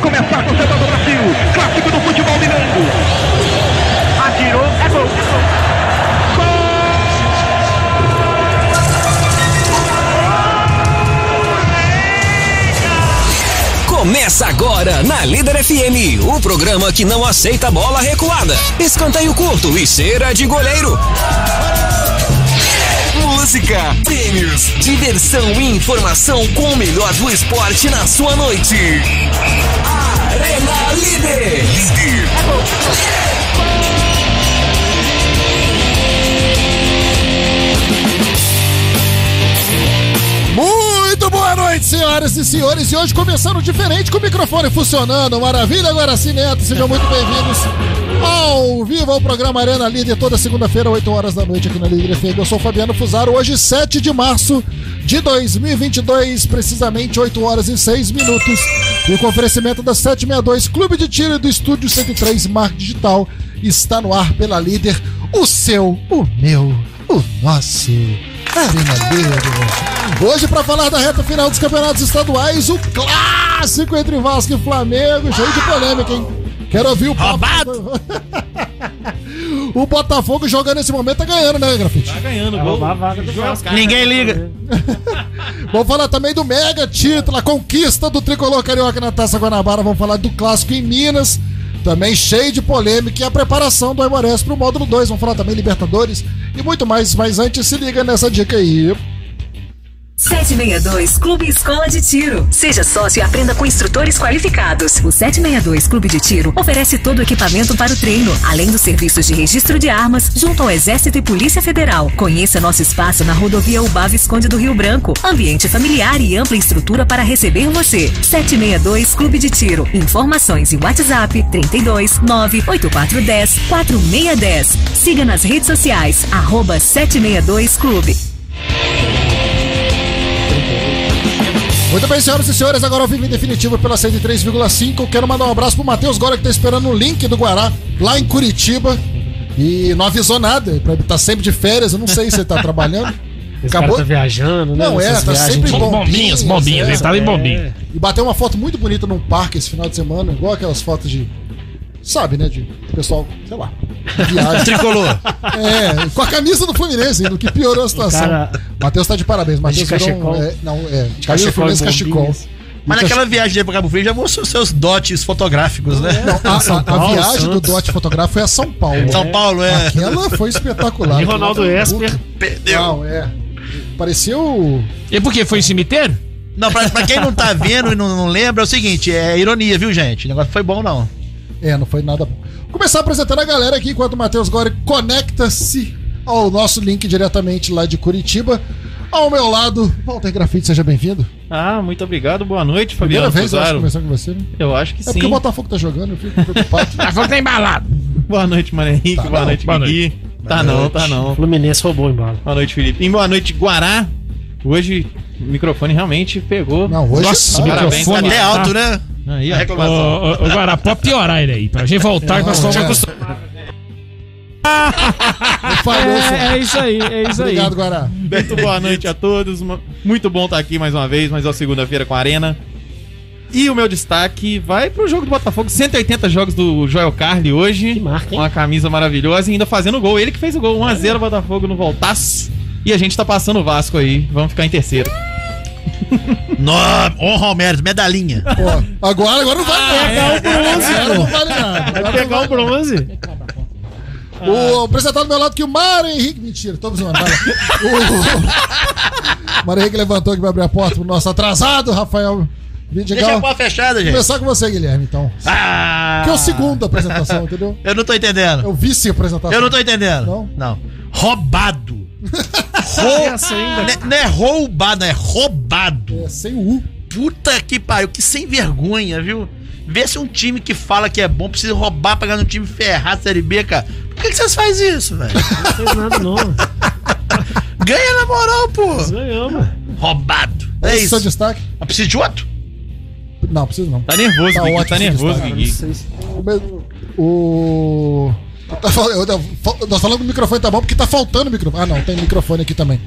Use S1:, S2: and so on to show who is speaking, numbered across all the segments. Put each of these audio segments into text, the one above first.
S1: começar com o Samba do Brasil, clássico do futebol mineiro. Atirou, é gol.
S2: Começa agora na Líder FM, o programa que não aceita bola recuada, escanteio curto e cera de goleiro. Música, prêmios, diversão e informação com o melhor do esporte na sua noite. Arena Líder. Líder.
S3: Muito boa noite, senhoras e senhores. E hoje começaram diferente com o microfone funcionando. Maravilha, agora sim, Neto. Sejam muito bem-vindos ao vivo ao programa Arena Líder, toda segunda-feira, 8 horas da noite aqui na Líder FM. Eu sou o Fabiano Fusaro. Hoje, 7 de março de 2022, precisamente 8 horas e 6 minutos. E com oferecimento da 762 Clube de Tiro e do Estúdio 103 Marca Digital está no ar pela Líder. O seu, o meu, o nosso. Arena Líder. Hoje, para falar da reta final dos campeonatos estaduais, o clássico entre Vasco e Flamengo, cheio de polêmica, hein? Quero ouvir o papo. o Botafogo jogando nesse momento tá ganhando, né, Grafite?
S4: ganhando o gol.
S5: Ninguém liga.
S3: Vamos falar também do mega título, a conquista do tricolor carioca na Taça Guanabara. Vamos falar do clássico em Minas, também cheio de polêmica, e a preparação do Aimorés pro módulo 2. Vamos falar também Libertadores e muito mais. Mas antes, se liga nessa dica aí.
S6: 762 Clube Escola de Tiro. Seja sócio e aprenda com instrutores qualificados. O 762 Clube de Tiro oferece todo o equipamento para o treino, além dos serviços de registro de armas junto ao Exército e Polícia Federal. Conheça nosso espaço na rodovia Ubá Visconde do Rio Branco. Ambiente familiar e ampla estrutura para receber você. 762 Clube de Tiro. Informações em WhatsApp 32 98410 4610. Siga nas redes sociais, arroba 762 Clube.
S3: Muito bem, senhoras e senhores, agora ao vivo em definitivo pela 103,5. Quero mandar um abraço pro Matheus Gora, que tá esperando o link do Guará lá em Curitiba. E não avisou nada, pra ele tá sempre de férias, eu não sei se ele tá trabalhando.
S4: Esse cara tá viajando, né?
S3: Não, é,
S4: Essas
S3: tá
S4: viagens
S3: sempre
S4: de-
S3: bom.
S5: Bombinhas, bombinhas.
S3: É.
S5: Ele tá tava em bombinha.
S3: E bateu uma foto muito bonita num parque esse final de semana, igual aquelas fotos de. Sabe, né? De pessoal, sei lá, viagem.
S5: Tricolor.
S3: é, com a camisa do Fluminense, ainda, o que piorou a situação.
S4: cara-
S3: Matheus tá de parabéns, Matheus
S4: de
S3: virou um,
S4: cachecol.
S3: é, Não, é, de camisa do
S4: Cachecol e
S3: Fluminense cachecol.
S4: bombinhas.
S5: Mas naquela viagem aí pro Cabo Frio já mostrou seus dotes fotográficos, né?
S3: Não, a, a- a
S4: É. Paulo,
S3: viagem do
S4: Santos.
S3: Dote Fotográfico foi a São Paulo.
S5: São Paulo é.
S3: Aquela foi espetacular.
S4: E Ronaldo
S3: Aquela-
S4: Esper.
S5: Perdeu.
S3: Não, é. Pareceu.
S7: E por quê? Foi em cemitério?
S5: Não, pra, pra quem não tá vendo e não, não lembra, é o seguinte: é ironia, viu, gente? O negócio foi bom, não.
S3: É, não foi nada bom. Vou começar apresentando a galera aqui enquanto o Matheus Gore conecta-se ao nosso link diretamente lá de Curitiba. Ao meu lado, Walter Grafite, seja bem-vindo.
S4: Ah, muito obrigado. Boa noite,
S3: Primeira
S4: Fabiano.
S3: vez eu acho
S4: Fusaro.
S3: conversando com você, né?
S4: Eu acho que
S3: É porque
S4: sim.
S3: o Botafogo tá jogando, eu fico preocupado.
S7: A falta tá embalado.
S8: Boa noite, Maria Henrique.
S3: Tá
S8: boa
S3: não,
S8: noite,
S7: boa
S8: Gui. Tá não, tá não.
S4: Fluminense roubou em bala.
S8: Boa noite, Felipe. E boa noite, Guará. Hoje o microfone realmente pegou.
S3: Não, hoje.
S7: Nossa,
S3: Ah,
S7: o microfone.
S5: Até alto, né?
S8: Aí,
S5: A
S8: ó.
S7: Ô,
S5: reclamação.
S7: ô, ô, Guará, pode piorar ele aí, pra gente voltar com as
S3: Não,
S7: formas
S3: é.
S7: acostumadas.
S3: falhou,
S8: É,
S3: filho.
S8: é isso aí, é isso aí.
S3: Obrigado, Guará.
S8: Muito boa noite a todos. Uma- Muito bom estar aqui mais uma vez, mais uma segunda-feira com a Arena. E o meu destaque vai pro jogo do Botafogo. 180 jogos do Joel Carli hoje.
S4: Que marca, hein?
S8: Uma camisa maravilhosa e ainda fazendo gol. Ele que fez o gol. 1x0 Botafogo no voltaço. E a gente tá passando o Vasco aí. Vamos ficar em terceiro.
S5: No, honra ao mérito, medalhinha.
S3: Pô, agora, agora não
S8: Ah,
S3: vale
S8: é.
S3: nada. Agora não vale
S4: Vai
S5: É
S3: nada.
S8: Tá
S4: pegar o bronze.
S3: O apresentado do meu lado que o Mário Henrique. Mentira, tô zoando. vai lá. O Mário Henrique levantou aqui pra abrir a porta pro nosso atrasado, Rafael
S5: Deixa a
S3: Vidigal.
S5: Então, porta fechada, gente.
S3: Começar com você, Guilherme, então.
S5: Ah,
S3: Que é o segundo da apresentação, entendeu?
S5: Eu não tô
S3: É
S5: entendendo.
S3: o vice-apresentação.
S5: Eu não tô entendendo.
S3: Não?
S5: Não. Roubado.
S4: Essa ainda.
S5: Né- Não é roubado, é roubado.
S3: É sem o U.
S5: Puta que pariu, que sem vergonha, viu? Vê se um time que fala que é bom precisa roubar pra ganhar um time ferrado Série B, cara. Por que, que vocês fazem isso, velho?
S4: Não fez nada, não.
S5: Ganha na moral, pô.
S4: Ganhamos.
S5: Roubado. É
S3: Esse é o seu
S5: isso.
S3: destaque?
S5: Mas Precisa de outro?
S3: Não, preciso não.
S8: Tá nervoso,
S3: Tá
S8: Guigui.
S3: ótimo
S8: tá
S3: esse
S8: nervoso,
S3: destaque,
S8: Guigui.
S3: O. mesmo- o... eu tava falando- eu tava fal- Nós falamos que o microfone tá bom porque tá faltando microfone. Ah, não, tem microfone aqui também.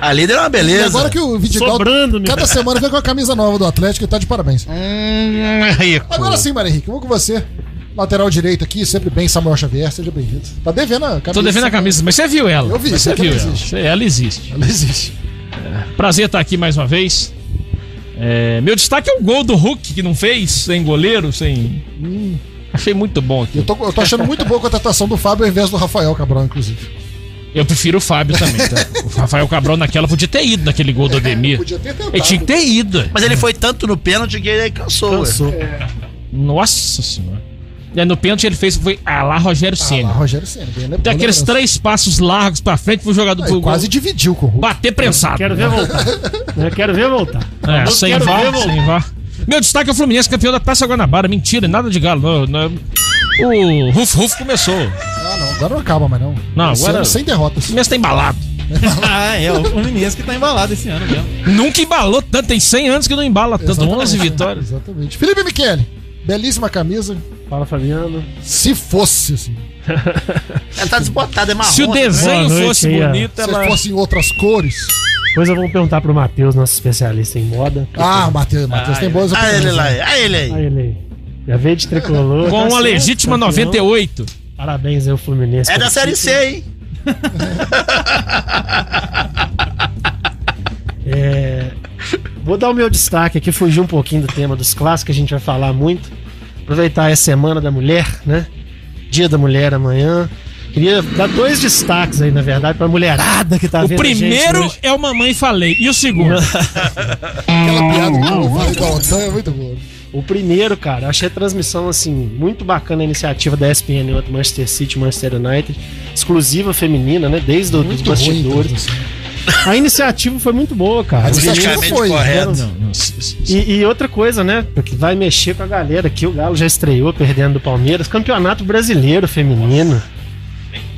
S5: A líder é uma
S3: E
S5: beleza.
S3: agora que o Vidigal
S4: Sobrando, meu.
S3: cada semana vem com a camisa nova do Atlético e tá de parabéns.
S5: Hum, rico.
S3: Agora sim, Maria Henrique, vamos com você. Lateral direito aqui, sempre bem, Samuel Xavier, seja bem-vindo. Tá devendo a camisa.
S7: Tô devendo a camisa, mas você viu ela.
S3: Eu vi,
S7: mas você
S3: aqui
S7: viu
S3: ela
S7: ela.
S3: existe.
S7: Você- Ela existe. É.
S3: Ela existe.
S7: Prazer estar aqui mais uma vez. É, meu destaque é o gol do Hulk, que não fez, sem goleiro, sem. Hum, achei muito bom aqui.
S3: Eu tô, eu tô achando muito boa a contratação do Fábio ao invés do Rafael Cabral, inclusive.
S7: Eu prefiro o Fábio também, tá? O Rafael Cabral naquela podia ter ido naquele gol do Ademir.
S3: É, Podia ter tentado.
S7: Ele tinha que ter ido.
S5: Mas ele foi tanto no pênalti que ele cansou. ué.
S4: Cansou.
S7: Nossa senhora. E aí no pênalti ele fez, foi ah, lá Rogério
S3: Ah, lá,
S7: Ceni.
S3: Rogério Senna, bem lembrado.
S7: Tem aqueles
S3: Lembrança.
S7: três passos largos pra frente pro jogador
S3: Ah,
S7: pro
S3: e quase
S7: gol.
S3: dividiu com o Hulk.
S7: bater prensado.
S4: Quero ver voltar. Eu quero ver voltar.
S7: É,
S4: Eu
S7: sem
S4: quero
S7: vá,
S4: ver voltar.
S7: sem vá. Meu destaque é o Fluminense, campeão da Taça Guanabara. Mentira, nada de galo. não, não. O Ruf Ruf começou.
S3: Ah, não, agora não acaba mais não.
S7: Não,
S3: Esse
S7: agora-
S3: ano Sem derrotas.
S7: O Fluminense tá embalado.
S8: ah, é, o Fluminense que tá embalado esse ano mesmo.
S7: Nunca embalou tanto, tem 100 anos que não embala tanto.
S3: Exatamente,
S7: 11
S3: né?
S7: vitórias.
S3: Exatamente. Felipe Michele, belíssima camisa.
S4: Fala, Fabiano.
S3: Se fosse, assim.
S5: Ela tá desbotada, é marrom.
S7: Se o desenho
S4: né? Boa noite
S7: fosse
S4: aí, ó.
S7: bonito,
S3: Se
S7: ela.
S3: fosse em outras cores.
S4: Depois eu vou perguntar pro Matheus, nosso especialista em moda.
S3: Ah, o Matheus, Matheus tem boas né?
S5: Ah, ele lá, ah, ele aí.
S4: Aí ele aí. Já veio de tricolor.
S7: Com
S4: Tá
S7: uma
S4: certo,
S7: legítima
S4: campeão. Tá
S7: 98.
S4: Parabéns aí, o Fluminense.
S5: É
S4: pelo
S5: da Série
S4: título.
S5: C, hein?
S4: É, Vou dar o meu destaque aqui, fugir um pouquinho do tema dos clássicos, a gente vai falar muito. Aproveitar a Semana da Mulher, né? Dia da Mulher amanhã. Queria dar dois destaques aí, na verdade, pra mulherada que tá
S7: O
S4: vendo a gente
S7: primeiro
S4: hoje.
S7: é o Mamãe Falei. E o segundo?
S3: Aquela piada que eu falo da OTAN é muito boa.
S4: O primeiro, cara, eu achei a transmissão assim muito bacana a iniciativa da ESPN outro Manchester City, Manchester United, exclusiva feminina, né? Desde o- dos
S3: Muito ruim.
S4: bastidores.
S3: então, assim.
S4: A iniciativa foi muito boa, cara.
S3: Mas é
S4: Os
S3: você acha que
S4: meninos-
S3: não
S5: Politicamente
S3: foi. né?
S5: correto.
S7: Não, não, s- s-
S4: E, e outra coisa, né? Que vai mexer com a galera aqui. O Galo já estreou perdendo do Palmeiras. Campeonato brasileiro feminino.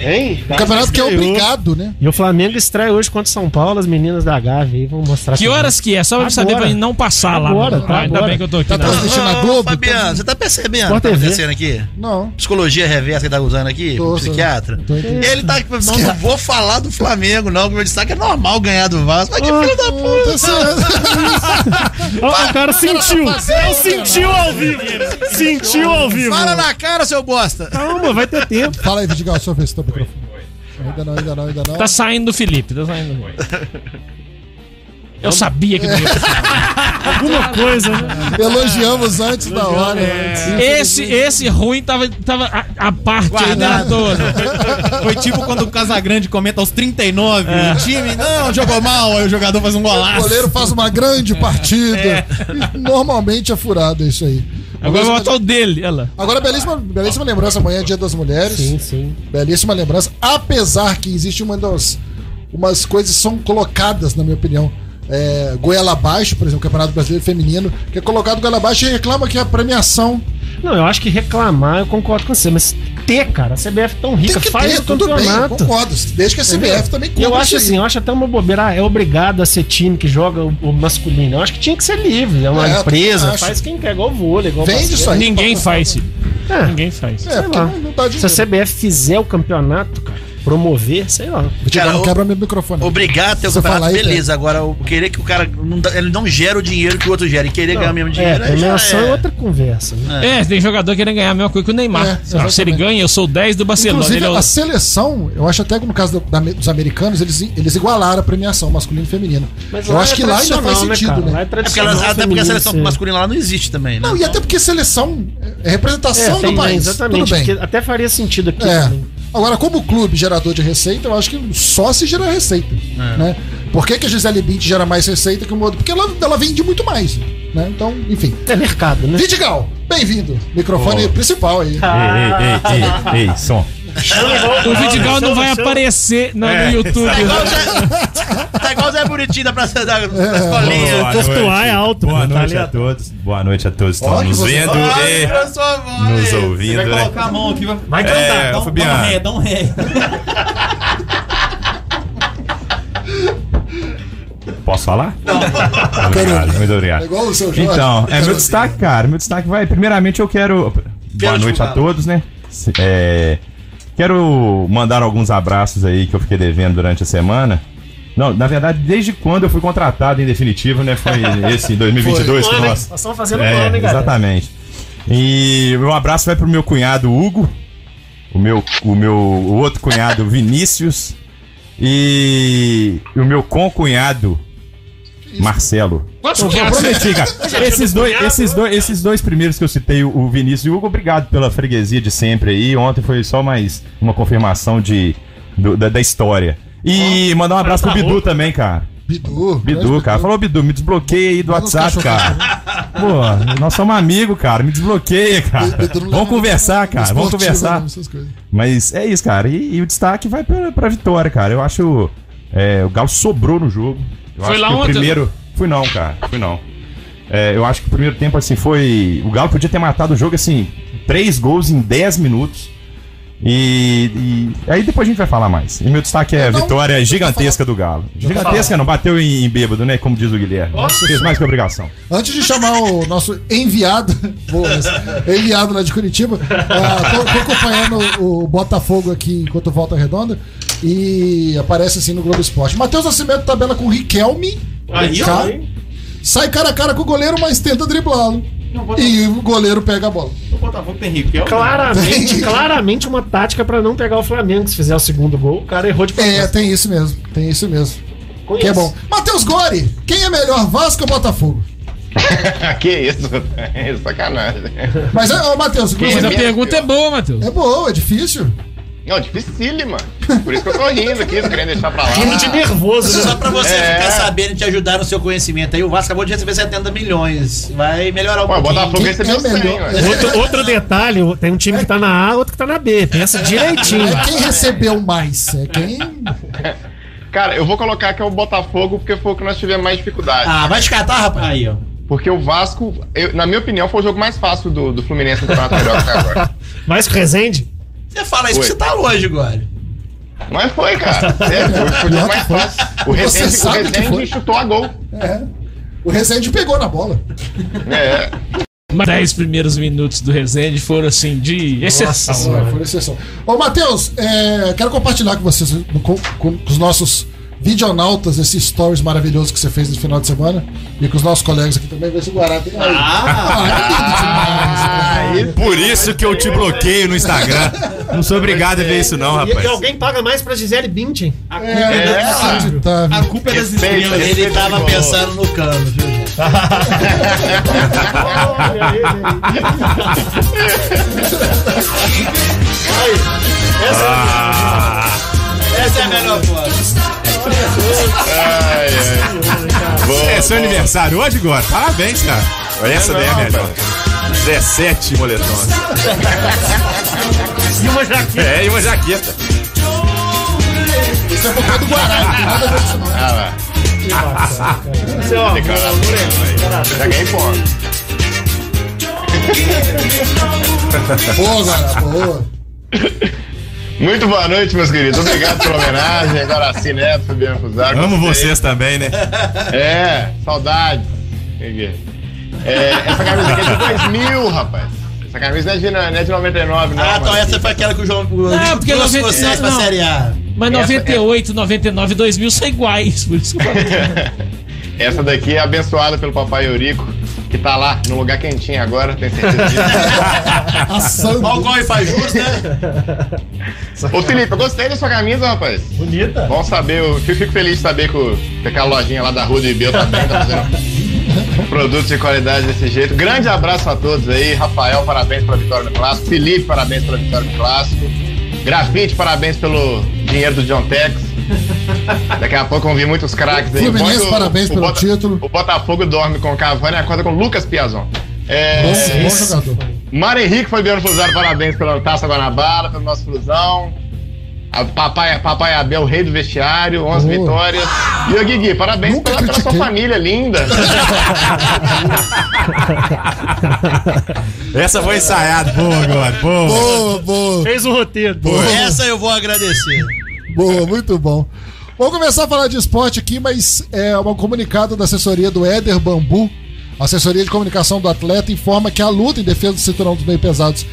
S4: Hein?
S3: O campeonato que é
S4: Estreou.
S3: obrigado, né?
S4: E o Flamengo estreia hoje contra o São Paulo, as meninas da Gávea aí vão mostrar.
S7: Que
S4: como-
S7: horas que é? Só pra
S4: Assim, né? Agora.
S7: saber pra gente não passar
S4: Agora,
S7: lá.
S4: tá
S7: Ah, ainda
S4: agora.
S7: bem que eu tô aqui.
S3: Tá
S7: né?
S3: trans- Assistir na
S5: Ô,
S3: Globo,
S5: Fabiano, você tá percebendo o
S4: Sport
S5: que tá
S4: TV.
S5: acontecendo aqui?
S3: Não. Então,
S5: Psicologia reversa que tá usando aqui?
S3: Tô,
S5: o psiquiatra?
S3: tô entendendo.
S5: Ele tá aqui, não, não vou falar do Flamengo, não. que Meu destaque é normal ganhar do Vasco. Mas que filho da puta.
S4: Ó, o cara sentiu.
S3: Fazer-
S4: Sentiu ao vivo. Sentiu ao vivo.
S5: Fala na cara, seu bosta.
S4: Calma, vai ter tempo.
S3: Fala aí, Vidigal, sua vez, seu tá microfone. Ainda não, ainda não, ainda não.
S7: Tá saindo do Felipe, tá saindo. Eu sabia que não ia.
S4: Alguma coisa, né?
S3: Elogiamos antes da hora. né?
S7: Esse, esse ruim tava, tava a, a parte aí da dona.
S8: Foi tipo quando o Casagrande comenta aos 39, o time, não, jogou mal, aí o jogador faz um
S3: O
S8: golaço.
S3: goleiro faz uma grande partida. Normalmente é furado isso aí.
S7: Agora eu vou botar o dele, olha lá.
S3: Agora, belíssima, belíssima lembrança. Amanhã é dia das mulheres.
S4: Sim,
S5: Ah,
S4: sim.
S3: Belíssima lembrança. Apesar que existe uma das. Umas coisas que são colocadas, na minha opinião. É, goela abaixo, por exemplo, Campeonato Brasileiro Feminino, que é colocado goela abaixo e reclama que a premiação
S4: Não, eu acho que reclamar, eu concordo com você, mas ter, cara, a CBF tão rica,
S3: tem que
S4: faz
S3: ter,
S4: o
S3: tudo bem, eu
S4: campeonato.
S3: concordo. Desde que a CBF também
S4: E
S3: cumpra
S4: eu
S3: isso
S4: acho
S3: aí.
S4: assim, eu acho até uma bobeira, ah, é obrigado a ser time que joga o, o masculino. Eu acho que tinha que ser livre, é uma
S3: É, eu
S4: empresa,
S3: também acho.
S4: faz quem quer, igual o vôlei, igual o
S3: Vende isso
S4: basquete.
S3: aí.
S7: Ninguém faz, Felipe.
S4: É.
S7: Ninguém faz.
S3: É, porque
S4: lá.
S3: não, não dá
S4: Se
S3: dinheiro.
S4: a CBF fizer o campeonato, cara, promover, sei lá.
S3: Vidigal,
S5: Cara,
S3: não
S5: o-
S3: quebra meu um microfone.
S5: Obrigado a ter o
S3: Você
S5: campeonato,
S3: falar aí,
S5: beleza. Agora, eu querer que o cara. Não, dá- ele não gera o dinheiro que o outro gera. E querer ganhar o mesmo
S4: É,
S5: dinheiro. aí já
S4: premiação é
S5: é.
S4: outra conversa, né?
S7: É, tem jogador querendo ganhar a mesma coisa que o Neymar.
S3: É,
S7: Ah, se ele
S3: exatamente.
S7: ganha, eu sou o 10 do Barcelona.
S3: Inclusive,
S7: ele é o-
S3: a seleção, eu acho até que no caso do- da- dos americanos, eles, eles igualaram a premiação masculino e feminino. eu acho
S4: é
S3: que lá ainda faz
S4: tradicional, né,
S3: sentido,
S4: cara?
S3: né?
S4: Lá é
S5: É porque ela-
S4: tradicional
S5: até porque a seleção
S4: feminino ser-
S5: masculina lá não existe também, né?
S3: Não, e até porque seleção é representação
S4: tem,
S3: do
S4: né,
S3: país.
S4: Exatamente,
S3: Tudo bem.
S4: porque até faria sentido aqui
S3: É.
S4: também.
S3: Agora, como clube gerador de receita, eu acho que só se gera receita.
S9: É.
S3: Né? Por que, que a Gisele Bint gera mais receita que o outro? Porque ela, ela vende muito mais. Né? Então, enfim.
S4: É mercado, né?
S3: Vidigal, bem-vindo. Microfone principal aí.
S9: Ei, ei, ei, ei, som.
S4: É,
S7: O Vidigal não vai aparecer no, no
S5: Tá igual o
S7: YouTube. né?
S5: Zé, tá igual o Zé Buritinho da Praça da, da Escolinha.
S9: Boa
S4: Postular
S9: noite.
S4: é alto,
S9: Boa
S4: pô, tá
S9: noite a
S4: ligado?
S9: todos. Boa noite a todos que
S3: Ó,
S9: estão
S3: que
S9: nos
S3: você-
S9: vendo
S5: Ai,
S9: e
S5: pra sua voz.
S9: nos
S8: Você
S9: ouvindo,
S8: vai
S9: né?
S8: colocar a mão aqui, vai, vai
S9: É,
S8: cantar. dá um-
S9: Fabiano.
S8: Dá um ré, dá um ré.
S9: Posso falar? Obrigado, muito
S3: É
S9: obrigado.
S3: igual o seu Jorge.
S9: Então, é meu destaque, cara. Meu destaque vai. Primeiramente, eu quero. Boa
S5: Pênalti
S9: noite
S5: pro
S9: a
S5: Galo.
S9: todos, né? Se- é, Quero mandar alguns abraços aí que eu fiquei devendo durante a semana. Não, na verdade, desde quando eu fui contratado em definitivo, né? Foi esse em 2022 que nós.
S4: Nós estamos fazendo
S9: É,
S4: plano, né, hein, galera?
S9: Exatamente. E um abraço vai pro meu cunhado Hugo, o meu, o meu outro cunhado Vinícius e o meu concunhado Marcelo.
S7: Quantos
S9: Eu prometi, cara. esses, dois, esses, dois, esses dois primeiros que eu citei, o Vinícius e o Hugo, obrigado pela freguesia de sempre aí. Ontem foi só mais uma confirmação de, do- da, da história. E mandar um abraço
S4: tá
S9: pro Bidu também, cara.
S3: Bidu. né?
S9: Bidu,
S3: grande
S9: cara. Falou, Bidu, me desbloqueia aí do
S3: Manda uns
S9: WhatsApp,
S3: cachorros.
S9: cara. Pô, nós somos amigos, cara. Me desbloqueia, cara.
S3: Bidu não leva
S9: Vamos conversar,
S3: nada
S9: cara. Vamos
S3: esportivo,
S9: conversar.
S3: não, né, essas coisas.
S9: Mas é isso, cara. E, e o destaque vai pra, pra vitória, cara. Eu acho. é, o Galo sobrou no jogo. Eu
S7: Foi
S9: acho
S7: lá
S9: que
S7: ontem? né?
S9: O primeiro. Fui não, cara. Fui não. É, eu acho que o primeiro tempo, assim, foi. O Galo podia ter matado o jogo, assim, três gols em 10 minutos. E, e- Aí depois a gente vai falar mais. E meu destaque é a
S10: Então,
S3: Não,
S9: vitória
S3: eu tô
S9: gigantesca do Galo. Gigantesca não, bateu em, em bêbado, né? Como diz o Guilherme. Fez mais que obrigação.
S3: Antes de chamar o nosso enviado, boa, mas, enviado lá de Curitiba, ah, tô, tô acompanhando o Botafogo aqui enquanto volta redonda e aparece assim no Globo Esporte. Matheus Nascimento tabela com o Riquelme.
S8: Aí, ó.
S3: tá? Sai cara a cara com o goleiro, mas tenta driblá-lo. E o goleiro pega a bola.
S8: O Botafogo tem Riquelme.
S4: Claramente, claramente uma tática pra não pegar o Flamengo. Se fizer o segundo gol, o cara errou de
S3: É,
S4: propósito.
S3: tem isso mesmo, tem isso mesmo. Que é
S4: Conheço.
S3: bom. Matheus Gore, quem é melhor, Vasco ou Botafogo?
S10: que isso? É sacanagem.
S3: Mas, ô, Matheus,
S7: Mas a
S10: Mesmo,
S7: pergunta é
S10: filho.
S7: boa, Matheus.
S3: é boa, é difícil.
S10: Não, dificílima. Por isso que eu tô rindo aqui, não querendo deixar pra lá.
S4: nervoso, né?
S5: Só pra você
S10: É.
S5: ficar sabendo e te ajudar no seu conhecimento aí, o Vasco acabou de receber 70 milhões. Vai melhorar um
S10: Pô, o
S5: pouquinho.
S10: Botafogo
S3: Quem
S10: recebeu
S3: é
S10: 100,
S3: melhor?
S10: ué.
S4: Outro, outro detalhe, tem um time que tá na A, outro que tá na B. Pensa direitinho.
S3: É quem recebeu mais, é quem.
S10: Cara, eu vou colocar que é o Botafogo porque foi o que nós tivemos mais dificuldade.
S5: Ah, vai descartar, rapaz. Aí, ó.
S10: Porque o Vasco, eu- na minha opinião, foi o jogo mais fácil do, do Fluminense no Campeonato Carioca até agora.
S4: Mas com o Rezende?
S5: Você fala isso
S10: Oi.
S5: porque você tá longe agora.
S10: Mas foi, cara.
S3: né?
S10: Sério, foi, foi o jogo mais fácil. O
S3: Você
S10: Rezende, o
S3: sabe que foi. É.
S10: Rezende chutou a gol.
S3: O Rezende pegou na bola.
S10: É,
S7: Mas 10 primeiros minutos do Rezende foram assim de exceção.
S3: Senhora, foi exceção. Ô, Matheus, é, quero compartilhar com vocês, com, com- com os nossos videonautas, esses stories maravilhosos que você fez no final de semana e com os nossos colegas aqui também, ver se o Guará tem aí.
S10: Ah,
S3: Ah, é lindo demais, cara.
S9: Por isso que eu te bloqueio no Instagram. Não sou obrigado a ver isso, não,
S4: Ah, E, e alguém paga mais pra Gisele Bündchen.
S3: É, inacreditável.
S8: A culpa é das
S10: Respeito,
S8: estrelas.
S10: respeito.
S5: Ele tava pensando no cano, viu, gente?
S4: Olha ele aí.
S9: Ah.
S5: Essa é a melhor foto.
S9: É seu aniversário hoje, agora? Parabéns, cara. Essa daí é a melhor. 17 moletons.
S4: E uma jaqueta.
S9: É, e uma jaqueta.
S3: Isso é por causa do Guará, não tem nada a ver com isso, não.
S9: Ah,
S3: é
S4: Você, ó,
S10: já ganhei ponto.
S3: Boa, Guará, boa.
S10: Muito boa noite, meus queridos. Obrigado pela homenagem. Agora assim, Neto, Fabiano Fusaro.
S9: Amo
S10: Gostei.
S9: vocês também, né?
S10: É, saudades. Peguei. É, essa camisa aqui é de 2000, rapaz. Essa camisa não é de, não é de 99, não.
S5: Ah, então
S10: mano.
S5: essa foi aquela que o João o
S7: Ah,
S5: Lito
S7: porque
S5: trouxe
S7: nós-
S5: vocês
S7: é,
S5: pra
S7: não.
S5: Série A.
S7: Mas 98, 99, 2000 são iguais. Por isso que eu falei.
S10: Essa daqui é abençoada pelo papai Eurico, que tá lá, no lugar quentinho agora, tenho certeza disso.
S3: Assando.
S5: Olha o gol e faz jus, né?
S10: Ô, Felipe, eu gostei da sua camisa, rapaz.
S4: bonita.
S10: Bom saber, eu fico, fico feliz de saber que, o- que aquela lojinha lá da Rua do Ibeu também tá fazendo produtos de qualidade desse jeito. Grande abraço a todos aí. Rafael, parabéns pela vitória no Clássico. Felipe, parabéns pela vitória no Clássico. Grafite, parabéns pelo dinheiro do John Tex. Daqui a pouco vão vir muitos craques aí.
S3: Fluminense,
S10: Bom que
S3: parabéns pelo título.
S10: O Botafogo dorme com o Cavani e acorda com o Lucas Piazon. É,
S3: Bom, bom jogador.
S10: Mário Henrique Fabiano Fusaro, parabéns pela Taça Guanabara, pelo nosso Flusão. A papai, papai Abel, rei do vestiário, 11
S3: Boa.
S10: vitórias. E o Guigui, parabéns
S3: Nunca
S10: pela, pela sua
S3: critiquei.
S10: família linda.
S9: Essa foi ensaiada. Boa, agora. Boa.
S3: Boa, boa.
S4: Fez um roteiro.
S5: Essa eu vou agradecer.
S3: Boa, muito bom. Vamos começar a falar de esporte aqui, mas é um comunicado da assessoria do Éder Bambu. A assessoria de comunicação do atleta informa que a luta em defesa do cinturão dos meio pesados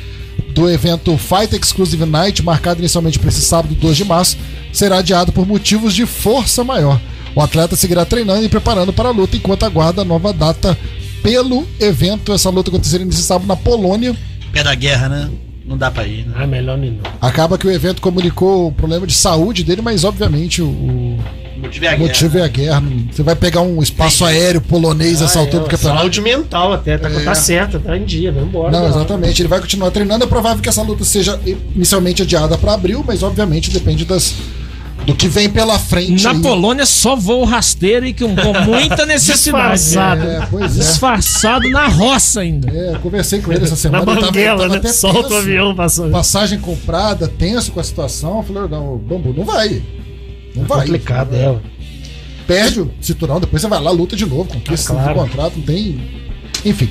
S3: do evento Fight Exclusive Night, marcado inicialmente para esse sábado 2 de março, será adiado por motivos de força maior. O atleta seguirá treinando e preparando para a luta enquanto aguarda a nova data pelo evento. Essa luta acontecerá nesse sábado na Polônia.
S5: Pé da guerra, né? Não dá pra ir, né?
S4: Ah, melhor nem não.
S3: Acaba que o evento comunicou o problema de saúde dele, mas obviamente o- o,
S5: O motivo é a
S3: o motivo é a guerra. Você vai pegar um espaço aéreo polonês essa altura do campeonato.
S4: Ah, é, Saúde mental até, tá, tá certa, tá em dia, vamos embora.
S3: Não, exatamente. Ele vai continuar treinando. É provável que essa luta seja inicialmente adiada para abril, mas obviamente depende das do que vem pela frente.
S7: Na
S3: aí.
S7: Polônia só voo rasteiro e com, com muita necessidade.
S4: Disfarçado.
S3: É,
S7: né?
S3: pois é.
S7: Disfarçado na roça ainda.
S3: É, eu conversei com ele essa
S4: Na
S3: semana. ele tava-
S4: banguela,
S3: tava
S4: né?
S3: até
S4: Solta
S3: tenso.
S4: o avião passando.
S3: Passagem comprada, tenso com a situação. Eu falei, não, o Bambu, não vai. Não vai.
S4: É Complicado né? ela.
S3: Perde o cinturão, depois você vai lá, luta de novo, conquista
S4: Ah,
S3: o
S4: claro.
S3: contrato, não tem. Enfim.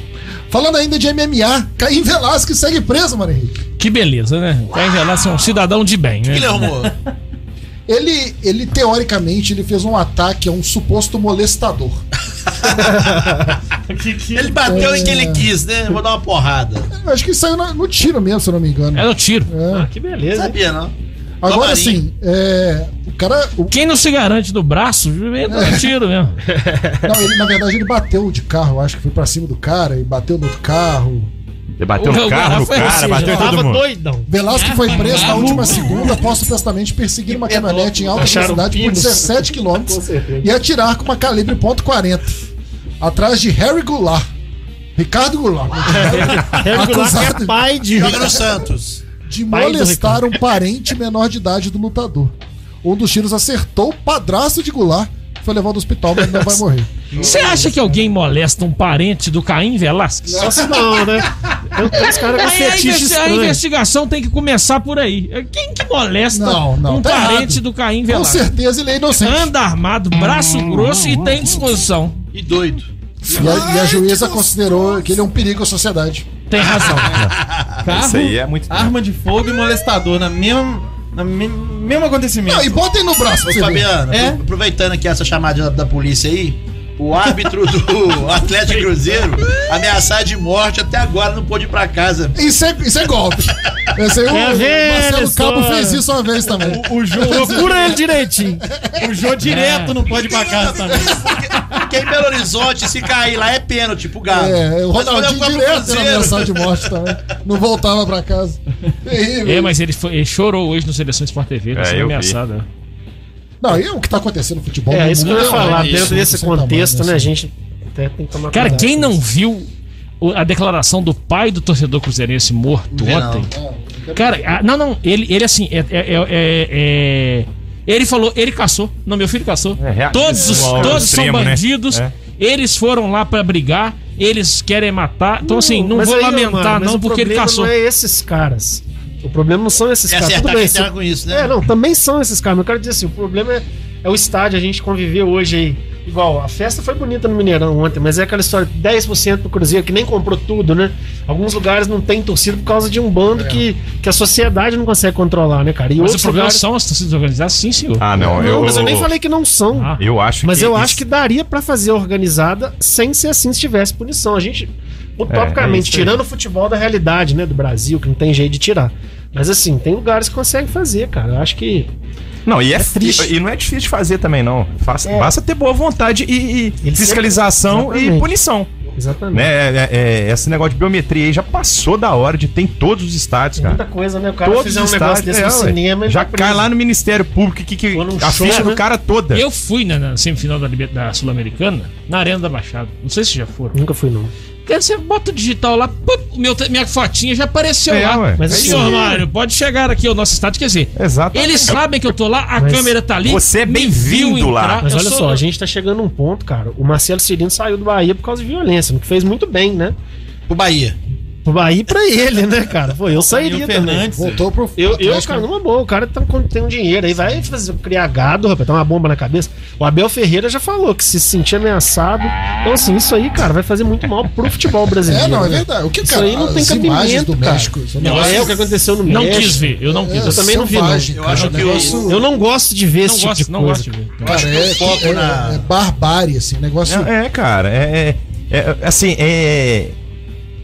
S3: Falando ainda de MMA, Caim Velasquez segue preso, mano Henrique.
S7: Que beleza, né? Tá em relação a um cidadão de bem, né?
S5: Ele arrumou.
S3: Ele, ele teoricamente ele fez um ataque a um suposto molestador.
S5: Ele bateu em quem ele quis, né? Vou dar uma porrada.
S3: Eu acho que saiu na- no tiro mesmo, se eu não me engano.
S7: Era o tiro.
S3: É.
S4: Ah, Que beleza.
S5: Sabia, não?
S3: Agora
S5: Tomarinho.
S3: sim, é, o cara. o-
S7: Quem não se garante do braço, entra no tiro mesmo.
S3: não, ele, na verdade, ele bateu de carro, eu acho que foi pra cima do cara e bateu no carro.
S9: Ele bateu
S7: O
S9: no carro, no
S7: Rafa, ou seja,
S9: cara, bateu em todo
S4: assim, Tava
S9: mundo.
S4: doidão.
S3: Velasco foi preso na última segunda após supostamente perseguir uma caminhonete em alta
S4: Acharam
S3: velocidade por
S4: pinos.
S3: 17 km
S4: Com certeza.
S3: e atirar com uma calibre .40 atrás de Harry Goulart. Ricardo Goulart.
S4: Harry Goulart
S3: Acusado.
S4: é pai de.
S5: Joga no Santos.
S3: de
S4: Pai do
S3: molestar um parente menor de idade do lutador. Um dos tiros acertou o padrasto de Goulart, foi levado ao hospital, mas não vai morrer.
S7: Você acha que alguém molesta um parente do Caim Velasquez?
S4: Nossa, não, né? Eu tenho uns
S3: É
S4: caras com
S7: Aí a,
S4: fetiche
S7: investi- a
S4: estranho.
S7: investigação tem que começar por aí. É Quem que molesta
S3: Não, não,
S7: um
S3: tá
S7: parente
S3: errado.
S7: do Caim
S3: Com
S7: Velasquez?
S3: certeza ele é
S4: Ah,
S3: inocente.
S7: Anda armado, braço grosso e tem disposição.
S5: E doido.
S3: E a, e a juíza considerou que ele é um perigo à sociedade.
S7: Tem razão.
S9: Isso aí é muito.
S8: Arma de fogo e molestador na mesma. Na me- mesmo acontecimento.
S3: Não, e botem no braço pra
S5: Ô,
S3: você ver.
S5: Fabiano,
S8: É?
S5: aproveitando aqui essa chamada da, da polícia aí, o árbitro do Atlético Cruzeiro ameaçado de morte até agora não pôde ir pra casa.
S3: Isso é, isso é golpe. Esse aí, o
S4: Quer ver,
S3: Marcelo
S4: Alessandro?
S3: Cabo fez isso uma vez também.
S8: O Jô,
S4: Procura ele direitinho.
S8: o Jô direto não pode ir pra casa também.
S5: Quem em Belo Horizonte, se cair lá, é pênalti pro Galo.
S3: É, o
S5: Mas quando é
S3: Ronaldinho
S5: Copa do
S3: direto era
S5: Cruzeiro,
S3: ameaçado de morte também. Não voltava pra casa. Terrível.
S7: É, mas ele, foi- ele chorou hoje no Seleção Sport TV, tá
S9: É,
S7: sendo
S9: eu vi.
S7: ameaçado. né?
S3: Não, e o que tá acontecendo no futebol?
S4: É,
S3: no
S4: isso que eu
S3: mundo né?
S4: ia falar.
S3: isso,
S4: Dentro desse
S3: sem tamanho,
S4: contexto, né, a
S3: assim.
S4: gente até tem que tomar
S7: Cara,
S4: cuidado.
S7: quem não viu o- a declaração do pai do torcedor cruzeirense morto
S5: Não vi, não.
S7: ontem? Cara, ah, não, não, ele, ele assim, é, é- é- é- é- ele falou, ele caçou, não, meu filho caçou.
S9: É, realismo
S7: todos os-
S9: ao
S7: todos são
S9: extremo, né?
S7: bandidos,
S9: É.
S7: eles foram lá pra brigar, eles querem matar. Então, assim, não
S4: Mas
S7: vou
S4: aí,
S7: lamentar,
S4: mano, mas
S7: não,
S4: o
S7: porque ele
S4: problema
S7: caçou.
S4: Não é esses caras. O problema não são esses
S5: É
S4: caras. Tudo
S5: acertar
S4: bem,
S5: quem
S4: se...
S5: terra com isso, né?
S4: É, não, também são esses caras. Mas eu quero dizer assim, o problema é, é o estádio, a gente conviveu hoje aí. Igual, a festa foi bonita no Mineirão ontem, mas é aquela história, 10% pro Cruzeiro, que nem comprou tudo, né? Alguns lugares não tem torcida por causa de um bando que, que a sociedade não consegue controlar, né, cara? E
S7: Mas o
S4: outros
S7: problema
S4: lugares-
S7: são as torcidas organizadas, sim, senhor.
S9: Ah, não.
S4: Não, mas eu nem falei que não são.
S7: Ah.
S9: Eu acho
S4: Mas
S9: que
S4: eu
S9: isso-
S4: acho que daria pra fazer organizada sem ser assim se tivesse punição. A gente, utopicamente,
S9: é isso aí.
S4: tirando o futebol da realidade, né, do Brasil, que não tem jeito de tirar. Mas assim, tem lugares que conseguem fazer, cara. Eu acho que
S9: Não, e é,
S4: triste. É.
S9: triste. E, não é difícil de fazer também, não. Faça, Basta ter boa vontade e, e
S4: Ele
S9: fiscalização
S4: sempre-
S9: e
S4: Exatamente.
S9: punição.
S4: exatamente.
S9: Né? É- é- é- esse negócio de biometria aí já passou da hora de ter em todos os estados,
S4: Tem muita
S9: cara.
S4: coisa, né? O cara
S9: Todos
S4: fizer um
S9: os
S4: negócio
S9: estados.
S4: desse
S9: é,
S4: no
S9: ué.
S4: cinema, ele
S9: já
S4: tá
S9: cai
S4: preso.
S9: lá no Ministério Público que, que
S4: Ou num
S9: a
S4: show,
S9: ficha
S4: né?
S9: do cara toda.
S7: Eu fui na, na semifinal da, Liber- da Sul-Americana, na Arena da Baixada. Não sei se já foram.
S4: Nunca fui, não.
S7: Porque você bota o digital lá, pup, o meu, te- minha fotinha já apareceu
S9: É,
S7: lá.
S9: ué.
S7: Mas
S4: Mas
S7: senhor
S4: assim-
S7: Mário, pode chegar aqui ao nosso estádio, quer dizer.
S9: Exato.
S7: Eles sabem que eu tô lá, a
S4: Mas
S7: câmera tá ali.
S9: você é
S7: me
S9: bem-vindo
S7: viu
S9: lá.
S7: entrar,
S4: Mas
S7: eu
S4: olha
S7: sou-
S4: só, a gente tá chegando num ponto, cara. O Marcelo Cirino saiu do Bahia por causa de violência, o que fez muito bem, né?
S5: Pro Bahia.
S4: Pro Bahia e pra ele, né, cara? Pô, eu sairia
S8: o
S4: também.
S8: Fernandes.
S3: Voltou pro.
S4: Eu, eu
S3: Atlético. né?
S4: cara, numa boa, o cara tá, com- tem um dinheiro aí, vai fazer, criar gado, rapaz, tá uma bomba na cabeça. O Abel Ferreira já falou que se sentia ameaçado. Então, assim, isso aí, cara, vai fazer muito mal pro futebol brasileiro.
S3: É, não, é
S4: né?
S3: verdade. O que,
S4: Isso
S3: cara?
S4: aí não tem
S3: as imagens
S4: cabimento,
S3: do
S4: cara.
S3: México. isso
S7: Não,
S4: Não é o que aconteceu no
S7: Não
S4: México.
S7: quis ver, eu não quis.
S3: É,
S7: eu também não vi. não.
S3: selvagem,
S5: Eu
S3: cara,
S5: acho
S3: o
S5: que o-
S3: negócio-
S4: Eu não gosto de
S7: Não
S4: ver esse
S7: gosto,
S4: tipo de
S7: não
S4: coisa.
S7: gosto de ver. Então,
S3: Cara, é,
S5: foco
S3: é-
S5: na-
S4: é.
S3: é barbárie, assim, negócio.
S9: É, é, cara, é, é- é- assim, é.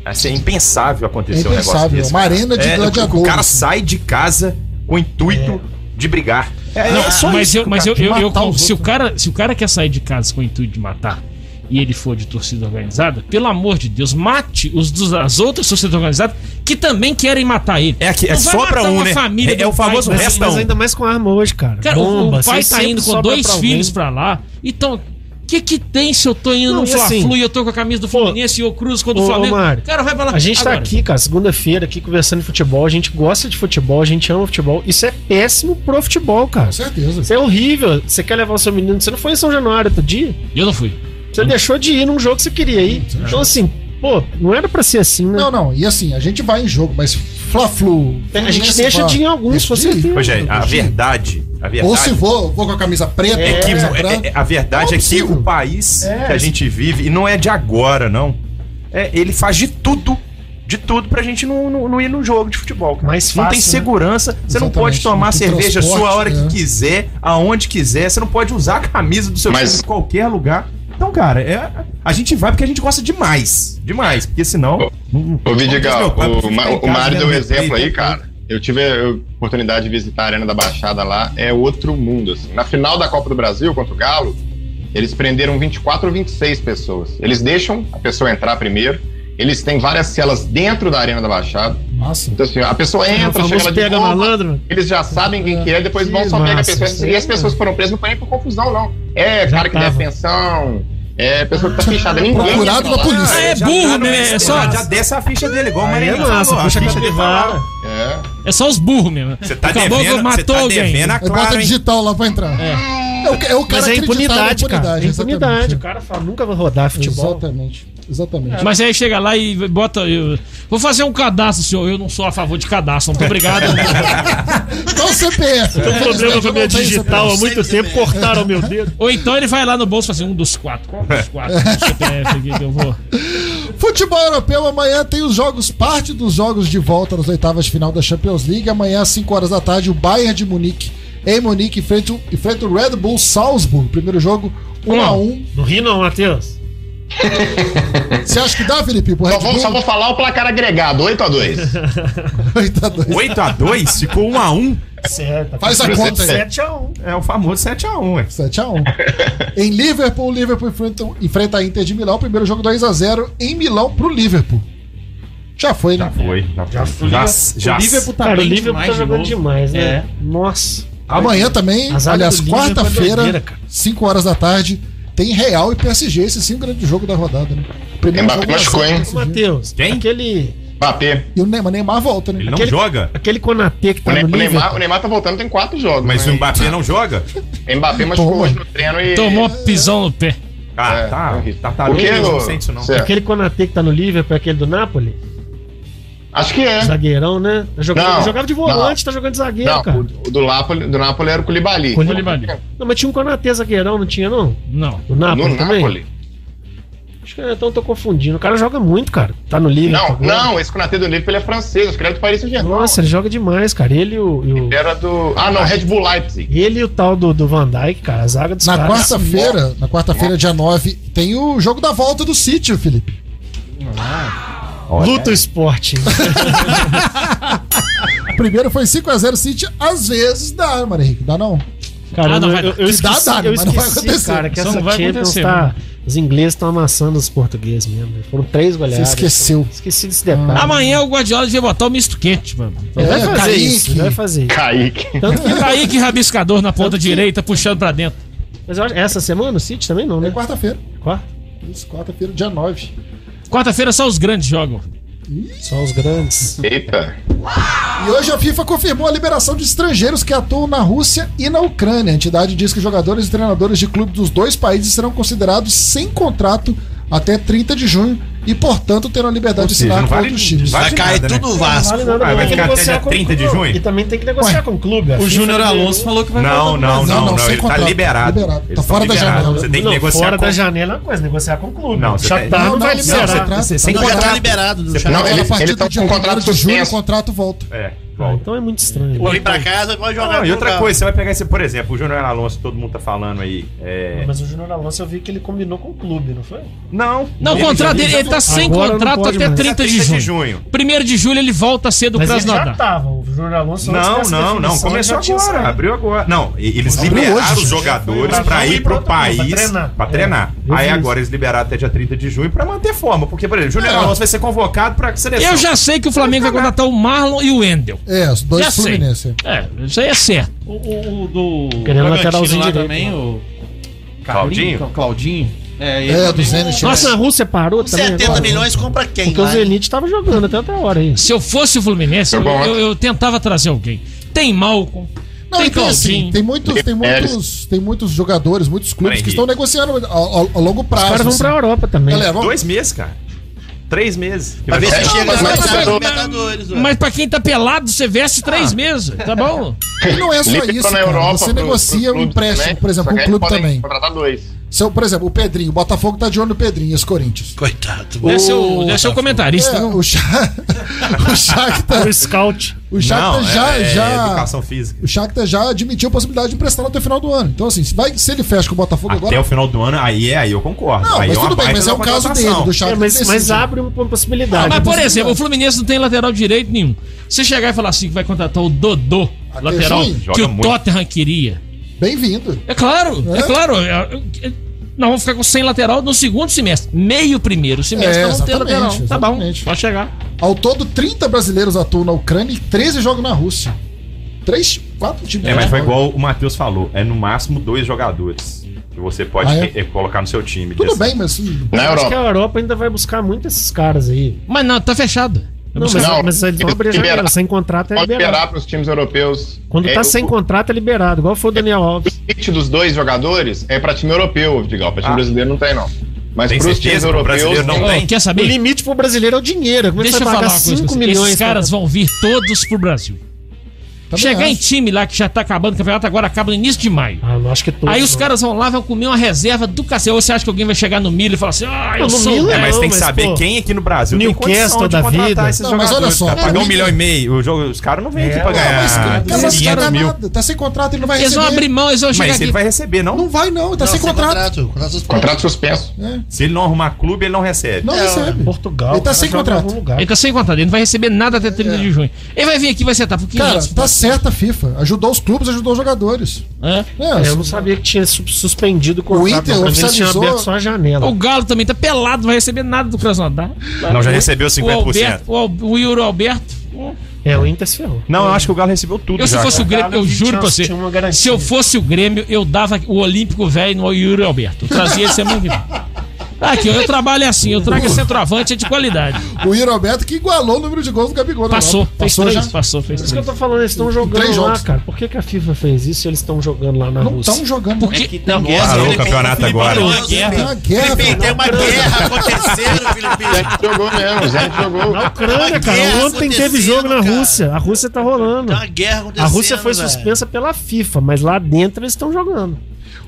S9: Assim, é impensável acontecer
S3: É
S9: um
S3: impensável,
S9: negócio desse.
S3: uma
S9: cara.
S3: arena de
S9: É, o- O
S3: gladiadores.
S9: cara sai de casa com o intuito de brigar. É,
S7: Não,
S9: é só
S7: mas
S9: isso
S7: eu,
S9: que o
S7: mas
S9: cara-
S7: eu, eu, eu-
S3: matar os
S7: se, o
S3: outros.
S7: cara, se o cara quer sair de casa com o intuito de matar e ele for de torcida organizada, pelo amor de Deus, mate os dos- as outras torcidas organizadas que também querem matar ele.
S9: É, que, é
S7: Não vai
S9: só pra
S7: matar
S9: um,
S7: uma
S9: né?
S7: família
S9: É- é,
S7: do
S9: o famoso
S7: pai, mas-
S9: resta
S4: Mas
S9: um.
S4: ainda mais com arma hoje, cara.
S7: Cara, o-
S4: Bomba,
S7: o pai
S4: você
S7: tá
S4: sempre
S7: indo com
S4: sobra
S7: dois
S4: pra alguém.
S7: filhos pra lá. Então, o que que tem se eu tô indo
S4: Não,
S7: no
S4: e
S7: Fla-Flu
S4: assim,
S7: e eu tô com a camisa do Fluminense e eu cruzo contra
S4: ô,
S7: o
S4: ô,
S7: Flamengo?
S4: Mário,
S7: cara, vai pra lá.
S4: A gente tá
S7: Agora,
S4: aqui, cara, segunda-feira, aqui conversando de futebol. A gente gosta de futebol, a gente ama futebol. Isso é péssimo pro futebol, cara.
S3: Com certeza.
S4: Isso é horrível. Você quer levar o seu menino. Você não foi em São Januário outro dia?
S7: Eu não fui.
S4: Você deixou de ir num jogo que você queria ir. Então, assim, pô, não era pra ser assim, né?
S3: Não, não. E assim, a gente vai em jogo, mas Fla-Flu.
S4: É, a gente
S3: Fluminense,
S4: deixa
S3: Fla-
S4: de ir em alguns, um- com
S3: deixa de ir.
S4: certeza.
S9: Ô, gente, é, a verdade. A verdade.
S3: Ou se vou, vou com a camisa preta,
S9: É que,
S3: branca.
S9: é- é- a verdade
S3: Não
S9: é que
S3: possível.
S9: o país
S4: É.
S9: que a gente vive, e não é de agora, não. É, ele faz de tudo, de tudo pra gente não, não, não ir no jogo de futebol. cara.
S4: Mais
S9: não
S4: fácil,
S9: tem
S4: né?
S9: segurança, você não
S3: Exatamente,
S9: pode tomar
S3: não tem
S9: cerveja
S3: transporte,
S9: sua a hora
S3: né?
S9: que quiser, aonde quiser, você não pode usar a camisa do seu
S10: Mas-
S9: time em qualquer lugar. Então, cara, é- a gente vai porque a gente gosta demais. Demais. Porque senão.
S10: Ô, Vidigal,
S9: Meu pai
S10: o,
S9: fica
S10: Ma-
S9: em
S10: o
S9: casa
S10: Mário deu um
S9: vendo
S10: exemplo
S9: replay, né?
S10: aí, cara. Eu tive a oportunidade de visitar a Arena da Baixada lá, é outro mundo, assim. Na final da Copa do Brasil contra o Galo, eles prenderam 24 ou 26 pessoas. Eles deixam a pessoa entrar primeiro, eles têm várias celas dentro da Arena da Baixada.
S3: Nossa.
S10: Então, assim, a pessoa
S4: É, o
S10: entra, chega lá
S4: famoso
S10: de
S4: pega
S10: boa,
S4: malandro.
S10: eles já sabem quem que é, depois
S4: Que
S10: vão só pegar a
S4: massa,
S10: pessoa.
S4: isso
S10: E
S4: aí,
S10: as pessoas que foram presas não foi nem por confusão, não. É
S4: Já
S10: cara que
S4: tava.
S10: deve pensão, é pessoa que tá fechada. Ninguém
S3: Procurado
S10: entra
S3: pela
S10: lá.
S3: polícia.
S7: Ah,
S9: Já
S7: é
S9: tá
S7: burro,
S9: deram
S7: né?
S9: esse-
S7: É só,
S9: Já desce a ficha dele, igual o
S4: Aí é
S9: Marinho
S4: massa,
S9: falou, a
S4: puxa a
S9: ficha dele vai lá.
S4: capivara.
S10: É.
S7: é só os burros mesmo.
S9: Você tá
S7: Acabou que
S9: devendo, você
S7: matou
S9: tá
S7: alguém.
S9: devendo a
S3: É bota
S9: Claro, hein?
S3: digital lá pra entrar. É, o, é o cara
S4: Mas é
S3: acreditar na
S4: impunidade, cara. É impunidade. É. O
S3: exatamente.
S4: cara fala, nunca vai rodar futebol.
S3: Exatamente. Exatamente.
S7: Mas aí chega lá e bota. eu- vou fazer um cadastro, senhor. Eu não sou a favor de cadastro, muito obrigado.
S3: Qual Então, o CPF?
S4: Tem um problema com a minha
S3: Não tem
S4: digital é há
S3: CPF.
S4: muito tempo, cortaram meu dedo.
S7: Ou então ele vai lá no bolso e fala assim: um dos quatro. Qual dos quatro? Do CPF aqui que é, eu vou.
S3: Futebol europeu, amanhã tem os jogos, parte dos jogos de volta nas oitavas de final da Champions League. Amanhã, às 5 horas da tarde, o Bayern de Munique em Munique enfrenta o, enfrenta o Red Bull Salzburg. Primeiro jogo, 1 a 1
S4: Não ri não, Matheus.
S3: Você acha que dá, Felipe? pro Red
S10: Só vou,
S3: Bull?
S10: só vou falar o placar agregado, 8x2.
S3: 8 a 2.
S9: 8x2 ficou 1x1.
S4: É Certo.
S3: Faz a conta aí.
S4: 7x1.
S9: É o famoso 7x1, ué.
S3: 7x1. em Liverpool, o Liverpool enfrenta, enfrenta a Inter de Milão. Primeiro jogo 2x0 em Milão pro Liverpool. Já foi, né?
S9: Foi. Já foi. Já, já,
S8: O Liverpool tá
S4: Cara, o
S8: bem
S4: Liverpool
S8: demais
S4: tá
S8: de
S4: jogando
S8: novo.
S4: demais, né? Nossa.
S3: Amanhã também,
S4: Azar
S3: aliás,
S4: do Liverpool é doideira,
S3: quarta-feira,
S4: cara.
S3: 5 horas da tarde, tem Real e PSG, esse sim é o grande jogo da rodada, né? Primeiro
S10: Mbappé
S3: jogo,
S10: machucou, hein?
S4: Ô,
S3: PSG.
S4: Matheus,
S9: Quem?
S4: aquele,
S10: Mbappé.
S3: E o Neymar, Neymar volta, né?
S9: Ele não
S4: Aquele-
S9: joga.
S4: aquele Konatê que
S10: O,
S4: tá
S10: Ne-
S4: no
S10: o Neymar, o
S4: Liverpool.
S10: Neymar tá voltando, tem quatro jogos.
S9: Mas o
S10: né?
S9: Mbappé não joga?
S10: Mbappé machucou
S3: Toma.
S10: hoje no treino e.
S7: Tomou pisão no pé.
S9: Ah,
S10: É,
S9: tá.
S10: horrível.
S9: Tá, tá
S10: Por quê,
S9: mesmo,
S10: ô?
S9: não sente isso não.
S10: Cê-
S4: Aquele Konatê que tá no Liverpool, é aquele do Napoli.
S10: Acho que é.
S4: Zagueirão, né? Tá jogando-
S10: Não,
S4: jogava de volante, tá jogando de zagueiro,
S10: Não,
S4: cara.
S10: o o do Napoli, do Napoli era o Koulibaly.
S7: Koulibaly.
S4: Não, mas tinha um Konatê zagueirão, não tinha, não?
S7: Não.
S4: Do
S10: No
S4: Napoli Ah, também?
S10: Napoli.
S4: Acho que eu então tô confundindo. O cara joga muito, cara. Tá no Liverpool.
S10: Não,
S4: agora.
S10: não, esse Conatê do Liverpool ele é francês, acho que ele é do Paris Saint-Germain.
S4: Nossa, ele joga demais, cara. Ele e o, e o,
S10: Era do. Ah, não, Red Bull Leipzig.
S4: ele e o tal do, do Van Dijk, cara. A zaga dos
S3: Na
S4: caras.
S3: quarta-feira, na quarta-feira, dia 9, tem o jogo da volta do sítio, Felipe.
S4: Luta o esporte.
S3: O primeiro foi 5x0 City, às vezes dá, Mário Henrique, dá não?
S4: Cara,
S7: Ah, não,
S4: eu-
S7: vai-
S4: eu, eu
S3: que
S4: esqueci,
S3: dá, dá,
S4: eu
S3: mas não vai
S4: esqueci,
S3: acontecer.
S4: cara, que
S7: Só
S4: essa
S7: não vai
S4: Champions
S7: acontecer,
S4: tá... Os ingleses estão amassando os portugueses mesmo. né? Foram três goleadas.
S3: Você esqueceu.
S4: Esqueci desse detalhe.
S7: Amanhã o Guardiola devia botar o misto quente, mano.
S4: Ele vai
S3: É,
S4: fazer
S3: Kaique.
S4: isso, ele vai fazer isso.
S10: Kaique.
S4: Tanto que-
S7: Kaique rabiscador na ponta direita, puxando pra dentro.
S4: Mas eu acho- essa semana o City também não,
S3: É
S4: né?
S3: quarta-feira.
S4: Quarta.
S9: Ah,
S3: Isso, quarta-feira, dia 9.
S7: Quarta-feira só os grandes jogam.
S4: Só os grandes.
S10: Eita.
S3: E hoje a FIFA confirmou a liberação de estrangeiros que atuam na Rússia e na Ucrânia. A entidade diz que jogadores e treinadores de clube dos dois países serão considerados sem contrato até 30 de junho e, portanto, terão a liberdade de assinar
S9: não
S3: com
S9: vale,
S3: outros times.
S9: vale
S5: Vai cair
S9: nada,
S5: tudo
S9: né?
S5: o Vasco.
S4: Vale nada,
S9: Ah, vai
S4: mas tem que
S9: ficar até
S4: negociar
S9: dia
S4: com o
S9: 30 de
S4: clube.
S9: junho?
S4: E também tem que negociar
S3: Ué.
S4: com o clube. a
S8: O
S4: FIFA né?
S8: Júnior
S4: liberou.
S8: Alonso falou que vai
S9: Não, não,
S3: Não,
S9: não,
S3: não,
S9: não.
S3: sem
S9: Ele tá
S3: contrato,
S9: liberado.
S3: liberado.
S9: Ele
S3: Tá fora da janela.
S9: Você tem que
S4: Não,
S9: negociar
S4: fora
S9: com-
S4: da janela é uma coisa, negociar com o clube.
S9: Não,
S4: o
S9: você
S4: Shakhtar
S9: tem-
S4: não, vai
S3: sem
S4: liberar.
S3: contrato,
S9: Você-
S3: tá
S9: sem
S3: liberado.
S5: Tá liberado.
S9: Você-
S5: Não,
S10: Não,
S3: Agora,
S10: ele-
S3: a partir
S10: ele tá
S3: do dia
S10: com
S3: 1
S10: contrato
S3: de junho, o
S10: suspenso.
S3: contrato volta.
S9: É.
S4: Ah, então é muito estranho.
S5: Vem pra casa, pode jogar.
S9: Não, e
S5: pro
S9: outra
S5: carro.
S9: coisa, você vai pegar esse, por exemplo, o Júnior Alonso, todo mundo tá falando aí. é,
S4: Mas o Júnior Alonso eu vi que ele combinou com o clube, não foi?
S9: Não.
S7: Não, o
S9: Ele
S7: contrato
S9: já-
S7: dele, ele tá sem
S4: Agora não
S7: contrato
S4: pode
S7: até
S4: mais.
S7: 30 de junho. 1 de julho ele volta a ser do
S4: Mas ele já tá
S7: Krasnodar.
S4: tava. O Júnior Alonso antes
S9: Não,
S4: dessa
S9: não, não.
S4: definição,
S9: Começou
S4: ele já tinha
S9: agora.
S4: saído.
S9: Abriu agora. Não, e- eles
S4: Abriu
S9: liberaram
S4: hoje.
S9: os jogadores
S4: Pra
S9: pra
S4: vir
S9: ir pro
S4: pra treinar,
S9: país pra treinar.
S4: é. Eu
S9: Aí
S4: vi
S9: agora eles liberaram até dia 30 de junho pra manter forma. Porque, por exemplo, Júnior Alonso vai ser convocado pra seleção.
S7: Eu já sei que o Flamengo vai contratar o Marlon e o Wendel.
S3: É, os dois
S7: Já sei.
S3: Fluminense.
S7: É, isso aí é certo.
S8: O, o, o do.
S4: Querendo
S8: Bragantino
S4: lateralzinho
S8: lá
S4: direito,
S8: também,
S4: né?
S8: o.
S9: Claudinho?
S8: Cal- Claudinho. É, ele
S3: É, do
S8: também-
S7: né?
S3: Zenit.
S4: Nossa, a Rússia parou também.
S5: 70
S4: agora?
S5: milhões compra quem?
S4: tá Porque o
S5: lá, hein?
S4: Zenit tava jogando até outra hora aí.
S7: Se eu fosse o Fluminense,
S10: Tá
S7: eu,
S10: bom.
S7: eu- eu tentava trazer alguém. Tem Malcom,
S3: Não,
S7: tem
S3: então, assim,
S7: Claudinho.
S3: tem muitos, tem
S10: é
S3: muitos, tem muitos jogadores, muitos clubes
S9: Peraí.
S3: que estão negociando a, a- a longo
S4: Os
S3: prazo.
S4: caras vão
S3: assim.
S4: pra Europa também. É,
S3: Galera, vamos-
S9: Dois meses, cara. Três meses. Que
S5: Pra
S9: vai
S5: ver se
S9: jogar.
S5: chega
S3: mas-
S5: na
S3: mas-
S5: Libertadores,
S7: mas- tá
S5: Libertadores. ué.
S7: Mas pra quem tá pelado, você veste três meses, tá bom?
S3: E não é só
S10: Liga
S3: isso,
S10: na
S3: cara.
S10: Europa,
S3: Você
S10: pro-
S3: negocia
S10: pro
S3: um
S10: clube
S3: empréstimo,
S10: também,
S3: por exemplo,
S10: só que
S3: com um
S10: aí
S3: clube
S10: podem
S3: também.
S10: Contratar dois.
S3: Se eu, por exemplo, o Pedrinho, o Botafogo tá de olho no Pedrinho, esse Corinthians.
S5: Coitado. né?
S7: Deve ser o, deve ser o
S3: É,
S7: comentarista. não?
S3: o Cha- o Shakhtar,
S4: O Scout.
S3: o Shakhtar
S9: Não, é-
S3: já,
S9: é
S3: já,
S9: Educação física.
S3: o Shakhtar já admitiu a possibilidade de emprestar até o final do ano. Então assim, se, vai, se ele fecha com o Botafogo
S9: Até
S3: agora,
S9: o final do ano, aí é, aí eu concordo.
S3: não,
S9: aí
S3: mas
S9: uma
S3: tudo bem,
S9: baita
S3: mas é um
S9: nova
S3: caso dele,
S9: contratação.
S3: do Shakhtar.
S4: É, mas, mas
S3: decide.
S4: abre uma possibilidade.
S7: Ah, Mas, por
S3: possibilidade.
S7: exemplo, o Fluminense não tem lateral direito nenhum. Você chegar e falar assim que vai contratar o Dodô,
S3: Até
S7: lateral,
S3: sim.
S7: que
S9: Joga
S7: o
S9: muito.
S7: Tottenham queria.
S3: Bem-vindo.
S7: É claro, é,
S3: É?
S7: claro. É, é, Nós vamos ficar com sem lateral no segundo semestre. Meio primeiro semestre,
S3: É,
S7: nós vamos ter
S3: exatamente,
S7: lateral. Tá bom,
S3: exatamente.
S7: pode chegar.
S3: Ao todo, 30 brasileiros atuam na Ucrânia e 13 jogam na Rússia. Três, quatro times.
S9: É, mas foi igual o Matheus falou. É no máximo dois jogadores que você pode
S3: Ah, é?
S9: eh, colocar no seu time.
S3: Tudo
S9: Desse-
S3: bem, mas assim,
S10: Na
S4: Acho que
S10: Europa.
S4: a Europa ainda vai buscar muito esses caras aí.
S7: Mas não, tá fechado.
S4: Não, mas,
S10: Não,
S4: mas eles vão abrir a
S10: liberar.
S4: janela. Sem contrato é
S10: Pode
S4: liberado.
S10: liberar para os times europeus.
S4: Quando
S10: É,
S4: tá
S10: o-
S4: sem contrato é liberado, igual foi o Daniel Alves.
S10: O limite dos dois jogadores é para time europeu, Vidigal. Para time
S9: Ah.
S10: brasileiro não tem, não. Mas
S9: Tem
S10: para os times
S9: certeza que o
S10: europeus.
S9: brasileiro não
S7: Ó,
S9: tem?
S7: Quer
S4: O
S7: saber?
S4: limite pro brasileiro é o dinheiro. Como é que
S7: Deixa
S4: você
S7: eu
S4: vai
S7: pagar
S4: pagar
S7: uma coisa.
S4: 5
S7: pra você. Esses
S4: milhões?
S7: caras vão vir todos pro Brasil.
S3: também
S7: Chegar em
S3: acho.
S7: time lá que já tá acabando o campeonato, agora acaba no início de maio.
S4: Ah, não, acho que todos.
S7: Aí os
S4: não.
S7: caras vão lá, vão comer uma reserva do cacete. Ou você acha que alguém vai chegar no milho e falar assim, ah, eu
S4: Não, no
S7: sou...
S4: Miller
S9: É, mas
S4: Não,
S9: tem que
S4: mas,
S9: saber
S4: pô,
S9: quem aqui no Brasil tem
S4: Newcastle
S9: condição de
S4: da
S9: contratar
S4: vida.
S9: esses
S3: Não, mas
S9: jogadores.
S3: olha só,
S9: cara.
S3: cara,
S9: pagar um
S3: ninguém-
S9: milhão e meio, o jogo- os caras não vêm
S7: É.
S9: aqui pra
S3: Não,
S9: ganhar.
S3: mas, cara,
S9: Mas,
S3: mas cara,
S9: 500 mil.
S3: nada, tá sem É, contrato, ele não vai
S7: Eles vão
S3: receber.
S7: abrir mão, eles vão chegar
S9: Mas ele
S7: aqui.
S9: vai receber, não?
S3: Não vai, não, tá sem contrato.
S10: Contrato suspenso.
S9: Se ele não arrumar clube, ele não recebe.
S3: Não recebe.
S4: Portugal.
S3: Ele tá
S4: o cara
S3: sem
S4: joga em
S3: contrato.
S4: algum lugar.
S7: Ele tá sem contrato, ele não vai receber nada até 30 de junho. Ele vai vir aqui e vai sentar um pro
S3: Cara,
S7: 500.
S3: tá certa a FIFA. Ajudou os clubes, ajudou os jogadores.
S7: Hã?
S3: É,
S4: É, eu não sabia que tinha sus- suspendido o contrato.
S3: O Inter
S4: mas pra mim eles tinham
S3: oficializou-
S4: aberto só a janela.
S7: O Galo também tá pelado, não vai receber nada do Krasnodar.
S9: Não, já recebeu
S7: O
S9: 50%.
S7: Alberto, o, Al- o Yuri Alberto.
S4: É, o Inter se ferrou.
S9: Não, eu acho que o Galo recebeu tudo
S7: Eu, se
S9: já.
S7: fosse o
S9: cara.
S7: Grêmio, eu
S4: Tinha-
S7: juro pra você.
S4: tinha uma garantia.
S7: Se eu fosse o Grêmio, eu dava o Olímpico velho no Yuri Alberto. Eu trazia ele semana que vem. Aqui, eu trabalho assim, eu trago esse centroavante é de qualidade.
S3: O Iro Alberto que igualou o número de gols do Gabigol. na
S7: Passou,
S3: Europa.
S7: fez
S3: Passou
S7: três,
S3: já.
S7: passou, fez
S4: Por isso que eu
S7: três.
S4: tô falando, eles estão
S3: Três
S4: jogando lá,
S3: jogos.
S4: cara. Por que, que a FIFA fez isso se eles estão jogando lá na
S3: Não
S4: Rússia?
S3: estão jogando.
S7: Porque
S5: Tem guerra,
S9: Parou o
S5: Felipe,
S9: campeonato
S5: Felipe,
S9: agora.
S5: parou a
S7: Tem uma
S5: guerra.
S3: Tem uma guerra,
S5: Felipe, tem
S3: velho.
S5: uma guerra acontecendo, Felipe.
S10: Jogou mesmo, gente jogou.
S4: Na Ucrânia,
S5: Tem uma
S4: cara.
S5: guerra
S4: Ontem teve jogo na
S5: acontecendo,
S4: Rússia. A Rússia tá rolando.
S5: Tem uma guerra acontecendo.
S4: A Rússia foi
S5: velho.
S4: suspensa pela FIFA, mas lá dentro eles estão jogando.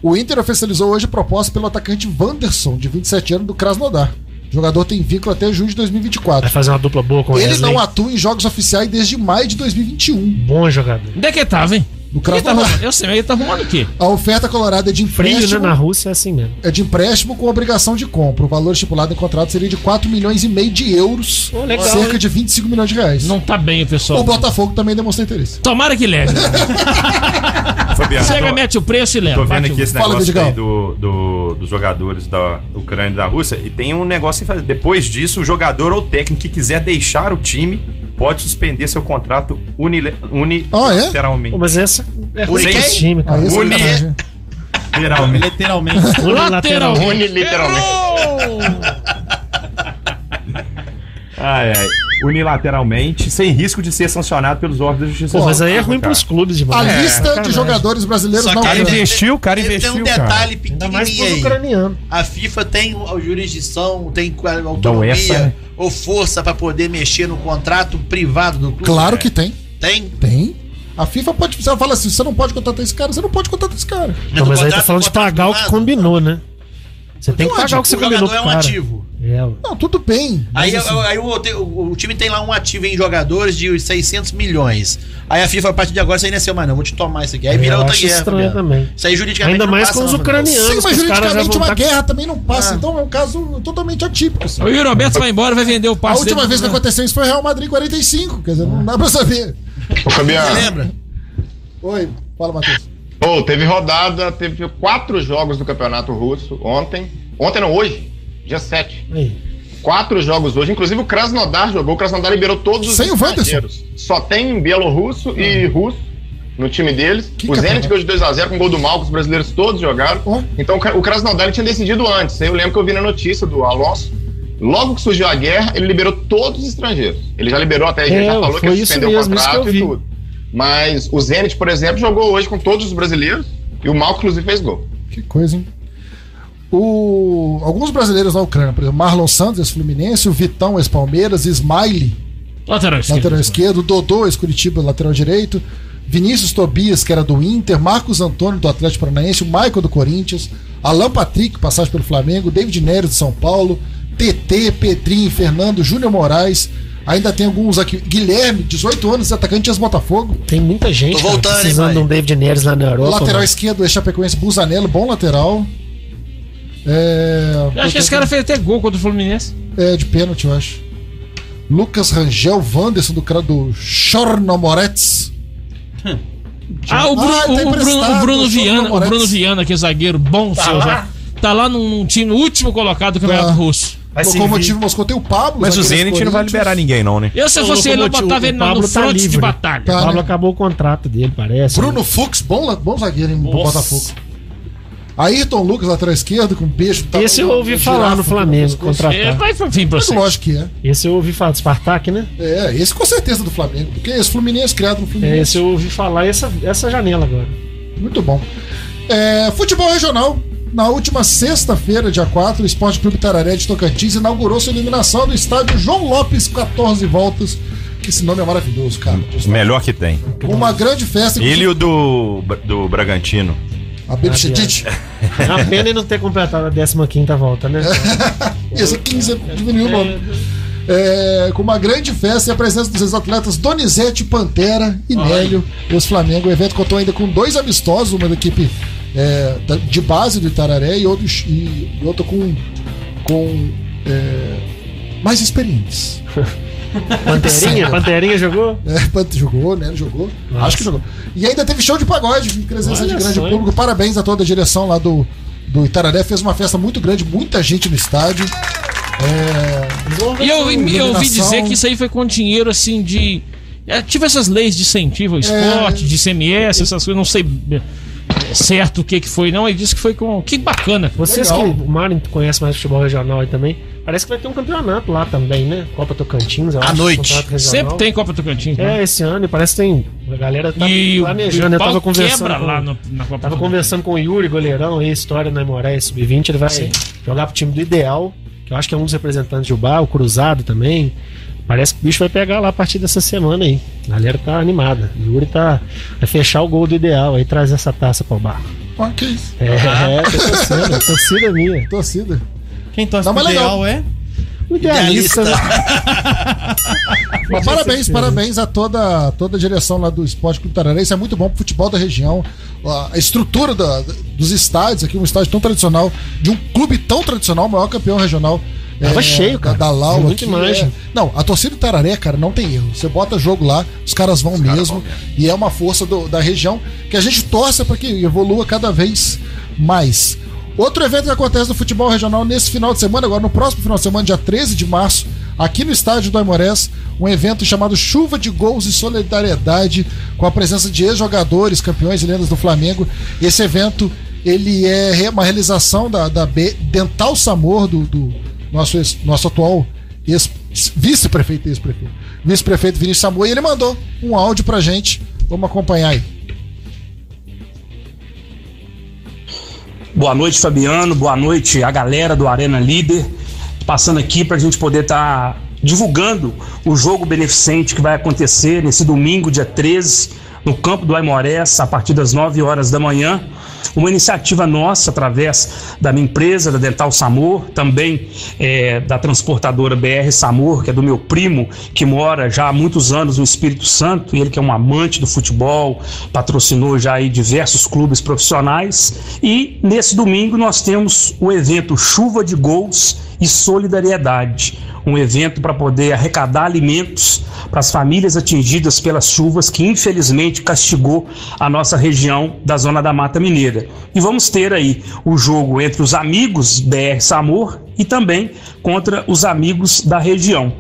S3: O Inter oficializou hoje a proposta pelo atacante Wanderson, de 27 anos, do Krasnodar. O jogador tem vínculo até junho de 2024.
S7: É
S4: fazer uma dupla boa com
S3: Ele não atua em jogos oficiais desde maio de 2021.
S4: Bom jogador.
S7: Onde é que ele tava, hein?
S3: No
S7: Ele tava,
S3: Krasnodar.
S7: eu sei, mas ele tá arrumando o quê?
S3: A oferta colorada é de
S4: Frio, né?
S3: empréstimo,
S4: Na Rússia é assim mesmo.
S3: é de empréstimo com obrigação de compra. O valor estipulado em contrato seria de 4 milhões e meio de euros,
S7: Oh, legal,
S3: cerca
S7: hein?
S3: de 25 milhões de reais.
S7: Não tá bem o pessoal.
S3: O Botafogo também demonstrou interesse.
S7: Tomara que leve.
S9: Fabiano,
S7: Chega,
S9: tô,
S7: mete o preço e leva.
S9: tô vendo
S7: Bate
S9: aqui
S7: o-
S9: esse
S3: Fala,
S9: negócio
S3: Vidigão.
S9: aí do, do- dos jogadores da Ucrânia e da Rússia. E tem um negócio que faz. Depois disso, o jogador ou técnico que quiser deixar o time pode suspender seu contrato unile-
S3: Ah, é?
S9: unilateralmente.
S4: Pô, mas essa é ruim
S9: Uriquei?
S4: esse time, cara.
S3: Aí esse
S9: Uni-
S3: sacanagem.
S9: Literalmente.
S8: Literalmente.
S7: Lateral.
S10: Une literalmente.
S9: Ai, ai. Unilateralmente, sem risco de ser sancionado pelos órgãos da justiça.
S4: Pô, mas aí é ruim
S9: Cara.
S4: pros clubes
S3: A
S4: demais.
S3: lista de
S4: sacanagem.
S3: jogadores brasileiros
S5: Só
S3: não
S5: que
S9: Cara,
S5: ele
S3: é.
S9: investiu, o cara
S5: Teve-
S9: investiu.
S5: Tem um
S9: cara.
S5: detalhe
S4: Ainda mais
S5: pequenininho
S4: pros
S5: aí.
S4: ucranianos.
S5: A FIFA tem a jurisdição, tem qua- autonomia
S9: UEFA, né?
S5: ou força pra poder mexer no contrato privado do clube?
S3: Claro que tem.
S5: Tem.
S3: Tem. A FIFA pode. Você fala assim: você não pode contratar esse cara, você não pode contratar esse cara.
S4: tá Não, mas aí tá falando de pagar o que combinou, né? Você tem que
S5: Pode,
S4: pagar o que você combinou
S5: jogador é
S4: pro
S5: um
S4: cara.
S5: ativo.
S4: É,
S3: Não, tudo bem. mas
S5: Aí,
S3: assim,
S5: aí o, tem- o- o time tem lá um ativo em jogadores de 600 milhões. Aí a FIFA, a partir de agora, isso aí não é seu mais não. Vou te tomar isso aqui. Aí vira
S4: É, eu
S5: outra
S4: acho
S5: guerra.
S4: estranho
S5: Fabiano.
S4: também.
S5: Isso aí juridicamente
S4: Ainda
S5: não
S4: mais
S5: passa,
S4: com os
S5: não, Fabiano.
S4: ucranianos.
S3: Sim,
S4: que
S3: mas
S4: os caras já
S3: juridicamente
S4: vão
S3: uma
S4: tá-
S3: guerra também não passa, então é um caso totalmente atípico. assim.
S7: O Yuri Alberto vai embora, vai vender o
S3: A
S7: passe.
S3: última
S7: dele.
S3: vez que aconteceu isso foi Real Madrid 45, quer dizer, não dá pra saber.
S10: Ô, Fabiano.
S5: Você lembra?
S3: Oi, fala, Matheus.
S10: Pô, teve rodada, teve quatro jogos do campeonato russo ontem. Ontem não, hoje. Dia 7.
S4: Aí.
S10: Quatro jogos hoje. Inclusive o Krasnodar jogou. O Krasnodar liberou todos os
S3: Sem o Wanderson.
S10: estrangeiros. Só tem bielorrusso e russo no time deles.
S3: Que
S10: o Zenit
S3: campeonato.
S10: ganhou de 2x0 com gol do Malco. Os brasileiros todos jogaram.
S3: Ó.
S10: Então o Kra- o Krasnodar ele tinha decidido antes. Eu lembro que eu vi na notícia do Alonso. Logo que surgiu a guerra, ele liberou todos os estrangeiros. Ele já liberou até, ele
S4: É,
S10: já falou que
S4: foi
S10: ia
S4: isso
S10: suspender o
S4: mesmo, isso que eu
S10: contrato e
S4: vi.
S10: tudo. Mas o Zenit, por exemplo, jogou hoje com todos os brasileiros e o Malco, inclusive, fez gol.
S3: Que coisa, hein? O... Alguns brasileiros na Ucrânia, por exemplo, Marlon Santos, ex-Fluminense, o Vitão, ex-Palmeiras, Smiley,
S7: Lateral esquerdo.
S3: lateral esquerdo, Dodô, ex-Curitiba, lateral direito, Vinícius Tobias, que era do Inter, Marcos Antônio, do Atlético Paranaense, o Michael, do Corinthians, Alan Patrick, passagem pelo Flamengo, David Neres, de São Paulo, TT, Pedrinho, Fernando, Júnior Moraes, ainda tem alguns aqui, Guilherme, 18 anos, atacante de Botafogo,
S4: Tem muita gente
S5: Tô
S4: cara,
S5: voltando, hein,
S4: precisando de um David Neres lá na Europa.
S3: lateral
S4: mano.
S3: esquerdo, ex-Chapecoense, Busanello, bom lateral. É...
S7: Eu acho que esse cara fez até gol contra o Fluminense.
S3: É, de pênalti, eu acho. Lucas Rangel Wanderson, do cara do Chornomorets.
S7: Ah, o, Bru-
S3: Ah, ele tá
S7: o- o Bruno,
S3: emprestado,
S7: o Bruno
S3: o
S7: Viana, o
S3: Moraes.
S7: Bruno Viana, que é zagueiro bom seu já. Tá lá num, num time último colocado do Campeonato
S3: Tá.
S7: Russo.
S9: Vai
S3: Locomotivo Moscou tem o Pablo.
S9: Mas o
S3: zagueiro do
S9: Zenit não vai
S3: Corinthians.
S9: liberar ninguém, não, né?
S7: Eu, se eu
S4: O
S7: fosse ele, eu
S4: Locomotivo,
S7: botava ele
S4: o
S7: na- no
S4: Pablo tá
S7: front de
S4: livre.
S7: batalha.
S4: O
S3: Tá,
S4: Pablo
S3: né?
S4: acabou o contrato dele, parece. né?
S3: Bruno Fux, bom, la- bom zagueiro hein, do Botafogo. Ayrton Lucas, lateral esquerdo, com um beijo. do
S4: Esse eu
S3: tamanho
S4: ouvi
S3: de
S4: falar
S3: girafa
S4: no
S3: no
S4: Flamengo,
S3: pescoço.
S7: É,
S4: contratar.
S7: vai vir pra você.
S3: Lógico que é.
S4: Esse eu ouvi falar do Spartak, né?
S3: É, esse com certeza do Flamengo. Porque esse Fluminense criado no
S4: É,
S3: Fluminense.
S4: Esse eu ouvi falar essa, essa janela agora.
S3: Muito bom. É, futebol regional. Na última sexta-feira, dia 4, o Esporte Clube Tararé de Tocantins inaugurou sua iluminação no estádio João Lopes 14 Voltas. Que esse nome é maravilhoso, cara.
S9: Melhor que tem.
S3: Uma grande festa.
S9: Ele e o do, do Bragantino.
S3: A Belchedite.
S4: É uma pena ele não ter completado a 15 volta, né?
S3: Esse 15 diminuiu o nome. É, com uma grande festa e a presença dos ex-atletas Donizete, Pantera e Nélio, os Flamengo. O evento contou ainda com dois amistosos, uma da equipe é, da- de base do Itararé e, outros, e, e outra com, com é, mais experientes.
S4: Panterinha? Panterinha jogou?
S3: É, Pant- jogou, né? Jogou.
S4: Nossa.
S3: Acho que jogou. E ainda teve show de pagode, com presença de
S4: Olha
S3: grande
S4: só, hein?
S3: público. Parabéns a toda a direção lá do, do Itararé. Fez uma festa muito grande, muita gente no estádio. É,
S7: E eu, e eu ouvi
S3: iluminação.
S7: dizer que isso aí foi com dinheiro assim de. É, tive essas leis de
S4: É.
S7: incentivo ao esporte, de CMS, essas coisas, não sei é, certo o que, que foi, não. Ele disse que foi com. Que bacana.
S4: Vocês
S3: Legal.
S4: que o Mário conhece mais futebol regional aí também, parece que vai ter um campeonato lá também, né? Copa Tocantins, eu
S5: À noite.
S4: campeonato regional.
S7: Sempre tem Copa Tocantins. né?
S4: É, esse ano, e parece que tem. A galera tá
S7: e o, e o
S4: planejando. Eu tava
S7: pau
S4: conversando.
S7: quebra
S4: com-
S7: lá no- na Copa
S4: Tava
S7: Tocantins.
S4: conversando com o Yuri, goleirão, aí, história na Moraes Sub-20. Ele vai jogar pro time do Ideal, que eu acho que é um dos representantes do bar, o Cruzado também. Parece que o bicho vai pegar lá a partir dessa semana aí. A galera tá animada. O Yuri tá, vai fechar o gol do Ideal aí, traz essa taça pro bar.
S3: Ah, que isso.
S4: É, é, tô torcendo, a torcida é minha.
S3: Torcida.
S8: Quem torce
S3: Não,
S8: pro
S3: mas legal.
S8: ideal é?
S4: O idealista, né?
S3: Mas parabéns, parabéns a toda, toda a direção lá do Esporte Clube Tararé. Isso é muito bom pro futebol da região. A estrutura da- dos estádios aqui, um estádio tão tradicional, de um clube tão tradicional, o maior campeão regional. é,
S4: Tava cheio, cara.
S3: Da, da Lau
S4: Tem
S3: aqui.
S4: muita imagem.
S3: é. Não, a torcida do Tararé, cara, não tem erro. Você bota jogo lá, os caras vão, mesmo, E é uma força do- da região que a gente torce para que evolua cada vez mais. Outro evento que acontece no futebol regional nesse final de semana, agora no próximo final de semana, dia 13 de março, aqui no estádio do Aimorés, um evento chamado Chuva de Gols e Solidariedade, com a presença de ex-jogadores, campeões e lendas do Flamengo. Esse evento ele é re- uma realização da, da B- Dental Samor, do, do nosso, ex- nosso atual ex- vice-prefeito, ex-prefeito, vice-prefeito Vinícius Samor, e ele mandou um áudio pra gente. Vamos acompanhar aí.
S11: Boa noite, Fabiano. Boa noite a galera do Arena Líder. Passando aqui para a gente poder estar divulgando o jogo beneficente que vai acontecer nesse domingo, dia 13, no campo do Aimorés, a partir das 9 horas da manhã. Uma iniciativa nossa, através da minha empresa, da Dental Samor, também é, da transportadora BR Samor, que é do meu primo, que mora já há muitos anos no Espírito Santo, e ele que é um amante do futebol, patrocinou já aí diversos clubes profissionais. E nesse domingo nós temos o evento Chuva de Gols e Solidariedade, um evento para poder arrecadar alimentos para as famílias atingidas pelas chuvas que infelizmente castigou a nossa região da zona da Mata Mineira. E vamos ter aí o jogo entre os amigos BR Samor e também contra os amigos da região.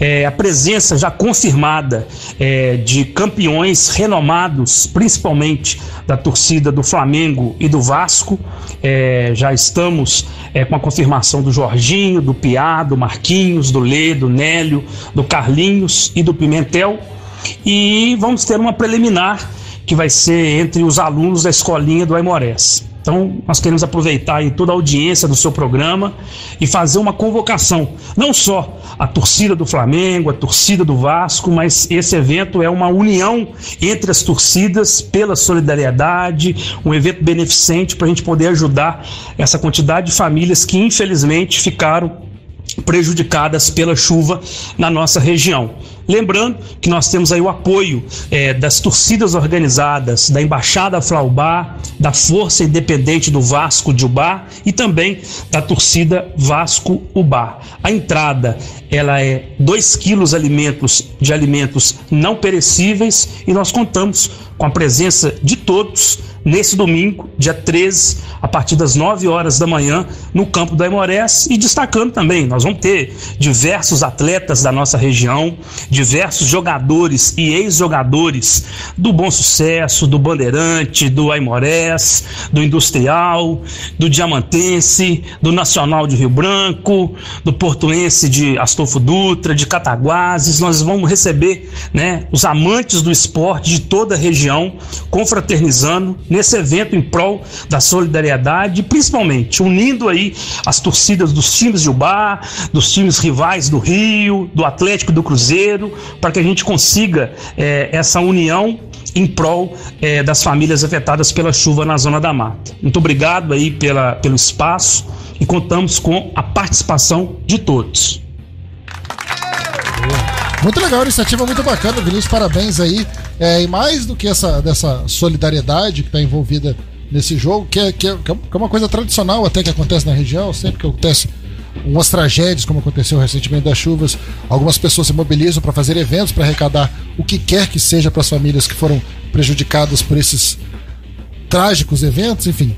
S11: É, a presença já confirmada é, de campeões renomados, principalmente da torcida do Flamengo e do Vasco. É, já estamos é, com a confirmação do Jorginho, do Piá, do Marquinhos, do Lê, do Nélio, do Carlinhos e do Pimentel. E vamos ter uma preliminar que vai ser entre os alunos da escolinha do Aimorés. Então, nós queremos aproveitar aí toda a audiência do seu programa e fazer uma convocação, não só a torcida do Flamengo, a torcida do Vasco, mas esse evento é uma união entre as torcidas pela solidariedade, um evento beneficente para a gente poder ajudar essa quantidade de famílias que infelizmente ficaram prejudicadas pela chuva na nossa região. Lembrando que nós temos aí o apoio eh, das torcidas organizadas, da Embaixada Flaubá, da Força Independente do Vasco de Ubá e também da torcida Vasco Ubá. A entrada ela é 2 quilos alimentos de alimentos não perecíveis e nós contamos com a presença de todos nesse domingo, dia 13, a partir das 9 horas da manhã, no campo do Aimorés. E destacando também, nós vamos ter diversos atletas da nossa região, diversos jogadores e ex-jogadores do Bom Sucesso, do Bandeirante, do Aimorés, do Industrial, do Diamantense, do Nacional de Rio Branco, do Portuense de Astolfo Dutra, de Cataguases. Nós vamos receber né, os amantes do esporte de toda a região, confraternizando nesse evento em prol da solidariedade, principalmente unindo aí as torcidas dos times de Ubá, dos times rivais do Rio, do Atlético do Cruzeiro, para que a gente consiga eh, essa união em prol eh, das famílias afetadas pela chuva na Zona da Mata. Muito obrigado aí pela, pelo espaço e contamos com a participação de todos.
S3: Muito legal, iniciativa muito bacana, Vinícius, parabéns aí. É, e mais do que essa dessa solidariedade que está envolvida nesse jogo, que é, que, é, que é uma coisa tradicional até que acontece na região, sempre que acontece umas tragédias, como aconteceu recentemente das chuvas, algumas pessoas se mobilizam para fazer eventos, para arrecadar o que quer que seja para as famílias que foram prejudicadas por esses trágicos eventos, enfim.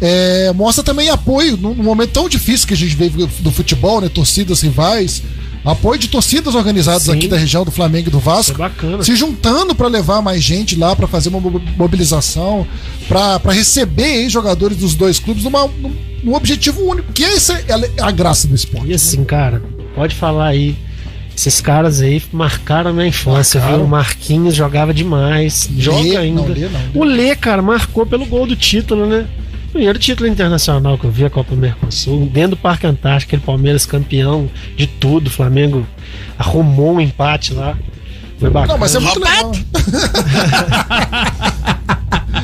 S3: É, mostra também apoio num momento tão difícil que a gente vive do futebol, né? Torcidas rivais, apoio de torcidas organizadas
S4: Sim.
S3: aqui da região do Flamengo e do Vasco,
S4: Isso é bacana.
S3: se juntando para levar mais gente lá para fazer uma mo- mobilização, para receber hein, jogadores dos dois clubes numa- num, num objetivo único, que essa é a graça do esporte.
S4: E assim, cara, pode falar aí. Esses caras aí marcaram minha infância, viu? O Marquinhos jogava demais,
S3: Lê,
S4: joga ainda.
S3: não, Lê não, Lê.
S4: O Lê, cara, marcou pelo gol do título, né? Primeiro título internacional que eu vi, a Copa Mercosul, dentro do Parque Antártico, aquele Palmeiras campeão de tudo, o Flamengo arrumou um empate lá. Foi bacana.
S3: Não, mas é muito legal.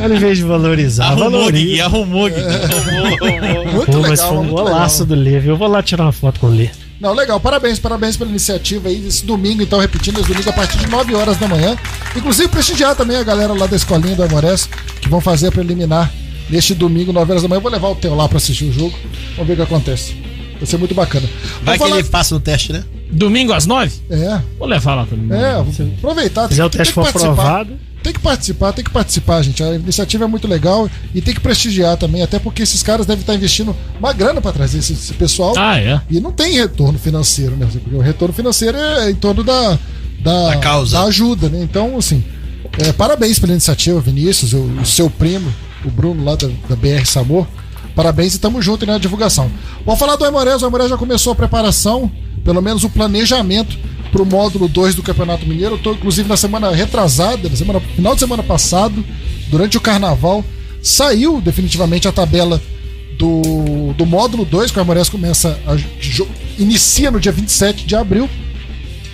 S4: Ao invés de valorizar,
S5: Arrumou,
S4: valoriza.
S5: Gui, arrumou, Gui. Arrumou.
S3: Muito
S4: Pô,
S3: legal,
S4: mas foi um
S3: muito
S4: golaço
S3: legal.
S4: do Lê, viu? Eu vou lá tirar uma foto com o Lê.
S3: Não, legal, parabéns, parabéns pela iniciativa aí. Esse domingo, então, repetindo, esse domingo a partir de 9 horas da manhã. Inclusive, prestigiar também a galera lá da escolinha do Amores, que vão fazer a preliminar neste domingo, 9 horas da manhã. Eu vou levar o teu lá pra assistir o jogo. Vamos ver o que acontece. Vai ser muito bacana.
S5: Vai
S3: Vamos
S5: que ele passa o teste, né?
S7: Domingo às nove?
S3: É,
S7: Vou levar lá também.
S3: é, vamos aproveitar.
S4: Se o teste for aprovado.
S3: Tem que participar, tem que participar, gente. A iniciativa é muito legal e tem que prestigiar também, até porque esses caras devem estar investindo uma grana pra trazer esse, esse pessoal.
S7: Ah, é.
S3: E não tem retorno financeiro, né? Porque o retorno financeiro é em torno da, da,
S5: Da causa.
S3: da ajuda, né? Então, assim, é, parabéns pela iniciativa, Vinícius, o, o seu primo, o Bruno lá da, da BR Samor. Parabéns e tamo junto aí na divulgação. Vamos falar do Aimorés. O Aimorés já começou a preparação, pelo menos o planejamento para o módulo 2 do Campeonato Mineiro. Eu tô, inclusive, na semana retrasada, na semana, final de semana passado, durante o carnaval, saiu definitivamente a tabela do, do módulo 2, que o Amores começa a jo- inicia no dia 27 de abril.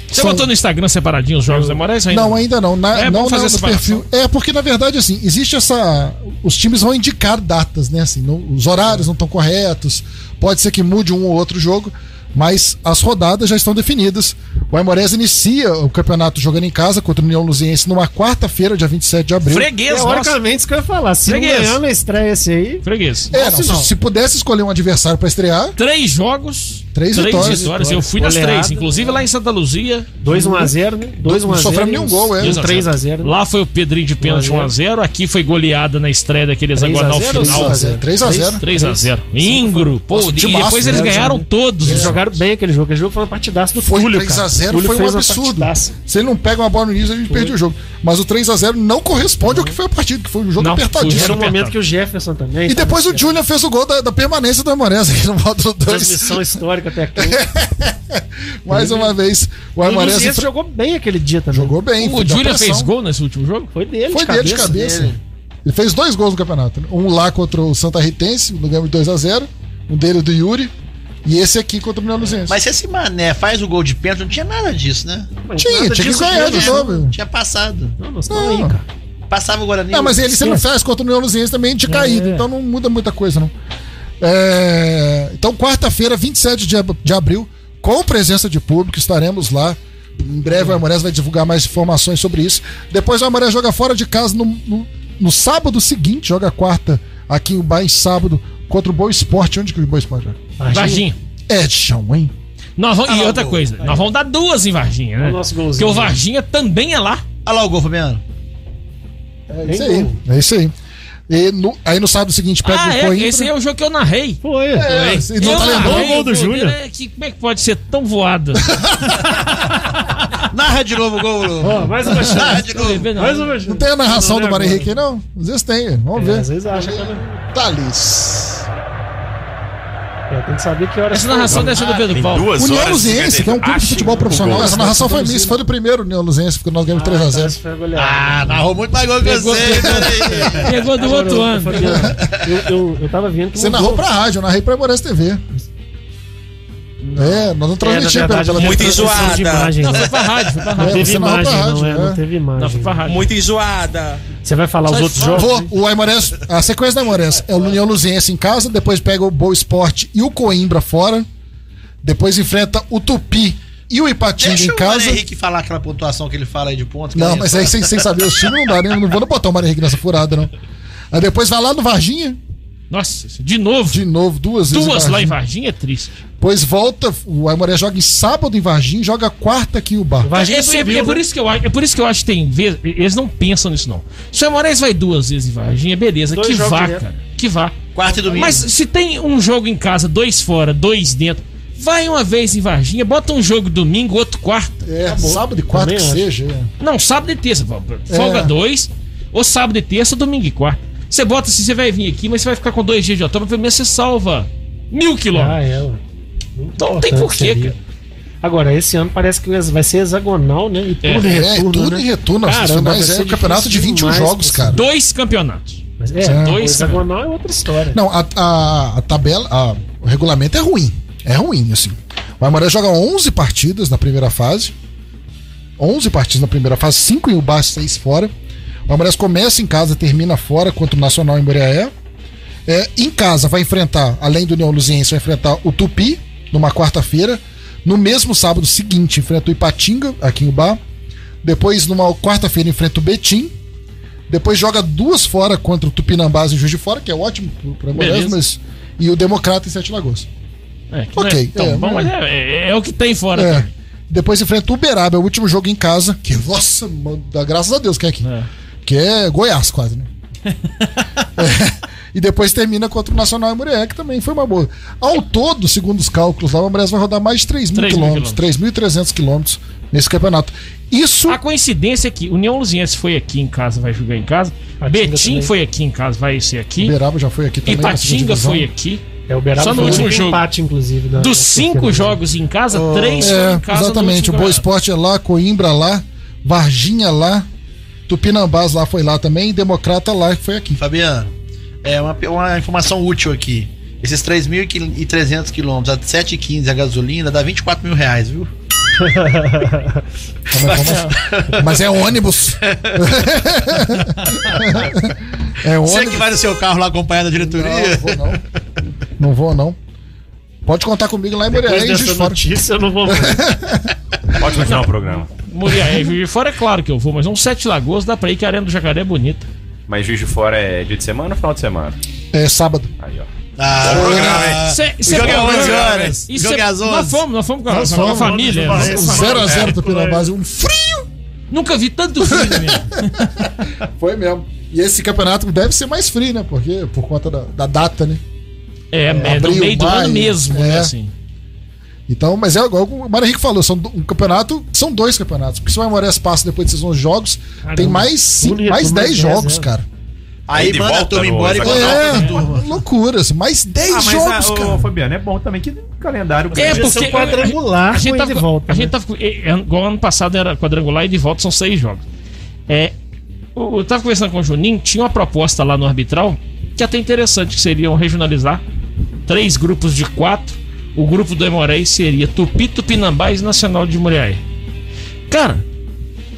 S7: Você
S3: São-
S7: botou no Instagram separadinho os jogos da Moraes? ou
S3: Não, ainda não. Na-
S7: É bom
S3: não
S7: fazer
S3: não
S7: essa
S3: no perfil. É, porque na verdade, assim, existe essa. Os times vão indicar datas, né? Assim, não- os horários não estão corretos. Pode ser que mude um ou outro jogo. Mas as rodadas já estão definidas. O Aimorés inicia o campeonato jogando em casa contra o União Luziense numa quarta-feira, dia 27 de abril.
S4: Teoricamente, isso É, que eu ia falar. Se
S7: Freguês.
S4: não ganhar na estreia esse aí.
S7: Freguês.
S3: É, não, se, se pudesse escolher um adversário pra estrear.
S7: Três jogos.
S3: Três, vitórias.
S7: Eu fui nas
S3: Goleada.
S7: três, inclusive lá em Santa Luzia.
S4: 2 1 a 0, né? 2 1 a 0.
S3: Não sofremos nenhum gol, é.
S4: 3 um a 0.
S7: assim, Lá foi o Pedrinho de pênalti
S4: 1 a
S7: 1x0. Aqui foi goleada na estreia daquele
S4: 3 a
S7: hexagonal
S4: 0 ou
S7: final.
S4: 3 a 0? 3 a 0.
S7: 3x0. Ingro. Pô,
S4: Nossa,
S7: e
S4: timaço,
S7: depois eles
S4: né,
S7: ganharam
S4: Zé?
S7: todos.
S4: Eles jogaram bem aquele jogo. Aquele jogo foi uma partidaça do
S3: Foi
S4: Túlio, cara.
S3: 3x0,
S4: Túlio
S3: foi um
S4: fez uma
S3: absurdo.
S4: partidaça.
S3: Se ele não pega uma bola no início, a gente perde o jogo. Mas o 3x0 não corresponde ao que foi a partida, que foi um jogo
S4: Não,
S3: apertadíssimo.
S4: Era um momento que o Jefferson também. assim,
S3: E
S4: tava
S3: depois o Júnior fez o gol da, da permanência do Amorés aqui no módulo 2.
S4: Transmissão histórica até aqui.
S3: É, Mais uma vez, o
S4: O
S3: Amorés
S4: Luciense jogou bem aquele dia também.
S3: jogou bem.
S7: O
S3: deu
S7: Júlia
S3: pressão.
S7: fez gol nesse último jogo?
S4: Foi dele,
S3: Foi dele de cabeça. Ele fez dois gols no campeonato. né? Um lá contra o Santa Ritense, no ganho de 2x0. Um dele do Yuri. E esse aqui contra o Milan Luzense.
S5: Mas se esse mané faz o gol de pênalti, não tinha nada disso, né?
S3: Tinha,
S5: Nada
S3: tinha que
S5: disso né?
S3: ganhar
S5: mesmo.
S3: de novo.
S5: Tinha passado.
S4: Não, nós
S3: Não.
S4: estamos aí, cara.
S5: Passava o Guarani.
S3: Não, mas ele se não faz contra o União Luziense também de caída, então não muda muita coisa, não. É, Então, quarta-feira, 27 de, ab- de abril, com presença de público, estaremos lá. Em breve o Amorés vai divulgar mais informações sobre isso. Depois o Amorés joga fora de casa no, no, no sábado seguinte, joga quarta aqui em Ubai, em sábado, contra o Boa Esporte. Onde que o Boa Esporte joga?
S7: Varginha.
S3: É de chão, hein?
S7: Nós
S4: Ah,
S7: vamos, e outra coisa, nós vamos dar duas em Varginha, né?
S4: O nosso
S7: Porque
S4: golzinho.
S7: o Varginha também é lá.
S5: Olha lá o gol, Fabiano.
S3: É isso aí, é isso aí. E no- aí no sábado seguinte pega
S7: Ah,
S3: o
S7: é?
S3: Coimbra.
S7: Esse aí é o jogo que eu narrei.
S4: Foi.
S3: É, e não
S7: eu
S3: tá lembrando?
S7: narrei
S4: o gol do
S7: dele,
S4: Júnior?
S7: né? Que- Como é que pode ser tão voado? Tá
S5: Narra de novo o gol, Lu.
S4: Ó, mais uma
S5: Narra
S4: chance.
S5: de novo.
S4: mais uma
S3: Não
S4: chance.
S3: tem a narração
S4: Não
S3: do Mário
S4: lembro.
S3: Henrique aí, não? Às vezes tem, vamos
S4: É,
S3: ver.
S4: às vezes acha que
S3: Thales.
S4: É, tem que saber que hora
S7: Essa narração deve ser do Pedro Paulo.
S3: União Luziense, que é um clube de futebol profissional. Essa narração foi minha, isso foi do primeiro União Luziense, porque nós ganhamos
S4: tá.
S3: 3x0.
S5: Ah, narrou muito mais gol que eu
S7: Pegou-
S5: sei, peraí.
S7: Pegou É do tá. outro ano.
S4: Eu, eu, eu tava vendo que
S3: Você
S4: mudou.
S3: narrou pra rádio, eu narrei pra Iborés TV. É, nós não
S4: É, na
S3: transmitimos
S4: verdade,
S3: pela
S4: ela
S3: TV.
S4: teve transmissão
S11: enjoada.
S4: de imagem,
S7: Não,
S4: né?
S7: foi pra rádio, foi pra
S3: É,
S7: rádio.
S4: Não teve
S3: você narrou pra
S4: imagem, não,
S3: rádio,
S4: é, não
S3: é.
S4: teve
S7: Não,
S4: imagem.
S7: foi pra rádio.
S11: Muito enjoada.
S4: Você vai falar os outros jogos?
S3: Vou, o Aimorés, a sequência da Aimorés é o União Luziense em casa, depois pega o Boa Esporte e o Coimbra fora, depois enfrenta o Tupi e o Ipatinga
S5: Deixa
S3: em
S5: o Mário
S3: casa.
S5: Henrique falar aquela pontuação que é ele fala aí de pontos.
S3: Não, mas aí sem, sem saber os times não dá, né? Não vou botar o Mário Henrique nessa furada, não. Aí depois vai lá no Varginha,
S7: Nossa, de novo.
S3: de novo, duas vezes.
S7: duas lá em Varginha é triste.
S3: Pois volta, o Aimoré joga em sábado em Varginha, joga quarta aqui o Bar.
S7: É, é- é por
S4: né?
S7: isso que eu acho, é por isso que eu acho que tem vezes, eles não pensam nisso não. Se o Amorés vai duas vezes em Varginha, beleza,
S4: Dois
S7: que
S4: jogos
S7: vá,
S4: direto.
S7: cara. Que vá.
S5: Quarta e domingo.
S7: Mas se tem um jogo em casa, dois fora, dois dentro, vai uma vez em Varginha, bota um jogo domingo, outro quarta.
S3: É, sábado e quarta
S4: Também
S3: que
S4: acho.
S3: seja. é.
S7: Não, sábado e terça, folga
S3: É.
S7: dois, ou sábado e terça, ou domingo e quarta. Você bota assim, você vai vir aqui, mas você vai ficar com dois dias de outubro, pelo menos você salva mil
S4: Ah,
S7: quilômetros.
S4: é, ué.
S7: então não tem porquê,
S4: seria.
S7: cara.
S4: Agora, esse ano parece que vai ser hexagonal, né? E
S7: É.
S4: tudo em
S3: É,
S4: retorno,
S3: tudo
S4: né?
S3: em retorno. as
S4: Caramba,
S3: finais,
S4: vai
S3: é
S4: ser
S3: um campeonato de
S4: difícil
S3: 21
S4: demais
S3: jogos,
S4: pra
S3: cara.
S7: Dois campeonatos.
S4: Mas é,
S7: São
S4: o
S7: dois,
S4: hexagonal é outra história.
S3: Não, a, a- a tabela, a- o regulamento é ruim. É ruim, assim. O Aimoré joga 11 partidas na primeira fase. 11 partidas na primeira fase, 5 em Ubar, 6 fora. O Aimoré começa em casa, termina fora contra o Nacional em Moriaé. É, em casa vai enfrentar, além do União Luziense, vai enfrentar o Tupi numa quarta-feira. No mesmo sábado seguinte, enfrenta o Ipatinga, aqui em Ubar. Depois, numa quarta-feira, enfrenta o Betim. Depois joga duas fora contra o Tupinambás em Juiz de Fora, que é ótimo pro- pro Amorés,
S7: Beleza.
S3: mas e o Democrata em Sete Lagoas.
S7: É, que não
S3: Ok,
S7: é tão
S3: é,
S7: bom,
S3: mas-
S7: mas é, é- é o que tem fora.
S3: É.
S7: também.
S3: Depois enfrenta o Uberaba, é o último jogo em casa, que nossa, mano, dá graças a Deus que é aqui.
S7: É.
S3: Que é Goiás quase, né? É, E depois termina contra o Nacional em Murié, que também foi uma boa. Ao todo, segundo os cálculos lá, o Amorés vai rodar mais de 3 mil
S7: 3.000
S3: quilômetros, 3.300 quilômetros nesse campeonaão. Isso
S7: A coincidência é que União Luziense foi aqui em casa, vai jogar em casa.
S4: Patinga
S7: Betim
S4: também.
S7: foi aqui em casa, vai ser aqui.
S3: Uberaba já foi aqui também. na segunda
S7: Ipatinga
S3: divisão.
S7: foi aqui.
S4: É, o Beraba
S7: Só no
S4: foi o
S7: último
S4: único
S7: jogo.
S4: empate, inclusive.
S5: Ah,
S4: da-
S7: Dos
S5: é,
S4: da
S7: cinco
S4: terceira.
S7: jogos em casa, três foram
S3: É,
S7: em casa. no
S3: exatamente.
S7: último
S3: O Boa
S7: campeonato.
S3: Esporte é lá, Coimbra lá, Varginha lá, Tupinambás lá foi lá também, e Democrata lá que foi aqui.
S5: Fabiano, é uma, uma informação útil aqui. Esses 3.300 quilômetros a 7,15 a gasolina dá 24 mil reais, viu?
S3: é Mas é ônibus. é ônibus.
S5: Você que vai no seu carro lá acompanhando a diretoria?
S3: Não, vou não. Não vou, não. Pode contar comigo lá em
S4: Depois
S3: Moriaré e
S4: dessa
S3: Juiz de Fora.
S4: notícia, eu não vou mais.
S9: Pode continuar o um programa.
S7: Moriá, e fora é claro que eu vou, mas um Sete Lagoas dá pra ir que a Arena do Jacaré é bonita.
S9: Mas Juiz de Fora é dia de semana ou final de semana?
S3: É sábado.
S9: Aí, ó.
S5: Ah,
S9: Bom programa, hein?
S7: Cê,
S5: o jogo é 11 horas.
S7: Isso
S5: Jogo é às 11.
S7: Nós fomos, nós fomos com a,
S3: Nós
S7: com a
S3: fomos,
S7: família. né?
S3: O 0x0 do Pirabase, um frio.
S7: Nunca vi tanto filme né? mesmo.
S3: Foi mesmo. E esse campeonato deve ser mais frio, né? Porque, por conta da, da data, né?
S7: É, é, no
S3: abril,
S7: meio do
S3: maio,
S7: ano mesmo,
S3: é.
S7: né, assim.
S3: Então, mas é igual o Mário Henrique falou, são do- um campeonato, são dois campeonatos. Porque se o Aimorés passa depois desses 11 jogos, tem mais, cinco,
S4: Bonito,
S3: mais
S4: mais
S3: 10
S4: dez,
S3: jogos,
S4: né?
S3: cara.
S5: Aí
S9: de
S5: manda a
S9: volta
S5: turma
S9: no
S5: embora e
S9: Hexagonal.
S5: manda a outra
S3: É,
S5: turma.
S3: loucura, assim, mais 10
S9: Ah, mas
S3: jogos,
S9: a,
S3: cara.
S9: ô, Fabiano, é bom também que o calendário
S7: É,
S4: Podia ser
S7: porque-
S4: um quadrangular
S7: A gente
S4: com
S7: tava,
S4: ida e volta.
S7: a
S4: né?
S7: gente tava com- é, é, igual ano passado era quadrangular e de volta são seis jogos. É, eu, eu tava conversando com o Juninho, tinha uma proposta lá no arbitral que até interessante, que seriam regionalizar três grupos de quatro. O grupo do Emoréis seria Tupi, Tupinambás e Nacional de Muriaé. Cara,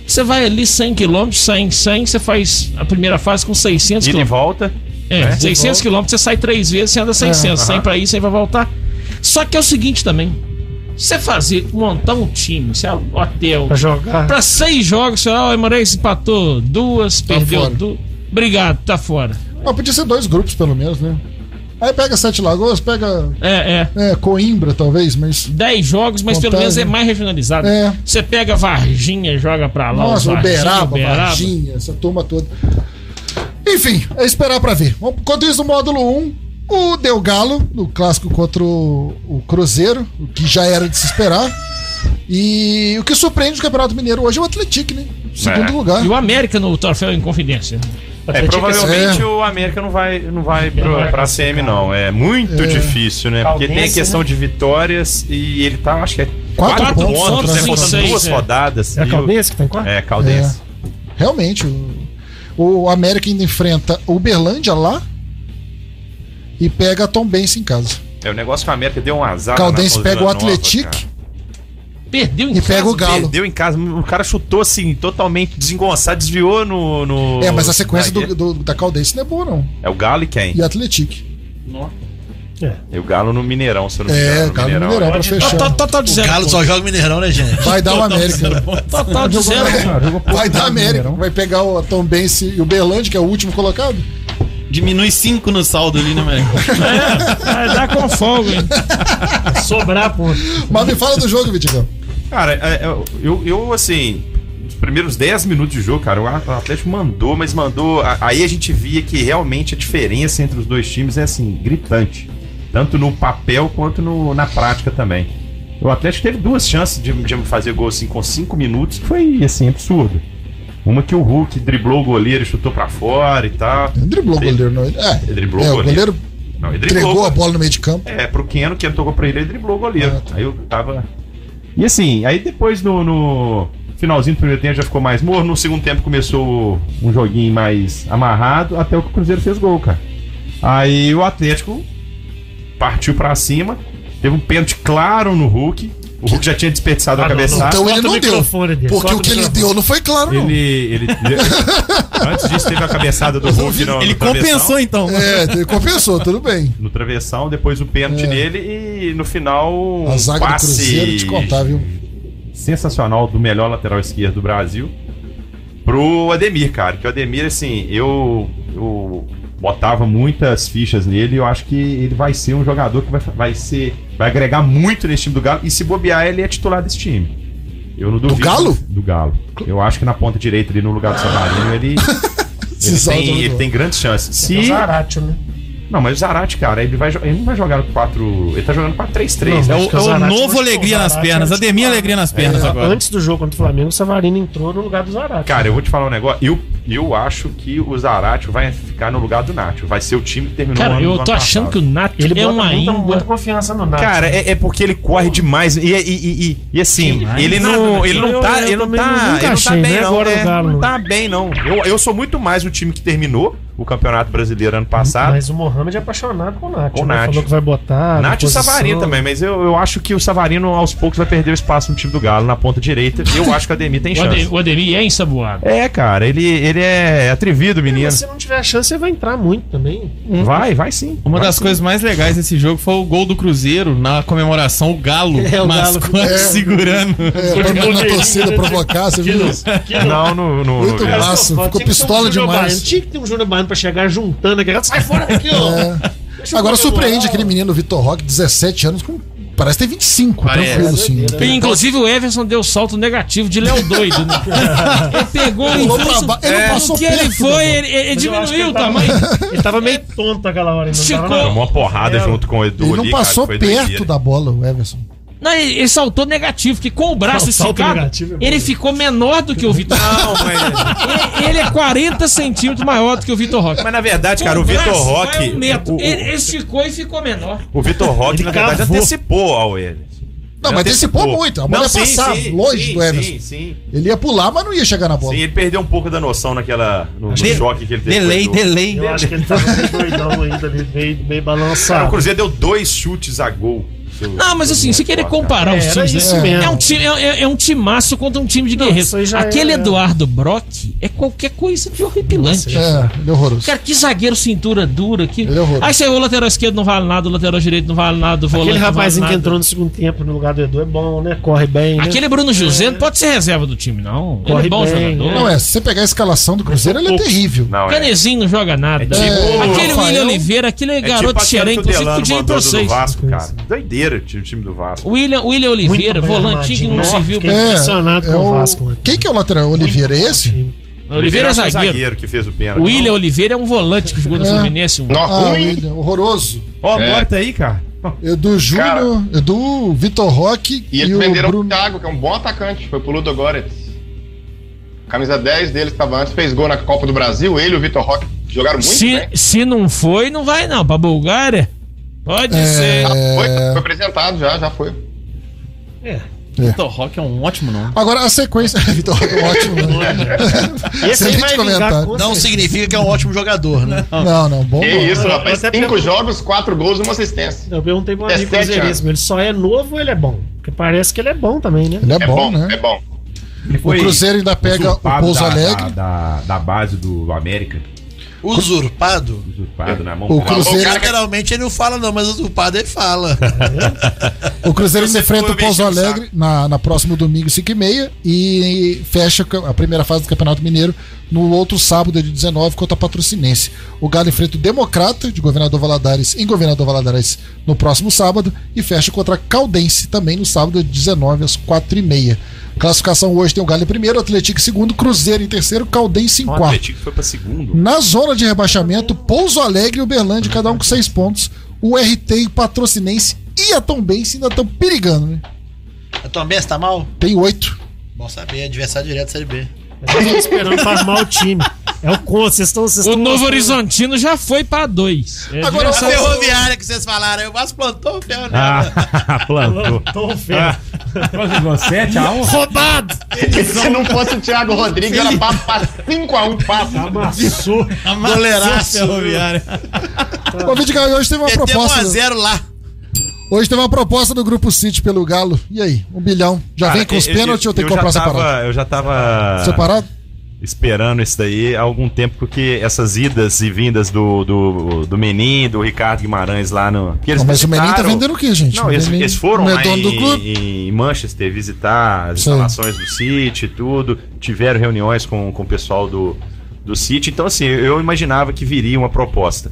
S7: você vai ali 100 km, 100, 100, você faz a primeira fase com 600
S9: Ida
S7: km.
S9: e volta.
S7: É,
S3: Né?
S7: 600 quilômetros, você sai três vezes, você
S3: É.
S7: anda 600. Sai pra ir, você vai voltar. Só que é o seguinte também. Você fazer, montar um time, você é hotel.
S4: Pra jogar.
S7: Pra seis jogos, você, ah, o Emirates empatou duas, perdeu
S3: Tá fora.
S7: duas. Obrigado, tá fora.
S3: Mas podia ser dois grupos, pelo menos, né? Aí pega Sete Lagoas, pega
S7: É, é.
S3: é, Coimbra, talvez, mas.
S7: Dez jogos, mas pelo
S3: Contagem.
S7: menos é mais regionalizado.
S3: É.
S7: Você pega Varginha, joga pra lá. os
S3: Nossa,
S7: Varginha,
S3: Uberaba, Varginha, essa turma toda. Enfim, é esperar pra ver. Vamos- Enquanto isso, no módulo 1, o Delgalo, no clássico contra o, o Cruzeiro, o que já era de se esperar. E o que surpreende o Campeonato Mineiro hoje é o Atlético, né? Segundo
S9: É.
S3: lugar.
S7: E o América no troféu em confidência.
S9: É, provavelmente
S3: É.
S9: o América não vai, não vai pro, pra CM, não. É muito difícil, né? Porque tem a
S4: Caldense,
S9: questão de vitórias e ele tá, acho que é
S3: Quatro
S9: quatro
S3: pontos,
S9: pontos,
S7: pontos
S9: né?
S7: em
S9: Faltando
S7: seis,
S9: duas
S7: é.
S9: rodadas.
S4: É a
S9: e o-
S4: Caldense que tá em quarto?
S9: É, Caldense.
S3: Realmente, o, o América ainda enfrenta o Uberlândia lá e pega a Tom Benz em casa.
S9: É. o negócio que o América deu um azar.
S3: Caldense
S9: na
S3: pega o
S9: Nova,
S3: Atlético
S9: cara.
S7: Perdeu em
S3: e pega o Galo.
S9: Perdeu em casa. O cara chutou assim, totalmente desengonçado, desviou no. no-
S3: É, mas a sequência
S9: na-
S3: do, do- da Caldense não é boa, não.
S9: É o Galo e quem?
S3: E o Atlético.
S9: E o Galo no Mineirão, se eu não me engano.
S3: É,
S9: no
S3: cara, Mineirão, Mineirão tá, pra fechar.
S7: Total, total de
S5: O
S7: zero.
S5: Galo só joga o Mineirão, né, gente? Tá
S3: Vai dar o América. né?
S7: Total de zero.
S3: Vai dar América. Vai pegar o Tom Bense e o Berlândia, que é o último colocado.
S8: Diminui 5 no saldo ali, né, velho?
S7: Vai dar com folga, hein?
S4: Sobrar, pô.
S3: Mas me fala do jogo, Vitigão.
S9: Cara, é, é, eu, eu assim, os primeiros 10 minutos de jogo, cara, o Atlético mandou, mas mandou. a- Aí a gente via que realmente a diferença entre os dois times é assim, gritante. Tanto no papel quanto no- na prática também. O Atlético teve duas chances de, de fazer gol assim com 5 minutos, que foi assim, absurdo. Uma que o Hulk driblou o goleiro e chutou pra fora e tal.
S3: Ele driblou o goleiro, não. Ele- É,
S9: Ele driblou
S3: é,
S9: o
S3: o goleiro
S9: Não, ele
S3: entregou a bola no meio de campo.
S9: é, pro Keno, que tocou pra ele, ele driblou o goleiro.
S3: Ah,
S9: Aí eu tava. E assim, aí depois no, no finalzinho do primeiro tempo já ficou mais morno. No segundo tempo começou um joguinho mais amarrado, até o que o Cruzeiro fez gol, cara. Aí o Atlético partiu pra cima, teve um pênalti claro no Hulk. O Hulk já tinha desperdiçado a
S4: Ah, não,
S9: cabeçada.
S3: Então ele
S4: Corta o
S3: não deu.
S4: microfone dele,
S3: Porque
S4: corta
S3: o que
S4: o
S3: ele
S4: microfone.
S3: deu não foi claro, não.
S9: Ele, ele- Antes disso teve a cabeçada do Hulk. no-
S8: Ele
S9: no travessão.
S8: compensou, então.
S3: É, ele compensou, tudo bem.
S9: no travessão, depois o pênalti nele e no final um
S3: É. A zaga do Cruzeiro, te contar, viu?
S9: sensacional do melhor lateral esquerdo do Brasil pro Ademir, cara. Que o Ademir, assim, eu, eu botava muitas fichas nele. Eu acho que ele vai ser um jogador que vai, vai ser, vai agregar muito nesse time do Galo. E se bobear, ele é titular desse time. Eu não duvido.
S3: Galo?
S9: Do Galo. Eu acho que na ponta direita ali no lugar do Samarino ele, ele,
S3: Esse salto é
S9: tem,
S3: muito
S9: ele
S3: bom.
S9: tem grandes chances. Se
S4: Zaratio, né?
S9: não, mas o Zarate, cara, ele, vai, jo- ele não vai jogar no 4. Ele tá jogando 4-3-3.
S8: É
S9: né?
S8: o,
S4: Acho que
S8: é o
S4: o Zarate
S8: novo
S4: machucou,
S8: alegria
S4: o
S8: nas
S4: Zarate
S8: pernas.
S4: é um
S8: Ademir alegria nas pernas agora.
S4: Antes do jogo contra o Flamengo, o Savarino entrou no lugar do Zarate.
S9: Cara, eu vou te falar um negócio. Eu eu acho que o Zarate vai ficar no lugar do Nacho. Vai ser o time que terminou o
S7: Cara,
S9: ano
S7: eu
S9: do
S7: tô
S9: ano
S7: achando que
S9: passado.
S7: o Nath
S4: Ele
S7: é
S4: bota
S7: uma
S4: muita, muita
S7: íngua.
S4: confiança no Nato.
S9: Cara, é, é porque ele corre demais. E, e, e, e- e assim,
S4: Demais.
S9: ele
S4: Nada,
S9: não,
S4: né?
S9: ele não
S4: Eu-
S9: tá.
S4: eu
S9: Ele não
S4: também
S9: tá,
S4: nunca
S9: ele não tá
S4: achei,
S9: bem,
S4: né?
S9: não.
S4: Agora o
S9: É,
S4: Galo.
S9: não tá bem, não. Eu, eu sou muito mais o time que terminou o Campeonato Brasileiro ano passado.
S4: Mas o Mohamed é apaixonado com o Nath.
S9: Com o
S4: né?
S9: Nath.
S4: Falou que vai botar. na
S9: Nath e o
S4: posição.
S9: Savarino também, mas eu, eu acho que o Savarino aos poucos vai perder o espaço no time do Galo na ponta direita. E eu acho que o Ademir tem
S7: O Ade-
S9: chance.
S7: O Ademir é ensaboado.
S9: É, cara, ele, ele é atrevido,
S4: É,
S9: menino.
S4: mas um- se não tiver chance, você vai entrar muito também.
S9: Vai, vai sim.
S8: Uma
S9: Vai
S8: das
S9: sim.
S8: coisas mais legais desse jogo foi o gol do Cruzeiro na comemoração, o Galo,
S4: É, o Galo.
S8: mascote
S3: É.
S8: segurando.
S3: É, pra mandar a torcida provocar, você viu? isso?
S9: Não, no. no,
S3: Muito
S9: no-
S3: bom. Nossa, ficou pistola demais.
S4: um Tinha que ter um Júnior Baiano pra chegar juntando aquela. Sai fora daqui, ó.
S3: É. Agora surpreende aquele menino Vitor Roque, 17 anos, com- parece ter 25,
S8: Parece.
S3: tranquilo, assim.
S7: E, inclusive o Everson deu salto negativo de Léo doido, né? Ele pegou um o
S3: Pulou pra
S7: impulso.
S3: ba- ele não passou
S7: o que ele
S3: perto,
S7: foi,
S3: né?
S7: ele, ele
S4: Mas eu acho que
S7: diminuiu o
S4: ele tava-
S7: tamanho.
S4: Ele tava meio tonto aquela hora. Ele não
S7: Esticou.
S4: tava, não.
S9: Tomou uma porrada junto com o Edu
S3: Ele não
S9: ali,
S3: passou
S9: cara, que foi
S3: perto
S9: doideira.
S3: da bola, o Everson.
S7: Não, ele, ele saltou negativo, porque com o braço
S4: Não, salto
S7: esticado,
S4: negativo é bom.
S7: ele ficou menor do que o Vitor.
S9: Não, mas.
S7: ele, ele é 40 centímetros maior do que o Vitor Roque. é
S9: Mas na verdade, cara, o Vitor Roque. o- o-
S7: um Ele ele esticou e ficou menor.
S9: O Vitor Roque,
S4: Ele
S9: na verdade,
S4: cavou.
S9: antecipou ao ele.
S3: Não, mas antecipou muito. A bola ia passar longe do Everson.
S9: Sim, sim.
S3: Ele ia pular, mas não ia chegar na bola.
S9: Sim, ele perdeu um pouco da noção naquela. no, no
S8: De-
S9: choque que ele teve.
S8: Delay,
S9: com o Edu.
S8: delay.
S4: Eu acho que ele tava meio doidão ainda, meio, meio, meio
S9: Cara, o
S4: balançado.
S9: Cruzeiro deu dois chutes a gol.
S7: Não, mas assim, se querer comparar
S4: É,
S7: os
S4: era
S7: times,
S4: isso
S7: né?
S4: mesmo.
S7: é um time, é, é- é um timaço contra um time de
S4: Não,
S7: guerreiros.
S4: isso aí já
S7: Aquele
S4: é-
S7: Eduardo Brock é qualquer coisa de horripilante.
S3: É, ele é horroroso.
S7: Cara, que zagueiro cintura dura aqui.
S3: Ele é horroroso.
S7: Aí saiu o lateral esquerdo não vale nada, o lateral direito não vale nada, o volante
S4: Aquele
S7: não vale
S4: rapazinho que
S7: nada.
S4: entrou no segundo tempo no lugar do Edu é bom, né? Corre bem, né?
S7: Aquele é Bruno José não pode ser reserva do time, não. Ele
S4: Corre
S7: é bom
S4: bem,
S7: jogador.
S3: Não é, se você pegar a escalação do Cruzeiro, ele é terrível.
S9: Não, é.
S7: Canezinho não joga nada.
S9: É tipo-
S7: aquele
S3: Rafael-
S7: William Oliveira, aquele
S9: É
S7: garoto
S9: aquele
S7: xerém,
S9: que o
S7: inclusive
S9: Delano
S7: podia ir
S9: mandou
S7: pra
S9: do-
S7: vocês.
S9: Do Vasco, cara. Doideira o time time do Vasco.
S7: William, William Oliveira,
S4: bem
S7: volante que não
S4: armadinho.
S7: serviu
S4: Nossa,
S7: pra.
S4: fiquei impressionado com o Vasco, né?
S3: Quem que é o lateral? Oliveira, é esse? né?
S7: Oliveira é
S9: acho que foi o
S7: zagueiro.
S9: que fez o pênalti.
S7: O William Oliveira é um volante que jogou no
S3: É.
S7: Fluminense. Um...
S10: Nó
S3: Ah,
S10: ruim.
S3: William, horroroso.
S9: Ó,
S10: É.
S9: bota aí, cara.
S3: Edu Júnior, Edu, Vitor Roque
S10: E
S3: e,
S10: eles
S3: o
S10: venderam
S3: Bruno.
S10: o Thiago, que é um bom atacante. Foi pro Ludogorets. Camisa 10 dele estava antes, fez gol na Copa do Brasil. Ele e o Vitor Roque jogaram muito
S7: Se,
S10: bem.
S7: se não foi, não vai não. Pra Bulgária? Pode
S3: É.
S7: ser.
S10: Foi, foi apresentado já, já foi.
S8: É. Vitor Roque é um ótimo nome.
S3: Agora a sequência. Vitor Roque é ótimo, né?
S5: Esse aí vai vingar,
S3: comentário.
S5: com não significa que é um ótimo jogador, né?
S3: Não, não, bom.
S10: Que
S3: bom.
S10: isso, rapaz.
S4: até
S10: Cinco
S4: pergunto-
S10: jogos, quatro gols, uma assistência.
S4: Eu perguntei
S3: É
S4: pra um amigo
S10: 17
S4: cruzeirense, ele só é novo ou ele é bom? Porque parece que ele é bom também, né?
S3: Ele é,
S10: É
S3: bom,
S10: bom,
S3: né?
S10: é bom.
S3: O Cruzeiro ainda pega o
S9: Usurpado
S3: Pouso
S9: da-
S3: Alegre.
S9: Da, da, da base do América,
S5: Usurpado?
S9: usurpado na mão.
S3: O
S9: cara.
S3: Cruzeiro-
S5: O cara geralmente ele não fala, não, mas usurpado ele fala.
S3: O Cruzeiro
S9: Você
S3: enfrenta
S9: foi
S3: o Pouso
S9: mexer no
S3: Alegre na, na próxima domingo, 5h30, e, fecha a primeira fase do Campeonato Mineiro no outro sábado, de 19, contra a Patrocinense. O Galo enfrenta o Democrata, de Governador Valadares, em Governador Valadares, no próximo sábado, e fecha contra a Caldense, também no sábado, de 19, às 4h30. Classificação hoje tem o Galo em primeiro, o Atlético em segundo, Cruzeiro em terceiro, Caldense em
S9: O
S3: quarto.
S9: Atlético foi pra segundo.
S3: Na zona de rebaixamento, Pouso Alegre e Uberlândia, cada um com seis pontos. O RT e Patrocinense e a Tombense ainda estão perigando, né?
S5: A tua mesa tá mal?
S3: Tem oito.
S5: Bom saber, adversário direto da Série B.
S4: Mas eu tô esperando faz mal o time. É o contra, vocês estão. vocês
S7: O
S4: estão-
S7: Novo Horizontino já foi pra dois. É,
S3: Agora
S5: A
S3: o
S5: ferroviária que vocês falaram, eu quase plantou o ferro nela.
S9: Ah, plantou.
S4: Tô ferro.
S5: Roubado!
S10: Se não fosse o Thiago Rodrigues, era papo pra 5x1 passo.
S4: Amassou.
S5: Goleiraço.
S8: ferroviária.
S3: Ô, Vidigal, e hoje teve uma
S7: É, um
S5: Meteu 1 É, a
S3: proposta. né?
S5: 0 lá.
S3: Hoje teve uma proposta do Grupo City pelo Galo. E aí? Um bilhão. Já
S9: Cara,
S3: vem com os
S9: eu- eu-
S3: pênaltis ou tem
S9: Tá, eu
S3: que
S9: já
S3: comprar
S9: tava-
S3: separado?
S9: Eu já tava
S3: Separado?
S9: esperando isso daí há algum tempo, porque essas idas e vindas do, do, do Menin, do Ricardo Guimarães lá no. Que eles
S3: Não, mas o Menin tá
S9: visitaram-
S3: vendendo o quê, gente?
S9: Não,
S3: O
S9: eles,
S3: Menin
S9: eles foram
S3: não é
S9: lá
S3: dono
S9: em,
S3: do clube?
S9: em Manchester visitar as
S3: Sim.
S9: instalações do City e tudo. Tiveram reuniões com, com o pessoal do, do City. Então, assim, eu imaginava que viria uma proposta.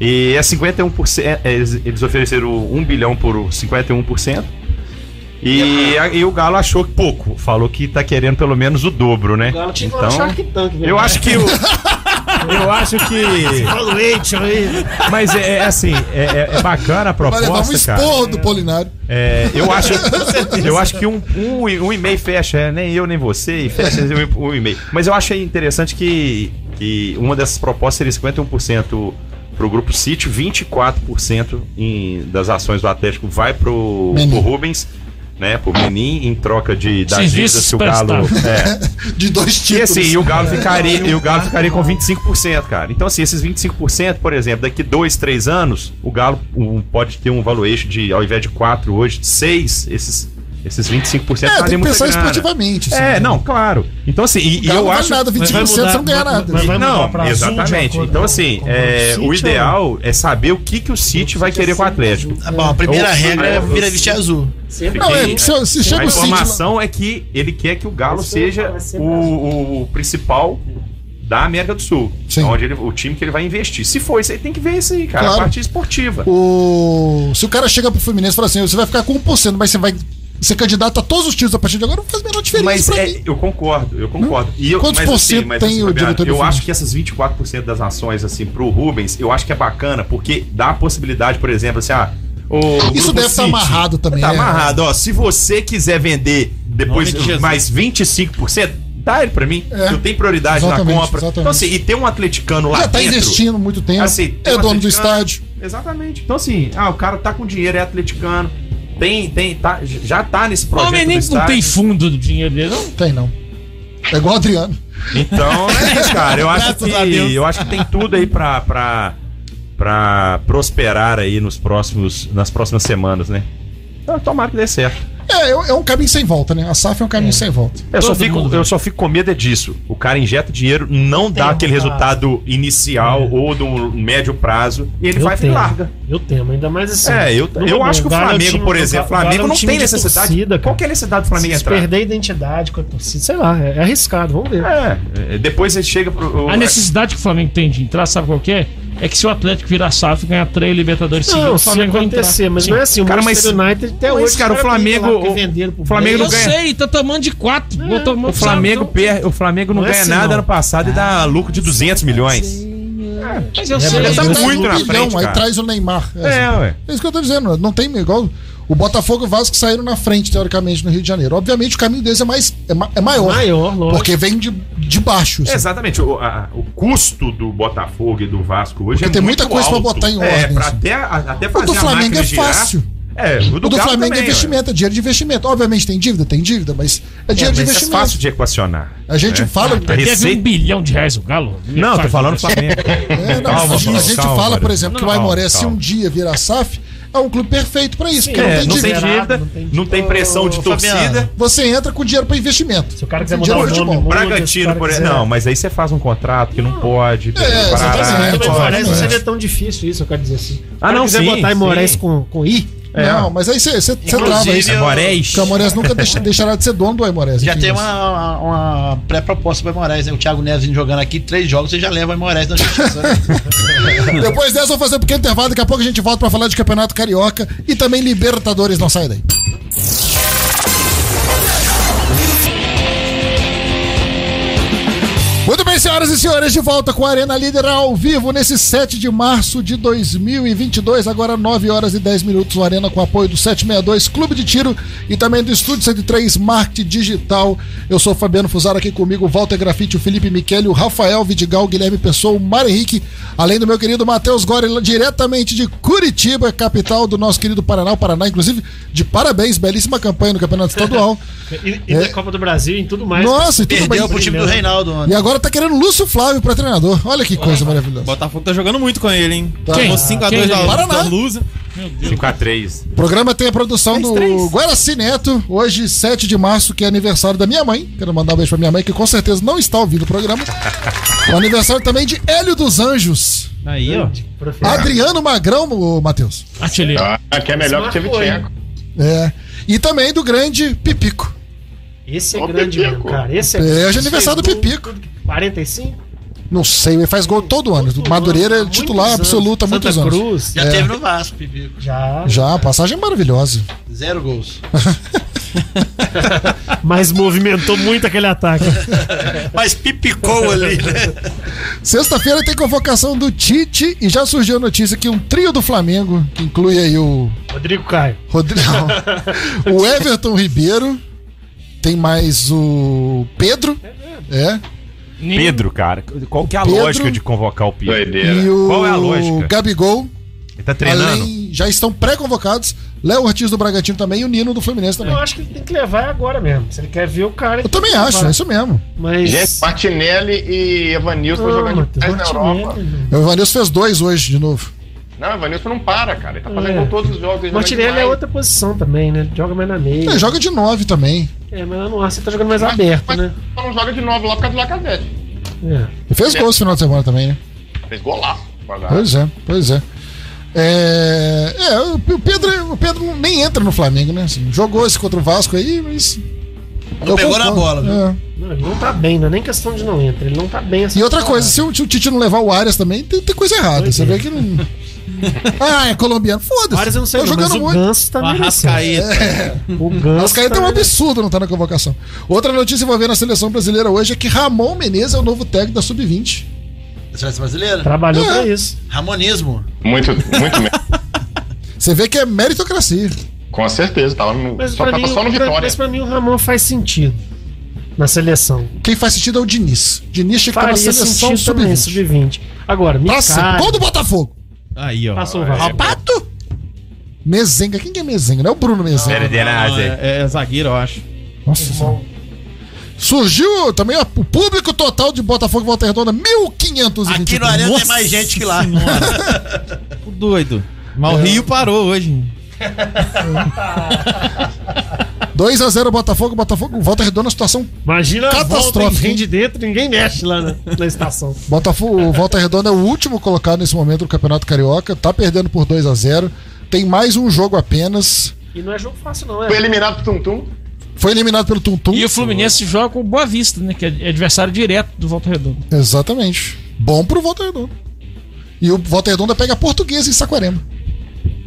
S9: E é 51%. é, Eles, eles ofereceram 1 bilhão por 51%. E, a- e o Galo achou que pouco. Falou que tá querendo pelo menos o dobro, né?
S4: O Galo tinha que ir lá no
S9: então,
S4: Shark Tank, velho.
S9: eu acho que o. Eu acho que. Mas é, é assim, é, é- é bacana a
S3: Vai levar um
S9: proposta, cara.
S3: esporro do Polinário.
S9: É, eu acho, eu acho que um, um, um e-mail fecha, é, nem eu nem você, e fecha um, um e-mail. Mas eu achei interessante que, que uma dessas propostas seria 51% pro grupo City, 24% em, das ações do Atlético vai pro,
S3: Menin.
S9: pro Rubens, né, pro Menin, em troca de das
S7: Serviços
S9: dívidas que o Galo. É.
S3: De dois
S9: E
S3: títulos. É.
S9: assim, e o Galo ficaria, e o Galo ficaria com 25%, cara. Então, assim, esses 25%, por exemplo, daqui dois, três anos, o Galo um, pode ter um valuation de, ao invés de 4 hoje, de 6, esses, esses 25%
S3: É, tem
S9: fazem
S3: que
S9: muita
S3: pensar
S9: grana.
S3: esportivamente. assim,
S9: É,
S3: né?
S9: não, claro. Então, assim, e, e
S3: Galo
S9: eu
S3: não
S9: acho.
S3: vale nada, 25% você não ganha nada.
S4: mas vai mudar
S9: Não,
S4: pra azul de
S9: exatamente.
S4: acordo
S9: Então,
S4: com-
S9: assim,
S4: com o
S9: é,
S4: City,
S9: o
S4: ou-
S9: ideal é saber o que, que o City vai querer com o Atlético.
S5: Ah, bom, a primeira
S9: Ou-
S5: regra é
S9: é,
S5: vira vestir azul.
S3: Não, é, se, se
S9: a
S3: chega o City. lá-
S9: informação é que ele quer que o Galo seja o, o- o principal da América do Sul.
S3: Sim.
S9: Onde ele- o time que ele vai investir. Se for isso aí, tem que ver isso aí, cara.
S3: Claro.
S9: A parte esportiva.
S3: O... Se o cara chega pro Fluminense e fala assim, você vai ficar com 1%, mas você vai ser candidato a todos os times a partir de agora, não faz a menor diferença
S9: Mas
S3: pra
S9: é,
S3: mim.
S9: eu concordo, eu concordo. E eu,
S3: Quantos
S9: mas,
S3: por cento tem o
S9: Fabiano,
S3: diretor do
S9: Eu
S3: Fluminense?
S9: acho que essas 24% das ações, assim, pro Rubens, eu acho que é bacana, porque dá a possibilidade, por exemplo, assim, ah. O
S3: Isso
S9: Grupo
S3: deve estar
S9: City-
S3: amarrado também.
S9: Tá
S3: é.
S9: amarrado, ó. Se você quiser vender depois
S8: Nome de Jesus.
S9: mais 25%, dá ele pra mim.
S3: É.
S9: Eu tenho prioridade
S3: Exatamente,
S9: na compra.
S3: exatamente.
S9: Então, assim, e tem um atleticano lá
S3: Já tá
S9: dentro.
S3: investindo muito tempo.
S9: Assim, tem
S3: é
S9: um
S3: dono do
S9: atleticano.
S3: estádio.
S9: Exatamente. Então, assim, ah, o cara tá com dinheiro, é atleticano. Tem, tem, tá, já tá nesse
S7: O
S9: projeto.
S7: homem
S9: do
S7: nem não
S9: estádio.
S7: tem fundo do dinheiro dele, não?
S3: Tem não. É igual o Adriano.
S9: Então, é isso, cara. Eu acho,
S8: Graças a Deus.
S9: que, eu acho que tem tudo aí pra, pra, pra prosperar aí nos próximos, nas próximas semanas, né? Então, tomara que dê certo.
S3: É, é, é um caminho sem volta, né? A SAF é um caminho sem volta.
S9: Eu só,
S7: Todo
S9: fico,
S7: mundo
S9: eu só fico com medo é disso. O cara injeta dinheiro, não dá
S4: Tem
S9: aquele
S4: um É.
S9: resultado inicial ou do médio prazo e ele vai e
S4: temo,
S9: larga.
S4: Eu temo, ainda mais assim.
S9: É, eu,
S4: Não,
S9: eu
S4: não,
S9: acho que o
S4: Galo é um
S9: Flamengo,
S4: time-
S9: por
S4: o
S9: exemplo, o
S4: Galo é um
S9: Flamengo não
S4: time
S9: tem
S4: de
S9: necessidade.
S4: torcida,
S9: Qual
S4: cara.
S9: que é a necessidade do Flamengo
S4: Se
S9: entrar?
S4: perder a identidade com a torcida, sei lá, é, é arriscado, vamos ver.
S9: É, é, depois ele chega pro. o-
S7: A necessidade que o Flamengo tem de entrar, sabe qual que é? É que se o Atlético virar SAF e ganhar três Libertadores seguidos,
S4: Não, se acontecer, mas
S7: Sim.
S4: não é assim. O
S9: Cara,
S4: Manchester
S9: mas-
S4: United até
S9: mas,
S4: hoje.
S9: cara, o
S4: os caras
S9: Flamengo-
S4: brigam lá,
S9: o-
S4: que venderam pro
S9: o Flamengo
S7: Eu
S4: Blaze.
S9: não ganha.
S7: sei, tá tomando de
S4: É.
S7: quatro. botou mão- então.
S9: O Flamengo,
S7: sabe,
S9: per, o Flamengo não,
S4: Não é
S9: ganha
S4: assim,
S9: nada
S4: não.
S9: ano
S8: Ah,
S9: passado e
S4: Ah.
S9: dá lucro de 200 milhões.
S7: então- Mas eu
S4: É,
S7: sei.
S4: mas
S9: tá
S7: eu-
S3: Traz
S9: muito
S3: um
S9: na
S3: bilhão,
S9: frente,
S3: Aí
S9: cara.
S3: traz o Neymar.
S9: É, ué.
S3: É isso que eu tô dizendo, não tem igual. O Botafogo e o Vasco saíram na frente, teoricamente, no Rio de Janeiro. Obviamente, o caminho deles é, mais, é, ma- é maior.
S4: Maior, lógico.
S3: Porque vem de, de baixo.
S9: É,
S3: assim.
S9: Exatamente. O, a- o custo do Botafogo e do Vasco hoje
S3: Porque
S9: é
S3: tem muita
S9: muito
S3: coisa pra
S9: alto.
S3: botar em
S9: É,
S3: ordem,
S9: pra
S3: assim.
S9: até, a- até fazer
S3: do
S9: a
S3: Flamengo
S9: máquina
S3: é
S9: girar.
S3: fácil.
S9: É, o do,
S3: O do
S9: Galo
S3: Flamengo
S9: também,
S3: é
S9: ué.
S3: investimento, é dinheiro de investimento. Obviamente tem dívida? Tem dívida, mas é
S9: É,
S3: dinheiro
S9: mas
S3: de
S9: isso é
S3: investimento.
S9: fácil de É. Ah, equacionar.
S3: A gente fala.
S9: A
S7: Deve um
S9: receita-
S7: bilhão de reais o Galo. né?
S9: Não, eu tô falando do Flamengo.
S3: É, não,
S9: Calma,
S3: a gente, a
S9: calma,
S3: gente
S9: calma,
S3: fala,
S9: Mário.
S3: por exemplo, que o
S9: Não,
S3: Aimoré, se
S9: calma.
S3: um dia virar SAF, é um clube perfeito pra isso, porque
S9: É,
S3: não tem dívida.
S4: dívida, não tem-
S9: não tem pressão de
S5: Ô, Fabiano.
S9: torcida.
S3: Você entra com dinheiro pra investimento.
S4: Se o cara quiser
S3: Dinheiro
S4: mudar o
S3: de
S4: nome,
S3: futebol.
S4: muda, se o
S9: Bragantino,
S4: cara é-
S9: por
S4: quiser-
S9: exemplo. Não, mas aí você faz um contrato que não pode.
S3: É,
S9: parar,
S3: exatamente.
S9: pode. É.
S4: Parece que
S3: Exatamente.
S4: seria tão difícil isso, eu quero dizer assim.
S9: Ah, não,
S4: quiser
S9: sim,
S4: botar
S9: sim.
S4: Imorés com, com I,
S9: É.
S3: Não, mas aí você você- você trava
S5: Inclusive,
S3: isso. é
S5: eu-
S9: Borés.
S3: Porque o Aimoré nunca deixa- deixará de ser dono do Aimoré.
S5: Já tem
S3: entendeu?
S5: uma, uma, uma pré-proposta para Moraes, né? O Thiago Neves vindo jogando aqui, três jogos, você já leva o Moraes na justiça. né?
S3: Depois dessa, eu vou fazer um pequeno intervalo. Daqui a pouco a gente volta pra falar de Campeonato Carioca e também Libertadores. Não sai daí. Muito bem, senhoras e senhores, de volta com a Arena Líder ao vivo nesse 7 de março de 2022, agora 9 horas e 10 minutos, o Arena com apoio do 762 Clube de Tiro e também do Estúdio 103 Marketing Digital. Eu sou o Fabiano Fusaro, aqui comigo o Walter Grafite, o Felipe Michele, o Rafael Vidigal, o Guilherme Pessoa, o Mário Henrique, além do meu querido Matheus Gore, lá diretamente de Curitiba, capital do nosso querido Paraná, o Paraná, inclusive, de parabéns, belíssima campanha no Campeonato Estadual.
S4: e, e da Copa do Brasil e em tudo mais.
S3: Nossa, e tudo bem.
S5: Perdeu pro time do Reinaldo ontem.
S3: E agora tá querendo Lúcio Flávio pra treinador. Olha que coisa
S8: O
S3: maravilhosa.
S8: Botafogo tá jogando muito com ele, hein?
S3: Tá.
S8: Tomou
S7: Quem?
S8: 5x2
S7: Quem?
S8: da,
S3: Paraná.
S8: da Lusa.
S9: 5x3.
S3: O programa tem a produção do Guaraci Neto, hoje, 7 de março, que é aniversário da minha mãe. Quero mandar um beijo pra minha mãe, que com certeza não está ouvindo o programa. o aniversário também de Hélio dos Anjos.
S8: Aí, ó.
S4: É.
S3: Adriano Magrão, ô, Matheus.
S7: Artilheiro.
S10: Ah, que é melhor que o Tchevchenko.
S3: É. E também do grande Pipico.
S4: Esse é
S10: Ô,
S4: grande,
S10: Pepeco.
S4: mesmo, cara. Esse é,
S3: É, hoje é aniversário do Pipico.
S4: 45?
S3: Não sei, ele faz gol todo ano. Madureira é
S4: Muitos
S3: titular
S4: anos.
S3: absoluto há muitos
S4: Santa
S3: anos.
S4: Cruz.
S5: Já teve no Vasco, Pipico.
S4: Já.
S3: Já, passagem maravilhosa.
S5: Zero gols.
S4: Mas movimentou muito aquele ataque.
S5: Mas pipicou ali, né?
S3: Sexta-feira tem convocação do Tite e já surgiu a notícia que um trio do Flamengo, que inclui aí o.
S4: Rodrigo Caio.
S3: Rodrigo. não, o Everton Ribeiro. Tem mais o Pedro. É.
S9: Pedro, cara. Qual que é a
S3: Pedro-
S9: lógica de convocar o Pedro?
S3: E o
S9: Qual é a lógica?
S3: Gabigol.
S9: Ele tá treinando.
S3: Além, já estão pré-convocados. Léo Ortiz do Bragantino também e o Nino do Fluminense também.
S4: Eu acho que ele tem que levar agora mesmo. Se ele quer ver o cara.
S3: Eu também acho, é isso mesmo.
S4: Mas. Ah,
S10: Gente, Martinelli e Evanilson estão jogando demais na Europa.
S3: O Evanilson fez dois hoje de novo.
S10: Não, Evanilson não para, cara. Ele tá fazendo
S4: É.
S10: gol todos os jogos. ele joga
S4: Martinelli é
S10: demais.
S4: outra posição também, né? Ele Joga mais na meia.
S3: Ele É, joga de nove também.
S4: É, mas eu não acho que ele tá jogando mais aberto, né?
S10: Só não joga de novo lá por causa do Lacazette.
S4: É.
S3: Ele fez gol esse final de semana também, né?
S10: Fez golaço.
S5: Tá.
S3: Pois é, pois é. É, é, o o Pedro, o Pedro nem entra no Flamengo, né? Assim, jogou esse contra o Vasco aí, mas.
S5: Não pegou na bola, viu?
S3: É.
S4: Não, ele não tá bem, não é nem questão de não entra. Ele não tá bem assim.
S3: E outra coisa, se o, se o Tite não levar o Arias também, tem, tem coisa errada.
S4: Pois
S3: Você
S4: é.
S3: vê que não. Ah, é colombiano. Foda-se.
S4: Várias eu não sei,
S3: Tá
S4: não, mas
S3: jogando
S4: o
S3: muito.
S4: Ganso tá
S5: O
S4: meio assim.
S5: Arrascaeta.
S4: O Ganso.
S3: Mascaeta é um
S4: tá-
S3: absurdo não estar na convocação. Outra notícia envolvendo a seleção brasileira hoje é que Ramon Menezes é o novo técnico da Sub-20.
S5: Da seleção brasileira?
S4: Trabalhou
S3: É.
S4: pra isso.
S5: Ramonismo.
S10: Muito, muito mesmo.
S3: Você vê que é meritocracia.
S10: Com certeza. Tava no-
S4: Mas
S10: só
S4: pra
S3: tá
S10: tava
S4: mim,
S10: só no
S4: pra-
S10: Vitória.
S4: mas pra mim o Ramon faz sentido na seleção. Tá
S3: Quem faz sentido é o Diniz. Diniz tinha que estar na
S4: Faria
S3: seleção
S4: sentido também,
S3: Sub-20.
S4: sub-20. Agora, me
S3: Pra ser
S4: cara,
S3: gol do Botafogo.
S8: Aí, ó.
S4: passou o Vasco.
S5: Pato?
S3: É, Mezenga. Quem que é Mezenga? Não é o Bruno Mezenga.
S8: Não,
S9: Fernandes.
S8: é, é zagueiro, eu acho.
S3: Nossa senhora. Surgiu também ó, o público total de Botafogo e Volta Redonda, 1.500
S5: Aqui no Arena tem mais gente que lá. Não
S8: O doido. Mas o Rio parou hoje.
S3: 2x0 Botafogo, Botafogo, Volta Redonda, situação.
S4: Imagina a volta,
S3: Catastrófico,
S4: vem
S3: hein?
S4: de dentro, ninguém mexe lá na, na estação.
S3: Botafogo, Volta Redonda é o último colocado nesse momento do Campeonato Carioca, tá perdendo por 2x0. Tem mais um jogo apenas.
S4: E não é jogo fácil, não,
S10: Foi
S4: é?
S10: eliminado pro Tum Tum.
S3: Foi eliminado pelo Tum Tum.
S7: E o Fluminense joga com o Boa Vista, né? Que é adversário direto do Volta Redonda.
S3: Exatamente. Bom pro Volta Redonda. E o Volta Redonda pega a portuguesa em Saquarema.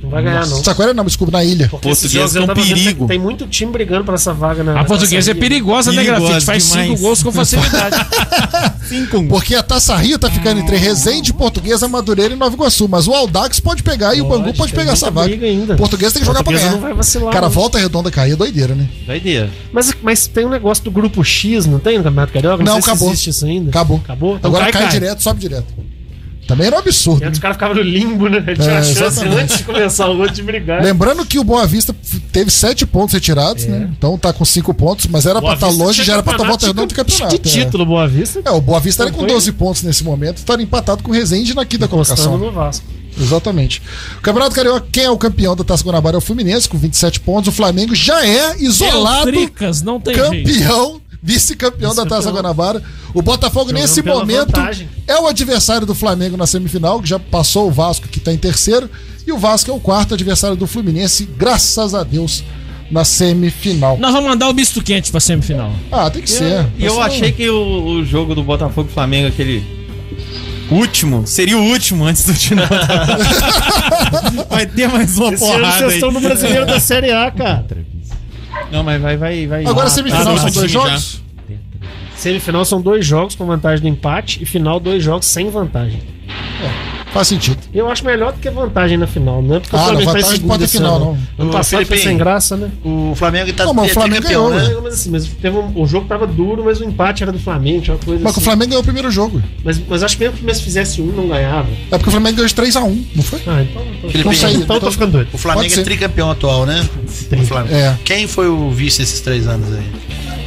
S4: Não vai ganhar, não.
S3: Saquarema não, desculpa, na ilha.
S4: Porque esses
S8: Português
S4: jogos
S8: é
S4: eu
S8: um
S4: tava vendo,
S8: perigo.
S4: Tem muito time brigando por essa vaga né?
S7: A
S4: na.
S9: Ah,
S4: na
S7: portuguesa é
S4: Taça Rio.
S7: perigosa, né,
S8: Perigosa
S7: Grafite? Faz
S8: demais.
S7: cinco gols com facilidade.
S3: Porque a Taça Rio tá ficando entre Resende, Portuguesa, Madureira e Nova Iguaçu. Mas o Aldax pode pegar e o Bangu pode
S4: tem
S3: pegar essa
S4: muita
S3: vaga.
S4: briga ainda.
S3: Portuguesa tem que jogar pra
S4: Portuguesa
S3: ganhar.
S4: não vai vacilar,
S3: Cara,
S4: não.
S3: volta redonda cair é doideira, né?
S8: Doideira.
S4: Mas, mas tem um negócio do grupo X, não tem no Campeonato Carioca?
S3: Não,
S4: sei se
S3: acabou.
S4: existe isso ainda.
S3: Acabou.
S4: Acabou? Então
S3: Agora cai, direto, sobe direto. Também era um absurdo.
S4: E antes o cara ficava no limbo, né? Ele tinha
S3: É,
S4: a chance
S3: exatamente.
S4: antes de começar o outro de brigar.
S3: Lembrando que o Boa Vista f- teve sete pontos retirados, né? Então tá com cinco pontos, mas era pra
S4: É. Boa
S3: estar
S4: Vista
S3: longe,
S4: tinha
S3: já era pra estar volta
S4: campeonato
S3: redonda do campeonato.
S4: De título, Boa Vista.
S3: É. É, o Boa Vista era com
S4: Campanha.
S3: 12 pontos nesse momento, estaria empatado com o Resende na quinta
S4: Encostando
S3: colocação.
S4: no Vasco.
S3: Exatamente. O Campeonato Carioca, quem é o campeão da Taça Guanabara é o Fluminense, com 27 pontos. O Flamengo já é
S7: É
S3: isolado
S7: o Tricas, não tem jeito.
S3: campeão, vice-campeão da Taça
S4: Vice-campeão.
S3: Guanabara. O Botafogo,
S4: Jogando
S3: nesse
S4: pela
S3: momento,
S4: vantagem.
S3: é o adversário do Flamengo na semifinal, que já passou o Vasco, que está em terceiro. E o Vasco é o quarto adversário do Fluminense, graças a Deus, na semifinal.
S7: Nós vamos mandar o misto quente pra semifinal.
S3: Ah, tem que
S8: E
S3: ser.
S8: eu, e eu
S3: Isso não-
S8: achei que o, o jogo do Botafogo e Flamengo, aquele último, seria o último antes do Tino. vai ter mais uma
S4: Esse ano
S8: porrada
S4: vocês
S8: aí.
S4: estão no Brasileiro da Série A, cara.
S8: Não, mas vai, vai, vai.
S3: Agora a
S8: Ah,
S3: semifinal
S8: tá,
S3: são
S8: tá,
S3: dois
S8: já.
S3: jogos?
S4: Semifinal são dois jogos com vantagem do empate e final dois jogos sem vantagem.
S3: Faz sentido.
S4: Eu acho melhor do que vantagem na final, né? Porque
S3: Ah, não,
S4: tá em
S3: vantagem
S4: segundo
S3: pode ter
S4: esse
S3: final,
S4: ano.
S3: não.
S4: Ano
S5: Ô,
S4: passado foi
S5: Felipe,
S4: sem graça, né?
S5: O Flamengo tá
S3: Não, mas o
S5: é
S3: Flamengo
S5: tricampeão,
S3: ganhou, né?
S4: Mas assim, mas teve um- o jogo tava duro, mas o empate era do Flamengo, tinha uma coisa
S3: Mas que
S4: assim.
S3: o Flamengo ganhou o primeiro jogo.
S4: Mas, mas acho que mesmo que o Messi fizesse um, não ganhava.
S3: É porque o Flamengo ganhou de 3x1, não foi?
S4: Ah, então. então-
S5: Felipe,
S4: então,
S3: sei,
S4: então eu
S3: então-
S4: tô ficando doido.
S5: O Flamengo
S3: Pode
S5: é
S3: ser.
S5: tricampeão atual, né? O Flamengo.
S3: É.
S5: Quem foi o vice esses três anos aí?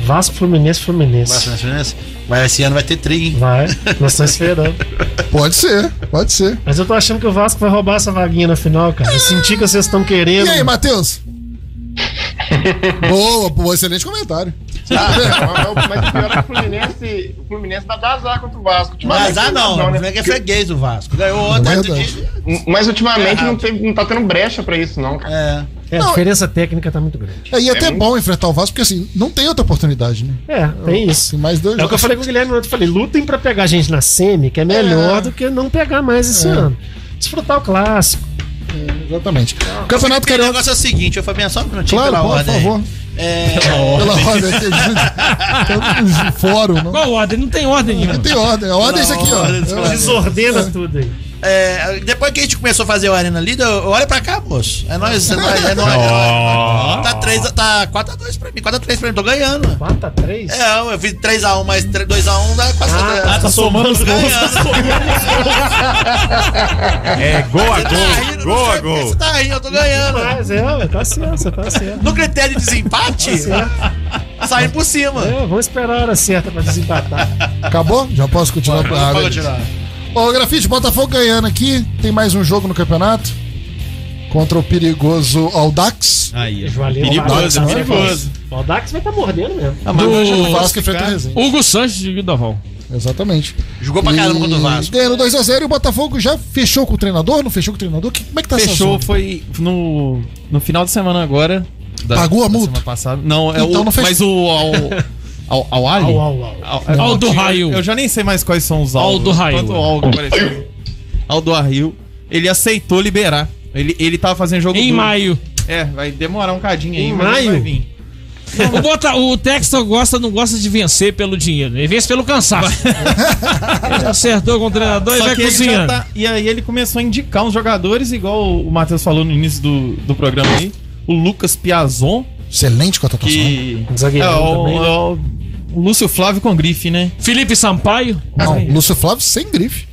S4: Vasco, Fluminense, Fluminense.
S5: Vasco né, Fluminense? Vai, esse ano vai ter trigo, hein?
S4: Vai, nós estamos esperando.
S3: Pode ser, pode ser.
S4: Mas eu tô achando que o Vasco vai roubar essa vaguinha na final, cara. Eu senti que vocês estão querendo.
S3: E aí, Matheus? boa, boa, excelente comentário. É,
S10: Ah, mas, mas o pior é que o Fluminense, o Fluminense dá azar contra o Vasco.
S5: Mas
S10: Ultimamente,
S5: ah, não. O Flamengo
S10: né?
S5: é freguês do Vasco. Ganhou outra.
S3: É
S5: outro
S3: verdade.
S5: dia.
S10: Mas ultimamente não, teve, não tá tendo brecha pra isso, não, cara.
S5: É.
S4: É, a diferença técnica tá muito grande.
S3: É, e é até
S10: muito-
S3: bom enfrentar o Vasco, porque assim, não tem outra oportunidade, né?
S4: É, tem isso.
S3: Tem mais dois
S4: É o que eu
S3: jogos.
S4: falei com o Guilherme ontem. Falei, lutem pra pegar a gente na semi, que é melhor
S3: É.
S4: do que não pegar mais esse
S3: É.
S4: ano. Desfrutar o clássico.
S3: Exatamente. O Campeonato
S5: Porque o
S3: Carioca.
S5: negócio é o seguinte, eu Fabinho, só um minutinho
S3: Claro,
S5: pela
S3: por
S5: ordem. aí.
S3: favor.
S5: É...
S3: Pela ordem, aqui, gente. Tem um fórum, não.
S7: Qual ordem? Não tem ordem nenhuma.
S3: Não tem ordem. A ordem é isso aqui, ó.
S4: Desordena tudo aí.
S5: É, depois que a gente começou a fazer o Arena Líder, eu- olha pra cá, moço. É nóis, é nóis, é nóis. é nóis. Tá 3, tá 4x2 pra mim, 4x3 pra mim, tô ganhando.
S4: 4x3?
S5: É, eu fiz 3x1 mais 3, 2x1, dá quase
S4: Ah,
S5: ah,
S4: tá somando os gols.
S9: É gol a
S5: tá
S9: gol, gol a
S5: Você
S9: gol.
S5: tá rindo, eu tô ganhando.
S4: Mas é, ué, tá certo, você tá certo.
S5: No critério de desempate,
S4: Tá certo.
S5: sair por cima.
S4: É, vamos esperar a hora certa pra desempatar.
S3: Acabou? Já posso continuar pra área?
S5: Pode tirar.
S3: Ô, Grafite, Botafogo ganhando aqui. Tem mais um jogo no campeonato. Contra o perigoso Aldax.
S8: Aí, ó.
S4: Valeu,
S8: Perigoso,
S4: Valdax,
S8: perigoso.
S4: O Dax vai estar mordendo mesmo.
S8: Ah, mas hoje
S3: O
S8: eu
S3: Vasco
S8: vou
S3: enfrenta o
S8: ficar-
S3: Resende.
S7: Hugo Sanches de Guidoval.
S3: Exatamente.
S5: Jogou pra caramba contra o Vasco.
S3: Ganhando 2x0 e o Botafogo já fechou com o treinador? Não fechou com o treinador? Que- como é que tá esse
S8: Fechou,
S3: assunto?
S8: foi no, no final de semana agora. da-
S3: Pagou a
S8: da
S3: multa?
S8: semana passada. Não, é
S3: Então
S8: o,
S3: não fechou.
S8: mas o ao, ao, ao Ali?
S4: Au, au, au.
S8: Ao- é,
S7: Aldo
S8: eu-
S7: Raio.
S8: Eu já nem sei mais quais são os
S7: Aldo
S8: alvos,
S7: Raio.
S8: tanto o Aldo apareceu. Aldo Raio. Ele aceitou liberar. Ele, ele tava fazendo jogo
S7: Em
S8: duro.
S7: maio.
S8: É, vai demorar um cadinho aí.
S4: Em
S8: mas ele
S4: maio?
S8: vai vir.
S7: O, Bota, o Texton gosta, não gosta de vencer pelo dinheiro. Ele vence pelo cansaço. Ele acertou com o treinador e
S8: Só
S7: vai
S8: que ele já
S7: cozinhando.
S8: tá, e aí ele começou a indicar uns jogadores, igual o Matheus falou no início do, do programa aí. O Lucas Piazon,
S3: Excelente contratação.
S8: que.
S4: Zagueirão
S8: é, o,
S4: também, né?
S8: é o- o Lúcio Flávio com grife, né?
S7: Felipe Sampaio.
S3: Não, Lúcio Flávio sem grife.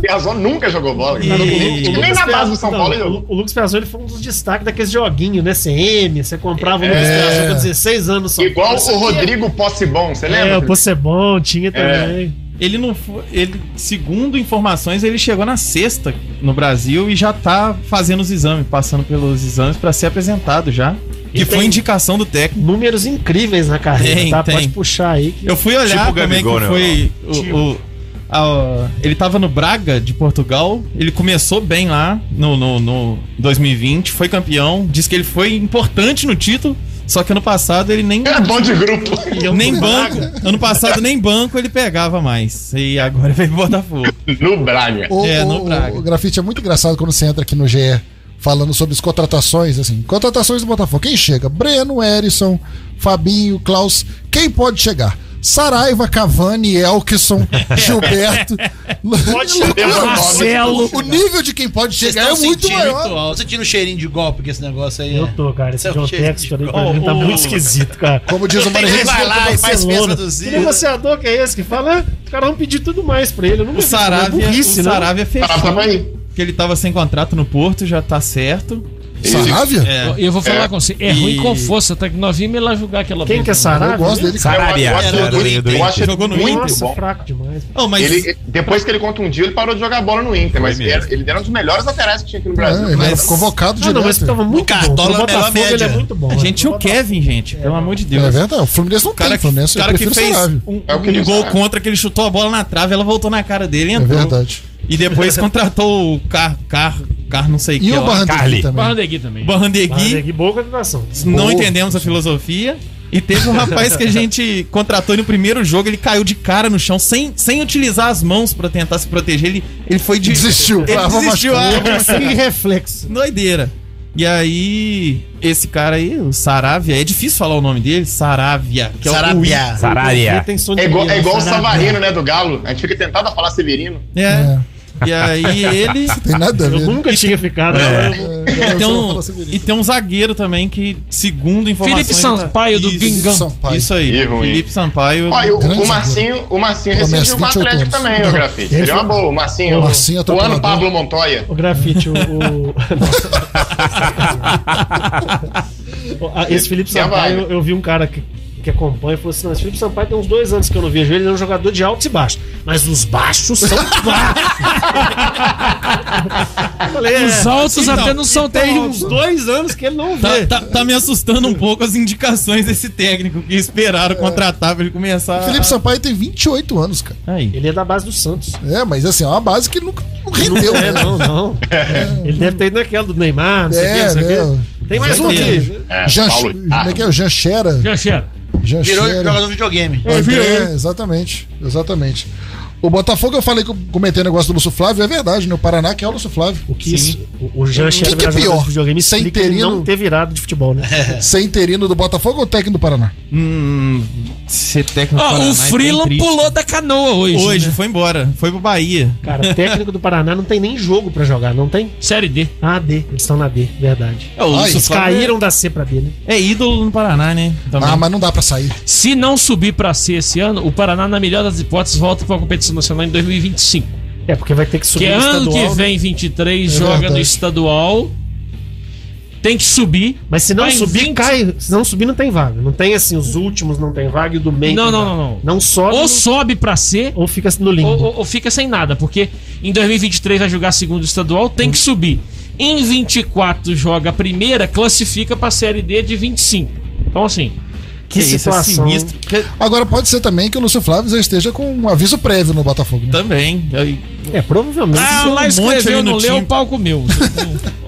S10: Piazon nunca jogou bola.
S4: Tá
S10: cara.
S4: E-
S10: Acho que Nem na base do São
S4: Não,
S10: Paulo ele
S4: o
S10: jogou.
S4: Lu- o Lucas Piazon ele foi um dos destaques daqueles joguinhos, né? CM, você comprava o Lucas
S3: É.
S4: Piazon com 16 anos. Só
S10: Igual
S4: Isso
S10: o
S4: aqui é-
S10: Rodrigo Possebon, você
S4: É, o
S10: lembra? É.
S4: Possebon tinha também.
S8: Ele não foi. Ele, segundo informações, ele chegou na sexta no Brasil e já tá fazendo os exames, passando pelos exames pra ser apresentado já. Que
S4: E
S8: foi
S4: tem-
S8: indicação do técnico.
S4: Números incríveis na carreira,
S8: Tem,
S4: tá? Pode
S8: tem.
S4: puxar aí. Que...
S8: Eu fui olhar
S9: Tipo o
S8: também
S9: Gabigol,
S8: que
S9: né,
S8: foi. o- o- a- ele tava no Braga de Portugal. Ele começou bem lá no, no, no 2020, foi campeão. Diz que ele foi importante no título. Só que ano passado ele nem.
S10: Era É bom de grupo.
S8: Nem banco. Ano passado nem banco ele pegava mais. E agora veio Botafogo.
S10: No Braga.
S3: O,
S8: É,
S3: o-
S8: no Braga.
S3: o, grafite é muito engraçado quando você entra aqui no GE falando sobre as contratações, assim. Contratações do Botafogo. Quem chega? Breno, Erisson, Fabinho, Klaus. Quem pode chegar? Saraiva, Cavani, Elkson, Gilberto. Pode
S10: chegar.
S7: Marcelo.
S3: O nível de quem pode chegar é muito maior.
S5: Você tira um cheirinho de golpe que esse negócio aí. é.
S4: Eu tô, cara.
S8: é
S4: Esse
S5: Seu
S4: John
S5: cheiro
S4: Tex
S5: de
S4: também pra
S5: gol.
S4: mim tá muito esquisito, cara.
S3: Como diz o
S5: Tem
S3: Mário
S5: gente que vai
S3: Henrique,
S5: lá e faz festa do
S4: Que
S5: Zio.
S4: negociador que é esse que fala? ah, Os caras vão pedir tudo mais pra ele. Eu nunca
S8: O
S4: vi isso, né?
S10: É
S8: Saravia,
S4: Burrice,
S8: o
S4: né?
S8: Saravia fechou.
S10: Parava tava aí.
S8: Porque ele tava sem contrato no Porto, já tá certo.
S3: Sarávia?
S8: É.
S7: Eu vou falar com você. É ruim
S8: E-
S7: com força, tá que nós vimos ele lá jogar aquela né?
S4: Quem
S7: bola.
S4: que é Saravia?
S3: Eu gosto dele. cara.
S10: Eu acho- eu
S9: Era do
S10: acho-
S9: Inter.
S10: eu acho
S8: Jogou no
S10: muito
S4: Nossa,
S10: bom.
S4: fraco demais.
S8: Oh, mas
S10: Ele, depois que ele contundiu, ele parou de jogar bola no Inter, mas
S9: Foi
S10: ele
S9: mesmo.
S10: era, ele era um dos melhores laterais que tinha aqui no
S3: É,
S10: Brasil.
S3: ele
S8: Mas-
S3: era convocado
S4: Ah,
S3: direto.
S4: não, mas tava muito bom.
S5: Cartola,
S4: Pro
S5: melhor
S4: Botafogo ele
S5: média.
S4: é muito bom.
S8: a gente tinha o
S4: Botafogo-
S8: Kevin, gente. Pelo amor de
S3: É
S8: Deus.
S3: verdade. O Fluminense não
S8: O cara
S3: tem
S8: que,
S3: Fluminense. é
S8: o
S3: Eu
S8: cara que
S3: prefiro
S8: fez
S3: Sarávia.
S8: um,
S10: É o que
S8: um
S10: diz,
S8: gol
S10: cara.
S8: contra que ele chutou a bola na trave, ela voltou na cara dele e
S3: É
S8: entrou.
S3: verdade.
S8: E depois contratou o Car, Car, Car não sei o
S3: E
S8: que.
S3: o
S8: lá.
S3: Barrandegui
S9: Carli.
S3: também.
S7: Barrandegui também.
S8: O Barrandegui.
S4: Barnegui, boa contratação.
S8: Não
S3: Boa.
S8: entendemos a filosofia. E teve um rapaz que a gente contratou e no primeiro jogo, ele caiu de cara no chão, sem, sem utilizar as mãos pra tentar se proteger. Ele, ele foi de.
S3: Desistiu.
S8: Ele
S3: Ah, vou
S8: desistiu.
S3: machucar.
S8: ah,
S4: Sem reflexo.
S8: Doideira. E aí, esse cara aí, o Saravia, é difícil falar o nome dele, Saravia, que é o Will.
S5: Sarabia.
S9: Sarária.
S4: Tem som de
S10: É igual, é
S4: criança,
S10: igual o
S4: Saravia.
S10: Savarino, né, do Galo. A gente fica tentado a falar Severino.
S8: É. E aí ele.
S3: Tem nada a
S4: Eu
S3: ver. né?
S4: nunca tinha ficado.
S10: é.
S8: e, tem
S3: Eu só
S8: um,
S3: vou falar
S8: e tem um zagueiro também que, segundo informações.
S7: Felipe Sampaio do
S8: Isso,
S7: Bingão.
S3: Sampaio.
S8: Isso aí.
S10: Que ruim.
S8: Felipe Sampaio.
S10: Ó, e o,
S3: Grande
S10: o Marcinho, o Marcinho
S3: Promessa,
S10: rescindiu com o
S3: 28
S10: Atlético
S3: anos.
S10: também, o grafite.
S4: Ele
S10: Ele é uma
S4: foi-
S10: boa, o Marcinho.
S3: O
S10: O,
S3: Marcinho é
S10: o ano
S3: atropelador.
S10: Pablo Montoya.
S4: O grafite, o. o- o- a- esse Felipe
S10: Tem é a
S4: Sampaio,
S10: vaga.
S4: eu vi um cara que, que acompanha e falou assim: não, esse Felipe Sampaio tem uns dois anos que eu não vejo ele, ele é um jogador de altos e baixos. Mas os baixos são baixos. Eu falei, é,
S7: Os altos
S8: Então,
S7: até não são
S4: tem
S7: tão.
S4: uns dois anos que ele não
S8: Tá,
S4: vê.
S8: tá- tá me assustando um pouco as indicações desse técnico que esperaram contratar pra ele começar.
S3: O
S8: a-
S3: É. Felipe Sampaio tem 28 anos, cara.
S8: Aí.
S4: Ele é da base do Santos.
S3: É, mas assim, é uma base que nunca não rendeu.
S4: É,
S3: né?
S4: não, não.
S10: É.
S4: Ele deve ter ido naquela do Neymar, não sei o
S3: É,
S4: que, não sei o
S3: né?
S4: que. Tem mais um aqui.
S10: É,
S3: Jean,
S10: Paulo
S3: como é que é? O Jean Xera.
S7: Já cheira.
S3: Jean
S5: Virou
S3: Xera.
S5: jogador de videogame.
S3: André, é, exatamente, exatamente. O Botafogo, eu falei que eu comentei o negócio do Lúcio Flávio, é verdade, né? O Paraná que é o Lúcio Flávio.
S4: O que isso? O, o Jean
S3: O que
S4: Xavier
S3: que é
S4: Brasil
S3: pior?
S4: do videogame
S3: Sem um-
S4: explica ele
S3: interino?
S4: não ter virado de futebol, né?
S3: Sem interino do Botafogo ou técnico do Paraná?
S8: Hum, ser técnico do
S7: Ó,
S8: Paraná
S7: o
S8: é bem
S7: Freelan
S8: triste.
S7: pulou da canoa hoje.
S8: Hoje,
S7: né?
S8: foi embora. Foi pro Bahia.
S4: Cara, técnico do Paraná não tem nem jogo pra jogar, não tem?
S7: Série D.
S4: Ah, D, eles estão na D, verdade.
S8: É, o
S3: Ai,
S8: Lúcio
S4: Eles
S8: Flávio
S4: caíram da C pra B, né?
S8: É ídolo no Paraná, né? Também.
S3: Ah, mas não dá pra sair.
S7: Se não subir pra C esse ano, o Paraná, na melhor das hipóteses, volta pra competição nacional em 2025.
S4: É, porque vai ter que
S7: Que
S4: subir no
S7: ano
S4: estadual. né?
S7: que vem, 23,
S3: É
S7: joga no
S3: verdade.
S7: estadual. Tem que subir.
S4: Mas se não
S7: Vai em
S4: subir,
S7: 20.
S4: cai. Se não subir, não tem vaga. Não tem assim, os últimos não tem vaga e o do meio.
S7: Não,
S4: tem
S7: não, não,
S4: vaga.
S7: não.
S4: Não sobe
S7: Ou
S4: não-
S7: sobe pra C,
S4: ou fica no limbo.
S7: ou, ou- ou fica sem nada, porque em 2023 vai jogar segundo estadual, tem que subir. Em 24 joga a primeira, classifica pra Série D de 25. Então, assim,
S4: que
S8: isso, é
S4: situação.
S8: sinistro.
S3: Agora pode ser também que o Lúcio Flávio já esteja com um aviso prévio no Botafogo. né?
S8: Também.
S4: É, provavelmente.
S7: ah, lá
S8: um monte
S7: escreveu,
S8: ali
S7: não
S8: no
S7: leu,
S8: time.
S7: o palco meu.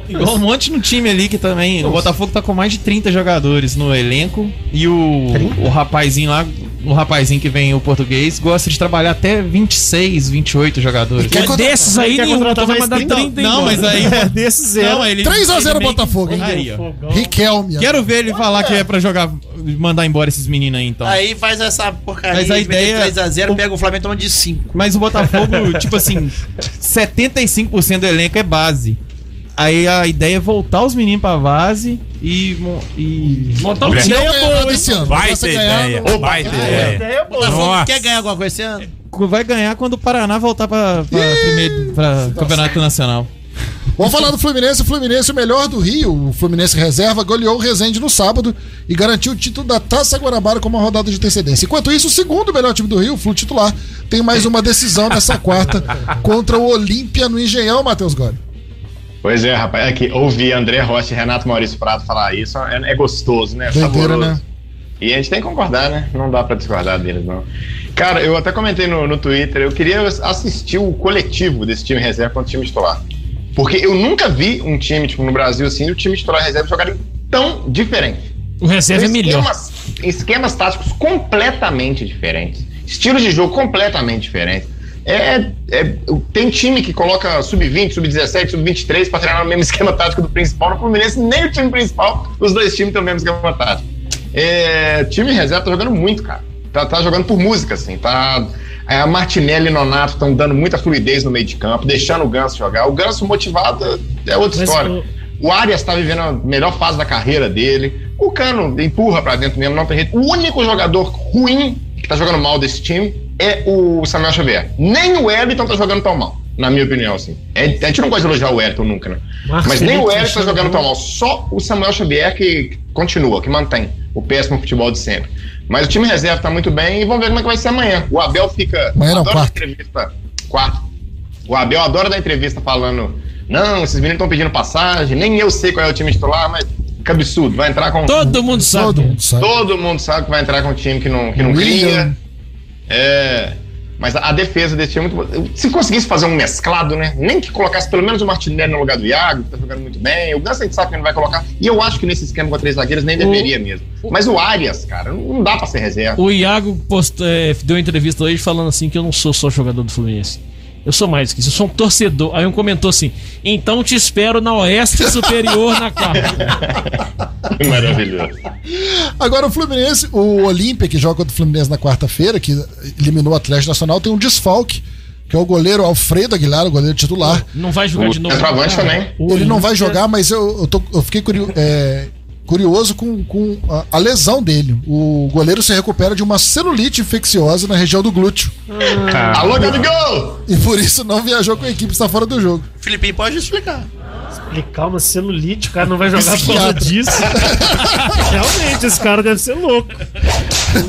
S8: Igual um monte no time ali que também. O Botafogo tá com mais de 30 jogadores no elenco. E o,
S4: 30?
S8: o rapazinho lá, o rapazinho que vem o português, gosta de trabalhar até 26, 28 jogadores.
S3: Quer contra-
S7: é Desses aí
S4: Quer
S7: nenhum,
S4: contratar
S7: então vai
S4: mais
S7: mandar
S4: 30?
S7: 30
S8: um. Não, mas aí.
S4: desse zero.
S8: Não, aí ele,
S3: 3 a 0
S8: ele meio que-
S3: Botafogo, hein?
S8: Aí, ó.
S12: Então,
S3: é. Riquelme.
S8: Quero ver ele falar que é pra jogar, mandar embora esses meninos aí, então.
S5: Aí faz essa porcaria,
S8: Mas a
S5: em vez
S8: ideia-
S5: de 3x0, pega o Flamengo e toma de 5.
S8: Mas o Botafogo, tipo assim, 75% do elenco é base. Aí a ideia é voltar os meninos pra base e. mo- e...
S7: Montar um
S3: Se
S7: time.
S3: não ganhar nada esse ano.
S12: Vai
S3: mas
S12: ter
S3: ganhar
S12: ideia.
S3: no-
S12: Vai ter ideia.
S4: É, pô.
S5: Botafogo
S12: Nossa.
S5: Tá quer ganhar alguma coisa esse ano?
S8: Vai ganhar quando o Paraná voltar pra, pra, primeiro, pra Campeonato Nacional.
S3: Vamos falar do Fluminense. O Fluminense, o melhor do Rio. O Fluminense reserva goleou o Resende no sábado e garantiu o título da Taça Guanabara com uma rodada de antecedência. Enquanto isso, o segundo melhor time do Rio, o Flu titular, tem mais uma decisão nessa quarta contra o Olímpia no Engenhão, Matheus Gore.
S10: Pois é, rapaz. É que ouvir André Rocha e Renato Maurício Prado falar isso é, é gostoso, né? É
S3: Doideira,
S10: saboroso.
S3: né?
S10: E a gente tem que concordar, né? Não dá pra discordar deles, não. Cara, eu até comentei no, no Twitter, eu queria assistir o coletivo desse time reserva contra o time titular. Porque eu nunca vi um time, tipo, no Brasil, assim, o time titular e reserva jogarem tão diferente.
S7: O reserva é melhor.
S10: Esquemas, esquemas táticos completamente diferentes. Estilos de jogo completamente diferentes. É, é- tem time que coloca sub-20, sub-17, sub-23 para treinar o mesmo esquema tático do principal. No Fluminense, nem o time principal, os dois times têm o mesmo esquema tático. É, time reserva tá jogando muito, cara. Tá, tá jogando por música, assim. Tá, é, a Martinelli e Nonato estão dando muita fluidez no meio de campo, deixando o Ganso jogar. O Ganso motivado é outra
S4: Mas
S10: história.
S4: o-
S10: O Arias está vivendo a melhor fase da carreira dele. O Cano empurra para dentro mesmo, não tem jeito. O único jogador ruim que tá jogando mal desse time é o Samuel Xavier. Nem o Wellington tá jogando tão mal, na minha opinião, assim. É, a gente não gosta de elogiar o Wellington nunca, né?
S4: Marcos
S10: Mas nem
S4: Felipe
S10: o Wellington tá
S4: Cristiano
S10: jogando
S4: Ronaldo.
S10: tão mal. Só o Samuel Xavier é que que continua, que mantém o péssimo futebol de sempre. Mas o time reserva tá muito bem e vamos ver como é que vai ser amanhã. O Abel fica.
S3: Amanhã não,
S10: adora
S3: quarta.
S10: entrevista. Quarto. O Abel adora dar entrevista falando: não, esses meninos estão pedindo passagem, nem eu sei qual é o time titular, mas que absurdo, vai entrar com. Todo,
S7: Todo mundo sabe.
S3: Todo mundo sabe.
S10: mundo sabe que vai entrar com um time que não, que não
S3: William.
S10: cria. É. Mas a, a defesa desse time é muito boa. Se conseguisse fazer um mesclado, né? Nem que colocasse pelo menos o Martinelli no lugar do Iago, que tá jogando muito bem. O Ganso a gente sabe que não vai colocar. E eu acho que nesse esquema com três zagueiros nem deveria mesmo. Mas o Arias, cara, não dá pra ser reserva.
S7: O Iago postou, é, deu uma entrevista hoje falando assim que eu não sou só jogador do Fluminense. Eu sou mais que isso, eu sou um torcedor. Aí um comentou assim: então te espero na Oeste Superior na quarta.
S10: Maravilhoso.
S3: Agora o Fluminense, o Olímpia, que joga contra o Fluminense na quarta-feira, que eliminou o Atlético Nacional, tem um desfalque, que é o goleiro Alfredo Aguilar, o goleiro titular.
S7: Não vai jogar de
S10: O
S7: novo.
S10: centroavante também.
S4: O
S3: Ele não
S4: Olímpia-
S7: é
S3: vai jogar, mas eu, eu, tô- eu fiquei curio- é, curioso com, com a, a lesão dele. O goleiro se recupera de uma celulite infecciosa na região do glúteo.
S10: Alô, Gabigol!
S3: E por isso não viajou com a equipe, está fora do jogo.
S5: Filipinho pode explicar.
S4: Explicar uma celulite, o cara não vai jogar por causa
S3: Viciado.
S4: disso. Realmente, esse cara deve ser louco.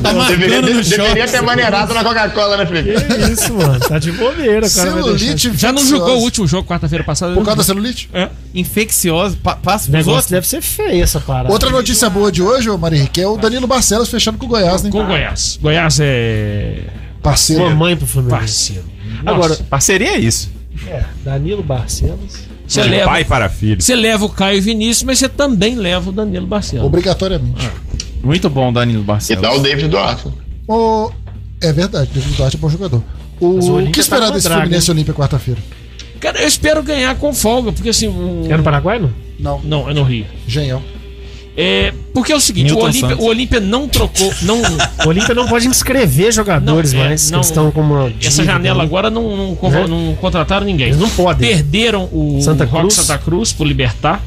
S8: Tá
S10: Deveria,
S8: marcando no
S10: de- deveria
S8: shopping.
S10: ter maneirado na Coca-Cola, né, Felipe?
S4: Que isso, mano. Tá de bobeira, o cara. vai deixar
S3: Celulite infecciosa.
S7: Já não jogou o último jogo quarta-feira passada?
S3: Por causa da celulite?
S8: Infecciosa. Pa passa
S4: O
S8: pros
S4: negócio
S8: outros.
S4: deve ser feio essa parada.
S3: Outra notícia boa de hoje, ô Mari Henrique, é o Danilo Barcelos fechando com o Goiás, né?
S7: Com o Goiás. Goiás é
S3: Parceiro.
S4: Uma mãe pro Fluminense.
S7: parceiro.
S4: Agora,
S12: Parceria é isso.
S4: é, Danilo Barcelos.
S7: você
S12: de
S8: É
S7: leva,
S12: pai para filho.
S7: você leva o Caio Vinícius, mas você também leva o Danilo Barcelos.
S3: Obrigatoriamente.
S8: Muito bom, Danilo
S10: E dá o
S8: Barcelos.
S10: David Duarte.
S3: O... É verdade, David Duarte é bom jogador. O,
S4: Mas o
S3: o
S4: Olímpia
S3: que esperar
S4: tá numa
S3: desse
S4: draga,
S3: Fluminense Olímpia quarta-feira?
S7: Cara, eu espero ganhar com folga, porque assim. o-
S4: Era É no Paraguai, não?
S3: Não,
S7: Não, é no Rio.
S3: Genial.
S7: É, porque é o seguinte, o
S8: Milton
S7: Olímpia,
S8: Santos.
S7: o Olímpia não trocou. Não,
S4: O Olímpia não pode inscrever jogadores
S7: Não, é,
S4: mais,
S7: não.
S4: que estão com uma dívida,
S7: essa janela
S4: né?
S7: agora não, não, convo-
S4: Né?
S7: não contrataram ninguém.
S4: Eles não podem.
S7: Perderam o
S4: Santa
S7: Rock
S4: Cruz.
S7: Santa Cruz por libertar.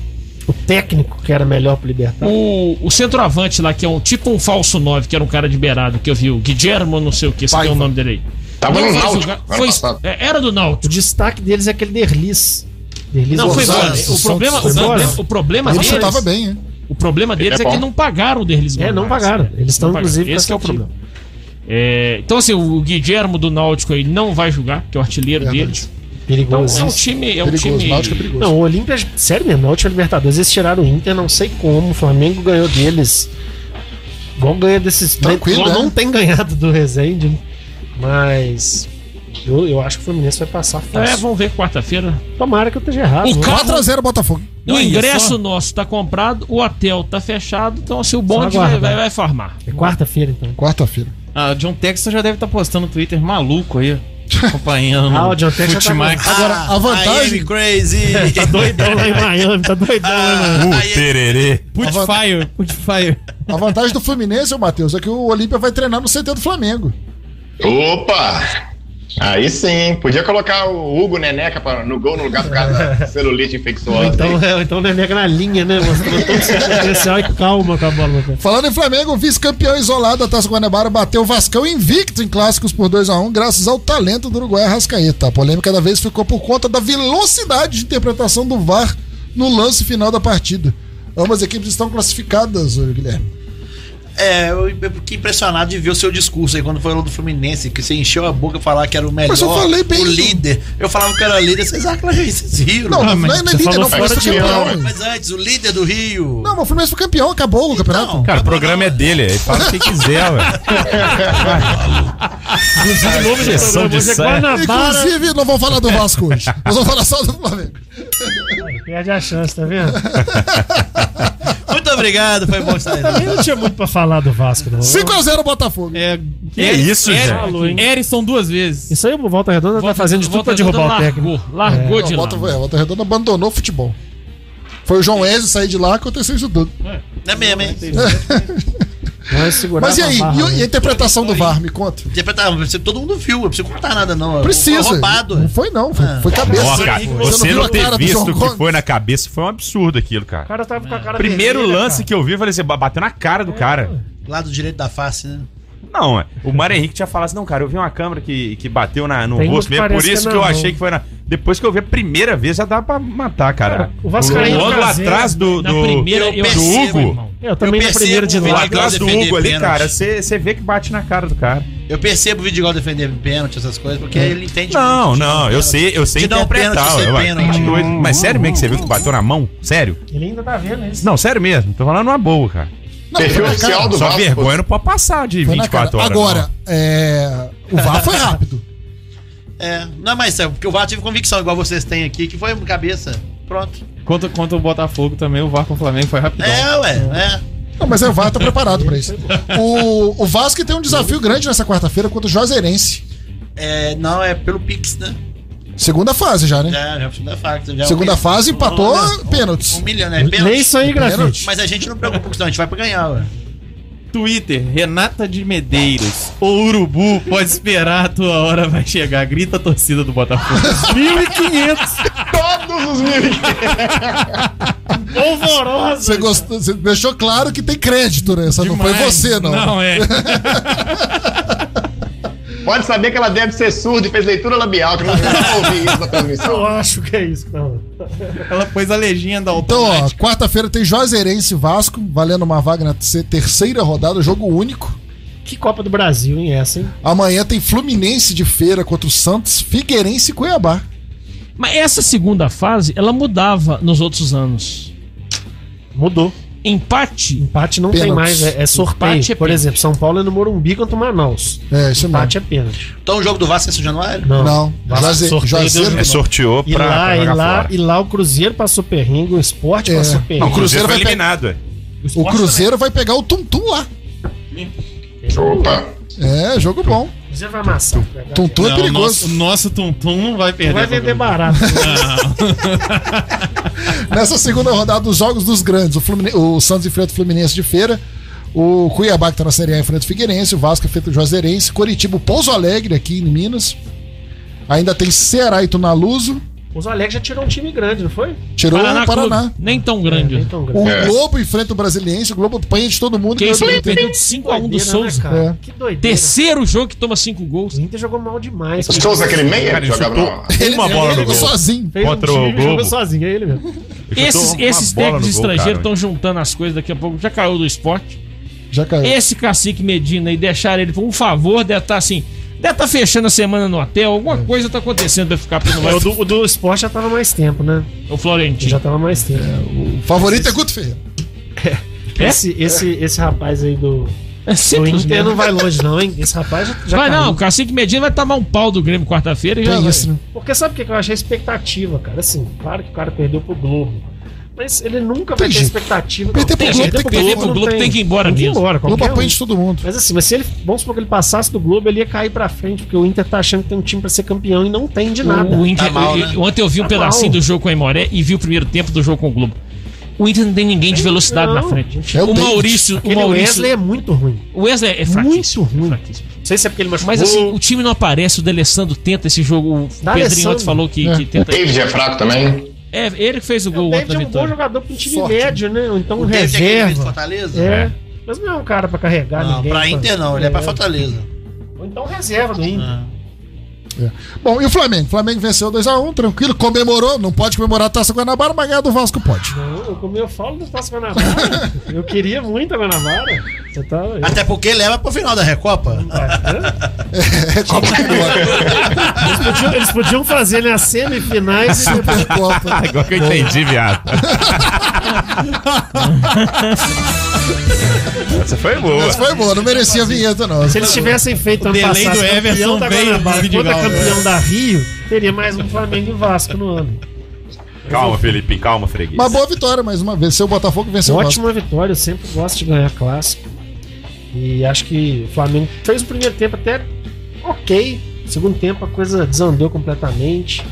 S4: O técnico que era melhor pro Libertar.
S7: O, o centroavante lá, que é um tipo um falso 9, que era um cara de beirado, que eu vi, o Guillermo, não sei o que, você tem o nome dele aí.
S10: Tava
S7: Não
S10: no
S7: foi
S10: Náutico,
S7: jogar-
S10: ano
S7: foi-
S10: passado.
S7: é, era do
S4: O
S7: Náutico.
S4: destaque deles é aquele Derlis. Derlis
S7: Não, foi
S4: Gonçalves.
S7: embora.
S3: Santos,
S7: O problema,
S3: Santos
S7: o
S4: foi embora?
S7: problema, o problema
S3: Ele
S7: deles,
S3: chutava bem, hein?
S7: o problema deles é,
S10: Ele é
S7: que
S10: bom.
S7: não pagaram o né? Derlis
S4: É, não
S7: Gonçalves.
S4: pagaram. Eles estão,
S7: Não pagaram.
S4: inclusive,
S7: Esse
S4: com
S7: que é o
S4: essa dívida.
S7: problema. É, então, assim, o Guillermo do Náutico aí não vai jogar, que é o artilheiro
S3: Verdade.
S7: deles. Então,
S4: Perigoso.
S7: é um
S4: isso.
S7: time. É um
S3: perigoso.
S7: time...
S3: Náutico é perigoso.
S4: Não, o Olímpia. Sério mesmo, na última Libertadores eles tiraram o Inter, não sei como. O Flamengo ganhou deles. Igual ganha desses.
S3: Tranquilo,
S4: igual
S3: né?
S4: não tem ganhado do Rezende. né? Mas. Eu, eu acho que o Fluminense vai passar fácil.
S7: É, vamos ver quarta-feira.
S4: Tomara que eu esteja errado.
S7: O
S4: né?
S7: cara-
S3: 4x0 Botafogo.
S7: O
S8: Olha
S7: ingresso
S8: só.
S7: nosso tá comprado, o hotel tá fechado, então assim, o bonde vai,
S4: aguarda.
S7: vai, vai farmar.
S4: É quarta-feira, então.
S3: Quarta-feira.
S8: Ah, o John Texton já deve estar postando no Twitter maluco aí, acompanhando.
S4: Ah, o John Texton já tá
S8: Futimax.
S3: Agora, a vantagem-
S5: I am crazy.
S4: Tá doidão lá em Miami, tá doidão lá em Miami.
S9: O tererê.
S8: Ah, Putfire, Putfire.
S3: A vantagem do Fluminense, ô Matheus, é que o Olímpia vai treinar no CT do Flamengo.
S10: Opa! Aí sim, podia colocar o Hugo Neneca pra- no gol no lugar do cara da celulite infecciosa.
S4: Então, é, então o Neneca na linha, né? Mostrou todo o seu potencial e calma com a bola. cara.
S3: Falando em Flamengo, o vice-campeão isolado da Taça Guanabara bateu o Vascão invicto em clássicos por 2x1, graças ao talento do Uruguai Arrascaeta. A polêmica da vez ficou por conta da velocidade de interpretação do VAR no lance final da partida. Ambas equipes estão classificadas, ô Guilherme.
S5: É, eu eu fiquei impressionado de ver o seu discurso aí quando falou do Fluminense, que você encheu a boca falar que era o melhor,
S3: Mas eu falei bem
S5: o
S3: do-
S5: líder. Eu falava que era líder, vocês acham que era isso? Vocês riram.
S3: Não,
S5: Não,
S3: não, não é
S4: você
S3: líder,
S4: falou
S3: não, foi
S10: fora de
S3: campeão.
S10: ordem.
S5: mas antes, o líder do Rio.
S3: Não, mas o Fluminense foi campeão, acabou o campeonato.
S9: Cara, o programa é dele, ele fala o que quiser, velho. Inclusive, novo
S4: Programa hoje é Guanabara.
S3: Inclusive, não vamos falar do Vasco hoje. Nós vamos falar só do Flamengo.
S4: Perde a chance, tá vendo?
S5: Muito obrigado, foi bom estar aí.
S4: Também não tinha muito pra falar do Vasco, não.
S3: 5x0 Botafogo.
S8: É,
S9: Que isso, gente?
S8: Falou, hein? Erisson duas vezes.
S4: Isso aí, o Volta Redonda tá fazendo de tudo pra derrubar o técnico.
S7: largou, Largou de
S3: Não, Bota,
S7: lado.
S3: é, Volta Redonda abandonou o futebol. Foi o João Wesley sair de lá, aconteceu isso tudo.
S5: Não é mesmo, hein?
S4: Vai segurar
S3: Mas e
S4: a
S3: aí,
S4: barra,
S3: e, o-
S4: né?
S3: e a interpretação do VAR, me conta?
S5: Interpretar, você- todo mundo viu, ah, eu não preciso contar nada, não.
S3: Precisa.
S5: Foi roubado. é.
S3: Não foi não, foi, foi cabeça.
S9: Ó, cara, você não ter visto o que foi na cabeça foi um absurdo aquilo,
S4: O
S9: cara.
S4: cara tava com a cara
S9: Primeiro
S4: vermelha,
S9: lance que eu vi, eu falei assim, ba- bateu na cara do cara.
S5: Lado direito da face, né?
S9: Não, é, o Mário Henrique tinha falado assim, não, cara, eu vi uma câmera que, que bateu na, no
S4: Tem uma
S9: rosto
S4: que
S9: mesmo, por
S4: parece
S9: isso
S4: que é
S9: que,
S4: na
S9: eu
S4: mão.
S9: achei que foi na... Depois que eu vi a primeira vez, já dá pra matar, cara.
S4: Cara, o
S9: o
S4: Vascaíno
S9: ângulo
S4: caseiro,
S9: atrás do...
S7: Na
S9: do-
S7: primeira, eu
S9: do
S7: percebo,
S9: Hugo.
S7: irmão.
S4: cara. Eu também
S5: Eu
S4: na primeira de
S5: percebo,
S9: O
S4: lá.
S5: vai.
S9: atrás do
S5: Defender
S9: Hugo ali,
S5: pênalti.
S9: cara, você você vê que bate na cara do cara.
S5: Eu percebo o Vidigal defender pênalti, essas coisas,
S4: Uhum.
S5: porque ele entende.
S9: Não,
S5: muito de
S9: não,
S5: dar
S9: eu
S5: pênalti.
S9: sei, eu sei
S5: De dar um
S9: interpretar.
S5: pênalti, ser
S9: ué,
S5: pênalti.
S9: tá doido. Mas sério mesmo que você viu que bateu na mão? Sério?
S4: Ele ainda tá vendo isso.
S9: Não, sério mesmo. Tô falando uma boa, cara.
S10: Perfil oficial do
S9: Só
S10: Vasco.
S9: vergonha não pode passar de
S3: Foi na cara.
S9: 24 horas.
S3: Agora,
S9: não.
S3: é, o VAR foi rápido.
S5: É, não é mais sério, porque o VAR tive convicção, igual vocês têm aqui, que foi cabeça. Pronto.
S8: Contra, contra o Botafogo também, o VAR com o Flamengo foi rapidão.
S5: É, ué, é.
S3: Não, mas aí o VAR tá preparado pra isso. O, o Vasco tem um desafio grande nessa quarta-feira contra o Juazeirense.
S5: É, Não, é pelo Pix, né?
S3: Segunda fase já, né?
S5: Já, já é a segunda fase. Já é
S3: Segunda
S5: um-
S3: fase empatou pênaltis.
S5: Um milhão, né? Pênalti.
S4: Lê isso aí,
S3: Pênalti.
S4: grafite.
S5: Mas a gente não preocupa com isso, não, a gente vai pra ganhar, ué.
S8: Twitter, Renata de Medeiros. O Urubu pode esperar, a tua hora vai chegar. Grita a torcida do Botafogo.
S4: 1500.
S10: Todos os mil.
S4: Polvorosa.
S3: Você, gostou- você deixou claro que tem crédito, né? Essa não foi
S8: Demais.
S3: você, não.
S8: Não, é.
S10: Pode saber que ela deve ser surda e fez leitura labial, que não ouvi isso na transmissão.
S4: Eu acho que é isso. Não.
S8: Ela pôs a legenda
S3: Então, ó,
S8: automática.
S3: quarta-feira tem Juazeirense e Vasco, valendo uma vaga na terce- terceira rodada, jogo único.
S4: Que Copa do Brasil, hein, essa, hein?
S3: Amanhã tem Fluminense de feira contra o Santos, Figueirense e Cuiabá.
S7: Mas essa segunda fase, ela mudava nos outros anos.
S4: Mudou.
S7: Empate,
S4: Empate não tem
S3: Pênaltis.
S4: mais, é, é sorteio.
S7: Empate é
S4: Por
S7: pênalti.
S4: exemplo, São Paulo é no Morumbi contra o Manaus.
S3: É, isso mesmo.
S4: Empate é pênalti.
S5: Então o jogo do Vasco é esse januário?
S4: Não.
S3: Não, Juaze-
S4: sorteio
S3: Juazeiro.
S4: deu-
S9: É, sorteou
S4: E
S9: pra,
S4: lá,
S9: pra
S4: e
S9: jogar
S4: lá,
S9: fora.
S4: e lá o Cruzeiro passou perrengue, o Sport
S3: É.
S4: passou
S9: Não,
S4: perrengue.
S9: o
S3: Cruzeiro
S9: Cruzeiro foi
S3: vai pe-
S9: eliminado. é.
S3: O Cruzeiro vai pegar o Tum Tum lá.
S10: Opa!
S3: É, jogo bom.
S4: Você vai amassar.
S3: Tontu é
S8: Não, o
S3: perigoso.
S8: nosso, o nosso tum-tum não vai perder.
S4: Não vai vender barato.
S3: Nessa segunda rodada dos Jogos dos Grandes, o, Flumin- o Santos enfrenta o Fluminense de feira. O Cuiabá, que tá na Série A, enfrenta o Figueirense. O Vasco enfrenta o Juazeirense. Curitiba, o Pouso Alegre, aqui em Minas. Ainda tem Ceará e Tunaluso.
S4: Os Alex já tirou um time grande, não foi?
S3: Tirou o
S7: Clube,
S3: Paraná.
S7: nem tão
S4: Nem
S7: grande.
S4: tão grande.
S3: O
S10: É.
S3: Globo enfrenta o Brasiliense. O Globo apanha de todo mundo.
S7: Que isso,
S3: ganhou
S7: ele
S3: do Inter.
S7: perdeu de 5x1 do
S4: Doideira,
S7: Souza.
S4: né, cara?
S3: É.
S4: Que doideira.
S7: Terceiro jogo que toma 5 gols.
S4: O Inter jogou mal demais.
S10: O Souza, aquele meia,
S9: Cara,
S10: que
S9: ele
S10: jogava
S9: chutou
S10: na-
S3: Ele,
S9: uma bola
S3: ele
S9: no
S3: jogou
S9: gol.
S3: sozinho.
S4: Fez
S9: Contra o
S4: um time, e jogou
S9: Globo.
S4: sozinho, é ele mesmo.
S9: Ele chutou
S7: Esses,
S9: uma
S7: esses
S9: bola no
S7: técnicos
S9: gol,
S7: estrangeiros
S9: cara.
S7: estão juntando as coisas daqui a pouco. Já caiu do esporte.
S3: Já caiu.
S7: Esse cacique Medina e deixar ele por um favor, deve estar assim. Deve estar fechando a semana no hotel. Alguma coisa tá acontecendo pra ficar pelo
S4: É, o,
S7: lado
S4: do, o do esporte já tava mais tempo, né?
S7: o Florentino.
S4: Já tava mais tempo.
S3: O favorito é Guto Ferreira.
S7: É?
S4: Esse, esse, esse rapaz aí do,
S7: É
S4: do
S7: simples
S4: Inter
S7: mesmo.
S4: não vai longe, não, hein? Esse rapaz já, já
S7: Vai
S4: caiu.
S7: não, o Cacique Medina vai tomar um pau do Grêmio quarta-feira e já.
S3: Tem
S7: vai.
S3: isso, né?
S4: Porque sabe o que que eu achei a expectativa, cara? Assim, claro que o cara perdeu pro Globo. Mas ele nunca vai
S3: Tem
S4: ter
S3: jeito.
S4: expectativa.
S3: Perder pro
S4: Não,
S7: Tem
S3: Globo,
S7: jeito,
S3: tem que
S7: tem que
S3: ir
S7: perder
S4: não
S7: pro Globo, tem que ir embora
S4: Tem que ir
S7: mesmo.
S4: embora,
S3: O Globo
S4: qualquer um.
S3: apanha de todo mundo.
S4: Mas assim, mas se ele, vamos supor que ele passasse do Globo, ele ia cair pra frente, porque o Inter tá achando que tem um time pra ser campeão e não tem de nada.
S7: O Inter,
S5: Tá mal, né?
S7: eu- ontem eu vi um
S4: Tá
S7: pedacinho
S4: mal.
S7: do jogo com a Imoré e vi o primeiro tempo do jogo com o Globo. O Inter não tem ninguém de velocidade
S4: Não,
S7: na frente.
S3: é o
S7: o
S3: David.
S7: Maurício, o
S4: Aquele
S7: Maurício.
S4: Wesley é muito ruim.
S7: O Wesley é fraquíssimo.
S4: ruim.
S7: fraquíssimo.
S4: Não sei se é porque ele machucou.
S7: Mas assim, o time não aparece, o D'Alessandro tenta esse jogo. O Pedrinho
S4: D'Alessandro.
S7: ontem falou que,
S3: É.
S7: que
S10: O
S7: tenta.
S10: David é fraco também.
S7: É, ele que fez o
S4: o
S7: gol ontem
S4: David
S7: da
S4: é um bom
S7: vitória.
S4: jogador pra um time
S3: Sorte,
S4: médio, né? Ou então
S5: O David é aquele do
S4: reserva.
S5: Fortaleza?
S4: É. Mas não é um cara pra carregar
S5: Não,
S4: ninguém.
S5: pra Inter não, ele é pra Fortaleza.
S4: Ou então reserva do Inter.
S3: Bom, e o Flamengo? O Flamengo venceu 2x1, tranquilo, comemorou. Não pode comemorar a taça Guanabara, mas ganhar do Vasco pode.
S4: Não, como eu falo do Taça Guanabara, eu queria muito a Guanabara. Você tá.
S5: Até porque leva pro final da Recopa.
S3: É Copa que não
S4: Eles podiam, eles podiam fazer nas semifinais e depois.
S3: é Copa.
S9: Agora que eu entendi, viado. Essa foi boa.
S3: Mas foi boa, não merecia a vinheta, não.
S4: Se eles tivessem feito ano
S8: delay
S4: passado
S8: do
S4: campeão
S8: Everson
S4: da
S8: veio do
S4: Guanabara contra
S8: Vidigal,
S4: campeão da Rio, teria mais um Flamengo e Vasco no ano.
S9: Calma, Felipe, calma, freguês.
S3: Uma boa vitória, mais uma vez. Seu Botafogo venceu o Vasco.
S4: Ótima vitória, eu sempre gosto de ganhar clássico. E acho que o Flamengo fez o primeiro tempo até ok. Segundo tempo a coisa desandou completamente.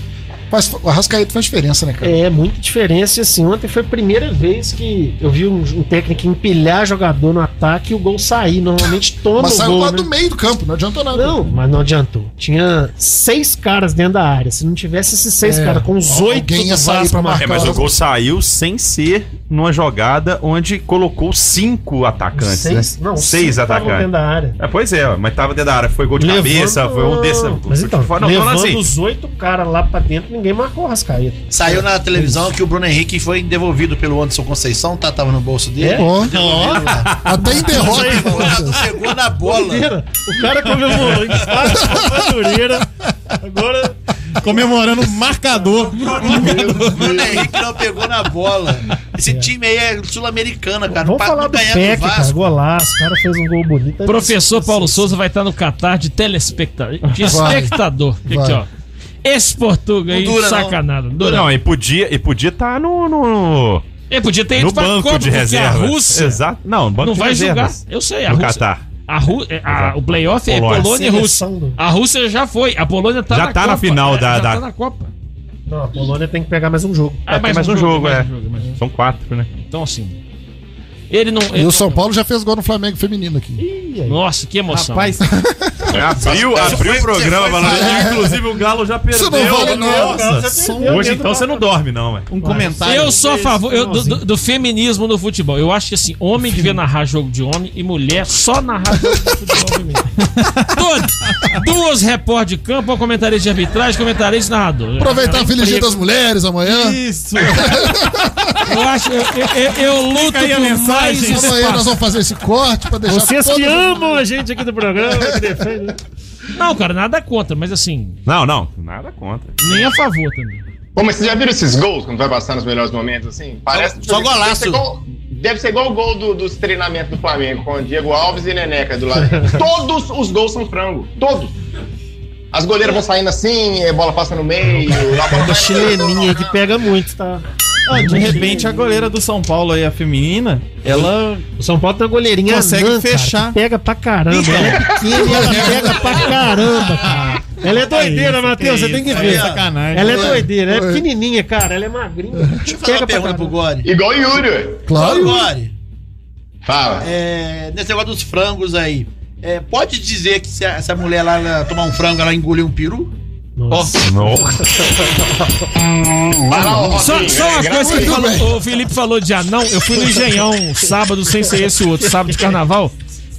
S3: Mas o Arrascaeta faz diferença, né, cara?
S4: É, muita diferença. E assim, ontem foi a primeira vez que eu vi um, um técnico empilhar jogador no ataque e o gol sair. Normalmente toma
S3: Mas
S4: o
S3: saiu
S4: gol.
S3: lá
S4: né?
S3: do meio do campo, não adiantou nada.
S4: Não, mas não adiantou. Tinha seis caras dentro da área. Se não tivesse esses seis
S3: É,
S4: caras com os
S3: alguém
S4: oito
S3: ia sair pra marcar.
S9: É, mas o gol saiu sem ser numa jogada onde colocou cinco atacantes,
S4: seis,
S9: né?
S4: não,
S9: seis
S4: cinco tavam dentro
S9: atacantes.
S4: da área.
S9: É, pois é, mas tava dentro da área. Foi gol de cabeça, foi um desse.
S4: Mas então,
S9: foi, não, tô falando
S4: levando
S9: assim,
S4: os oito caras lá pra dentro, ninguém marcou o Rascaeta.
S5: Saiu na televisão que o Bruno Henrique foi devolvido pelo Anderson Conceição, tá, tava no bolso
S4: É,
S5: dele.
S3: Ó,
S5: Devolvido, cara.
S3: até em derrota.
S5: O jogador chegou na bola.
S4: O cara comemorou em parte madureira. Agora.
S8: Comemorando o marcador.
S5: O Bruno Henrique não pegou na bola. Esse time aí é sul-americana, cara.
S4: Vamos
S5: Pra-
S4: falar
S5: não
S4: do
S5: ganhar
S4: PEC, cara. Golaço, o cara fez um gol bonito.
S7: Professor Paulo Souza vai estar no Catar de telespectador. De
S3: Vai.
S7: espectador. Aqui,
S3: Vai.
S7: ó. Esse Portuga aí,
S5: Não dura, não.
S7: sacanada. Não dura.
S9: Não, e podia estar podia tá no, no,
S7: Ele podia ter
S9: no
S7: ido pra
S9: banco
S7: Copa,
S9: de
S7: porque
S9: reserva.
S7: A Rússia
S9: Exato. Não, no banco
S7: não
S9: de
S7: vai jogar.
S9: reservas.
S7: Eu sei, a
S9: No
S7: Rússia.
S9: Catar.
S7: A Ru- é, a-
S9: Exato.
S7: o playoff é
S9: Polônia.
S7: Polônia e Rússia.
S4: Seleção do-
S7: A Rússia já foi. A Polônia tá
S9: Já
S7: na
S9: tá na
S7: Copa.
S9: final
S7: É,
S9: da-
S7: já
S9: da-
S7: tá na Copa.
S4: Não, a Polônia tem que pegar mais um jogo.
S7: Ah,
S9: tem mais um jogo,
S7: mais
S9: é.
S7: um jogo, mais um jogo.
S9: São quatro, né?
S7: Então, assim. Ele não.
S3: E
S7: ele
S3: o
S7: não-
S3: São Paulo já fez gol no Flamengo feminino aqui.
S7: Nossa, que emoção.
S8: Rapaz,
S9: É, Abriu, abriu o programa falando. Inclusive o Galo já perdeu.
S3: Isso não vale nada.
S9: Hoje então você não dorme, não, é.
S8: um comentário.
S7: Eu sou a favor eu- do, do- do feminismo no futebol. Eu acho que assim, homem devia narrar jogo de homem e mulher só narrar jogo de futebol feminino. Todos. Duas repórter de campo, uma comentarista de arbitragem, comentarista de narrador.
S3: Aproveitar a Feliz Dia das Mulheres amanhã.
S8: Isso.
S7: Eu acho, eu, eu- eu- eu luto
S8: aí a
S7: por mais
S8: mensagem.
S7: espaço.
S3: Amanhã nós vamos fazer esse corte pra deixar
S4: Vocês
S3: todo
S4: que
S3: mundo-
S4: amam a gente aqui do programa, que defendem.
S7: Não, cara, nada contra, mas assim,
S9: Não, não. Nada contra.
S7: nem a favor também.
S10: Pô, mas vocês já viram esses gols quando vai passar nos melhores momentos, assim? Parece
S5: Só-
S10: Deve
S5: só
S10: ser
S5: golaço.
S10: igual- Deve ser igual o gol do- dos treinamentos do Flamengo, com o Diego Alves e Neneca do lado. Todos os gols são frango. Todos. As goleiras vão saindo assim, a bola passa no meio. A bola
S4: A
S10: vai-
S4: chileninha que pega muito, tá?
S8: Ah, de repente a goleira do São Paulo aí, a feminina, ela
S4: O São Paulo tem uma goleirinha
S8: Consegue
S4: anã, cara,
S8: fechar.
S4: que pega pra caramba. Ela é pequena e ela pega pra caramba, cara. Ela é doideira, Matheus, você tem que ver.
S8: sacanagem.
S4: Ela é doideira, ela é pequenininha, cara. Ela é magrinha.
S5: Deixa eu fazer uma pergunta pro Gore.
S10: Igual o Yuri, ué.
S5: Ô,
S3: Claro.
S5: Gore,
S10: Fala.
S5: é, nesse negócio dos frangos aí, é, pode dizer que se a, se a mulher lá ela tomar um frango, ela engoliu um peru?
S10: Vai lá, ô,
S7: Só,
S10: Robinho,
S7: só
S10: é
S7: uma
S10: gratuito.
S7: coisa que ele falou, o Felipe falou de anão. Eu fui no Engenhão um sábado, sem ser esse o outro, sábado de carnaval,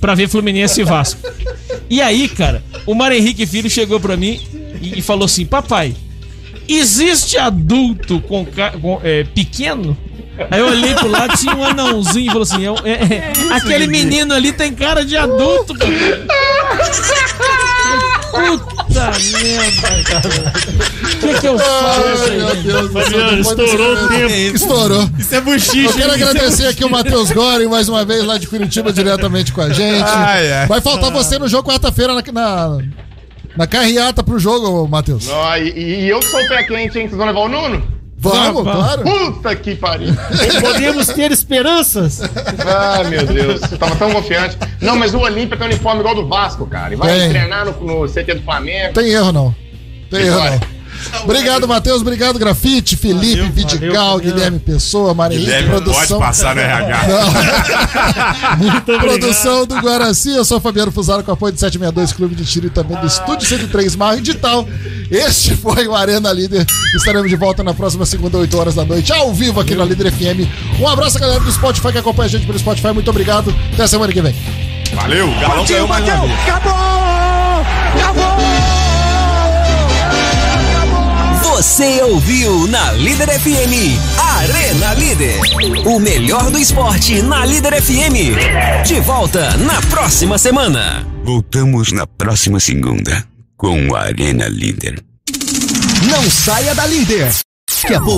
S7: pra ver Fluminense e Vasco. E aí, cara, o Mar Henrique Filho chegou pra mim e, e falou assim: Papai, existe adulto com, ca- com, é, pequeno? Aí eu olhei pro lado, tinha um anãozinho e falou assim: "É um- é- é, aquele menino ali tem cara de adulto, cara. Puta merda, cara. O que, que eu faço, gente?
S3: Meu Deus do céu,
S7: Fabiano,
S3: não pode
S7: estourou
S3: ser,
S7: o
S3: né?
S7: tempo.
S3: Estourou.
S8: Isso é buchiche,
S3: Eu quero agradecer aqui o Matheus Gore mais uma vez lá de Curitiba diretamente com a gente.
S9: Ai, ai.
S3: Vai
S10: Ah.
S3: faltar você no jogo quarta-feira na, na, na carreata pro jogo, ô, Matheus.
S10: Ó, e, e eu que sou pé quente, hein? Vocês vão levar o Nuno?
S3: Vamos, claro.
S10: Puta que pariu.
S4: Podemos ter esperanças?
S10: Ah, meu Deus, eu tava tão confiante. Não, mas o Olímpia tem um uniforme igual do Vasco, cara. E vai
S3: Tem.
S10: treinar no, no CT do Flamengo.
S3: Tem erro não. Tem erro
S10: Vitória.
S3: não. Obrigado, Matheus. Obrigado, Grafite, Felipe, Vidigal, Guilherme Pessoa, Maria
S9: Deve, pode
S3: Produção.
S9: passar no RH.
S3: Produção do Guaraci, eu sou Fabiano Fusaro com apoio do 762 Clube de Tiro e também do Estúdio 103 Mar Digital. Este foi o Arena Líder. Estaremos de volta na próxima segunda, 8 horas da noite, ao vivo aqui na Líder FM. Um abraço, galera do Spotify que acompanha a gente pelo Spotify. Muito obrigado. Até semana que vem.
S9: Valeu, galão ganhou mais uma vez.
S2: Você ouviu na Líder FM, Arena Líder. O melhor do esporte na Líder FM. De volta na próxima semana.
S12: Voltamos na próxima segunda com o Arena Líder.
S2: Não saia da Líder. Que a pouco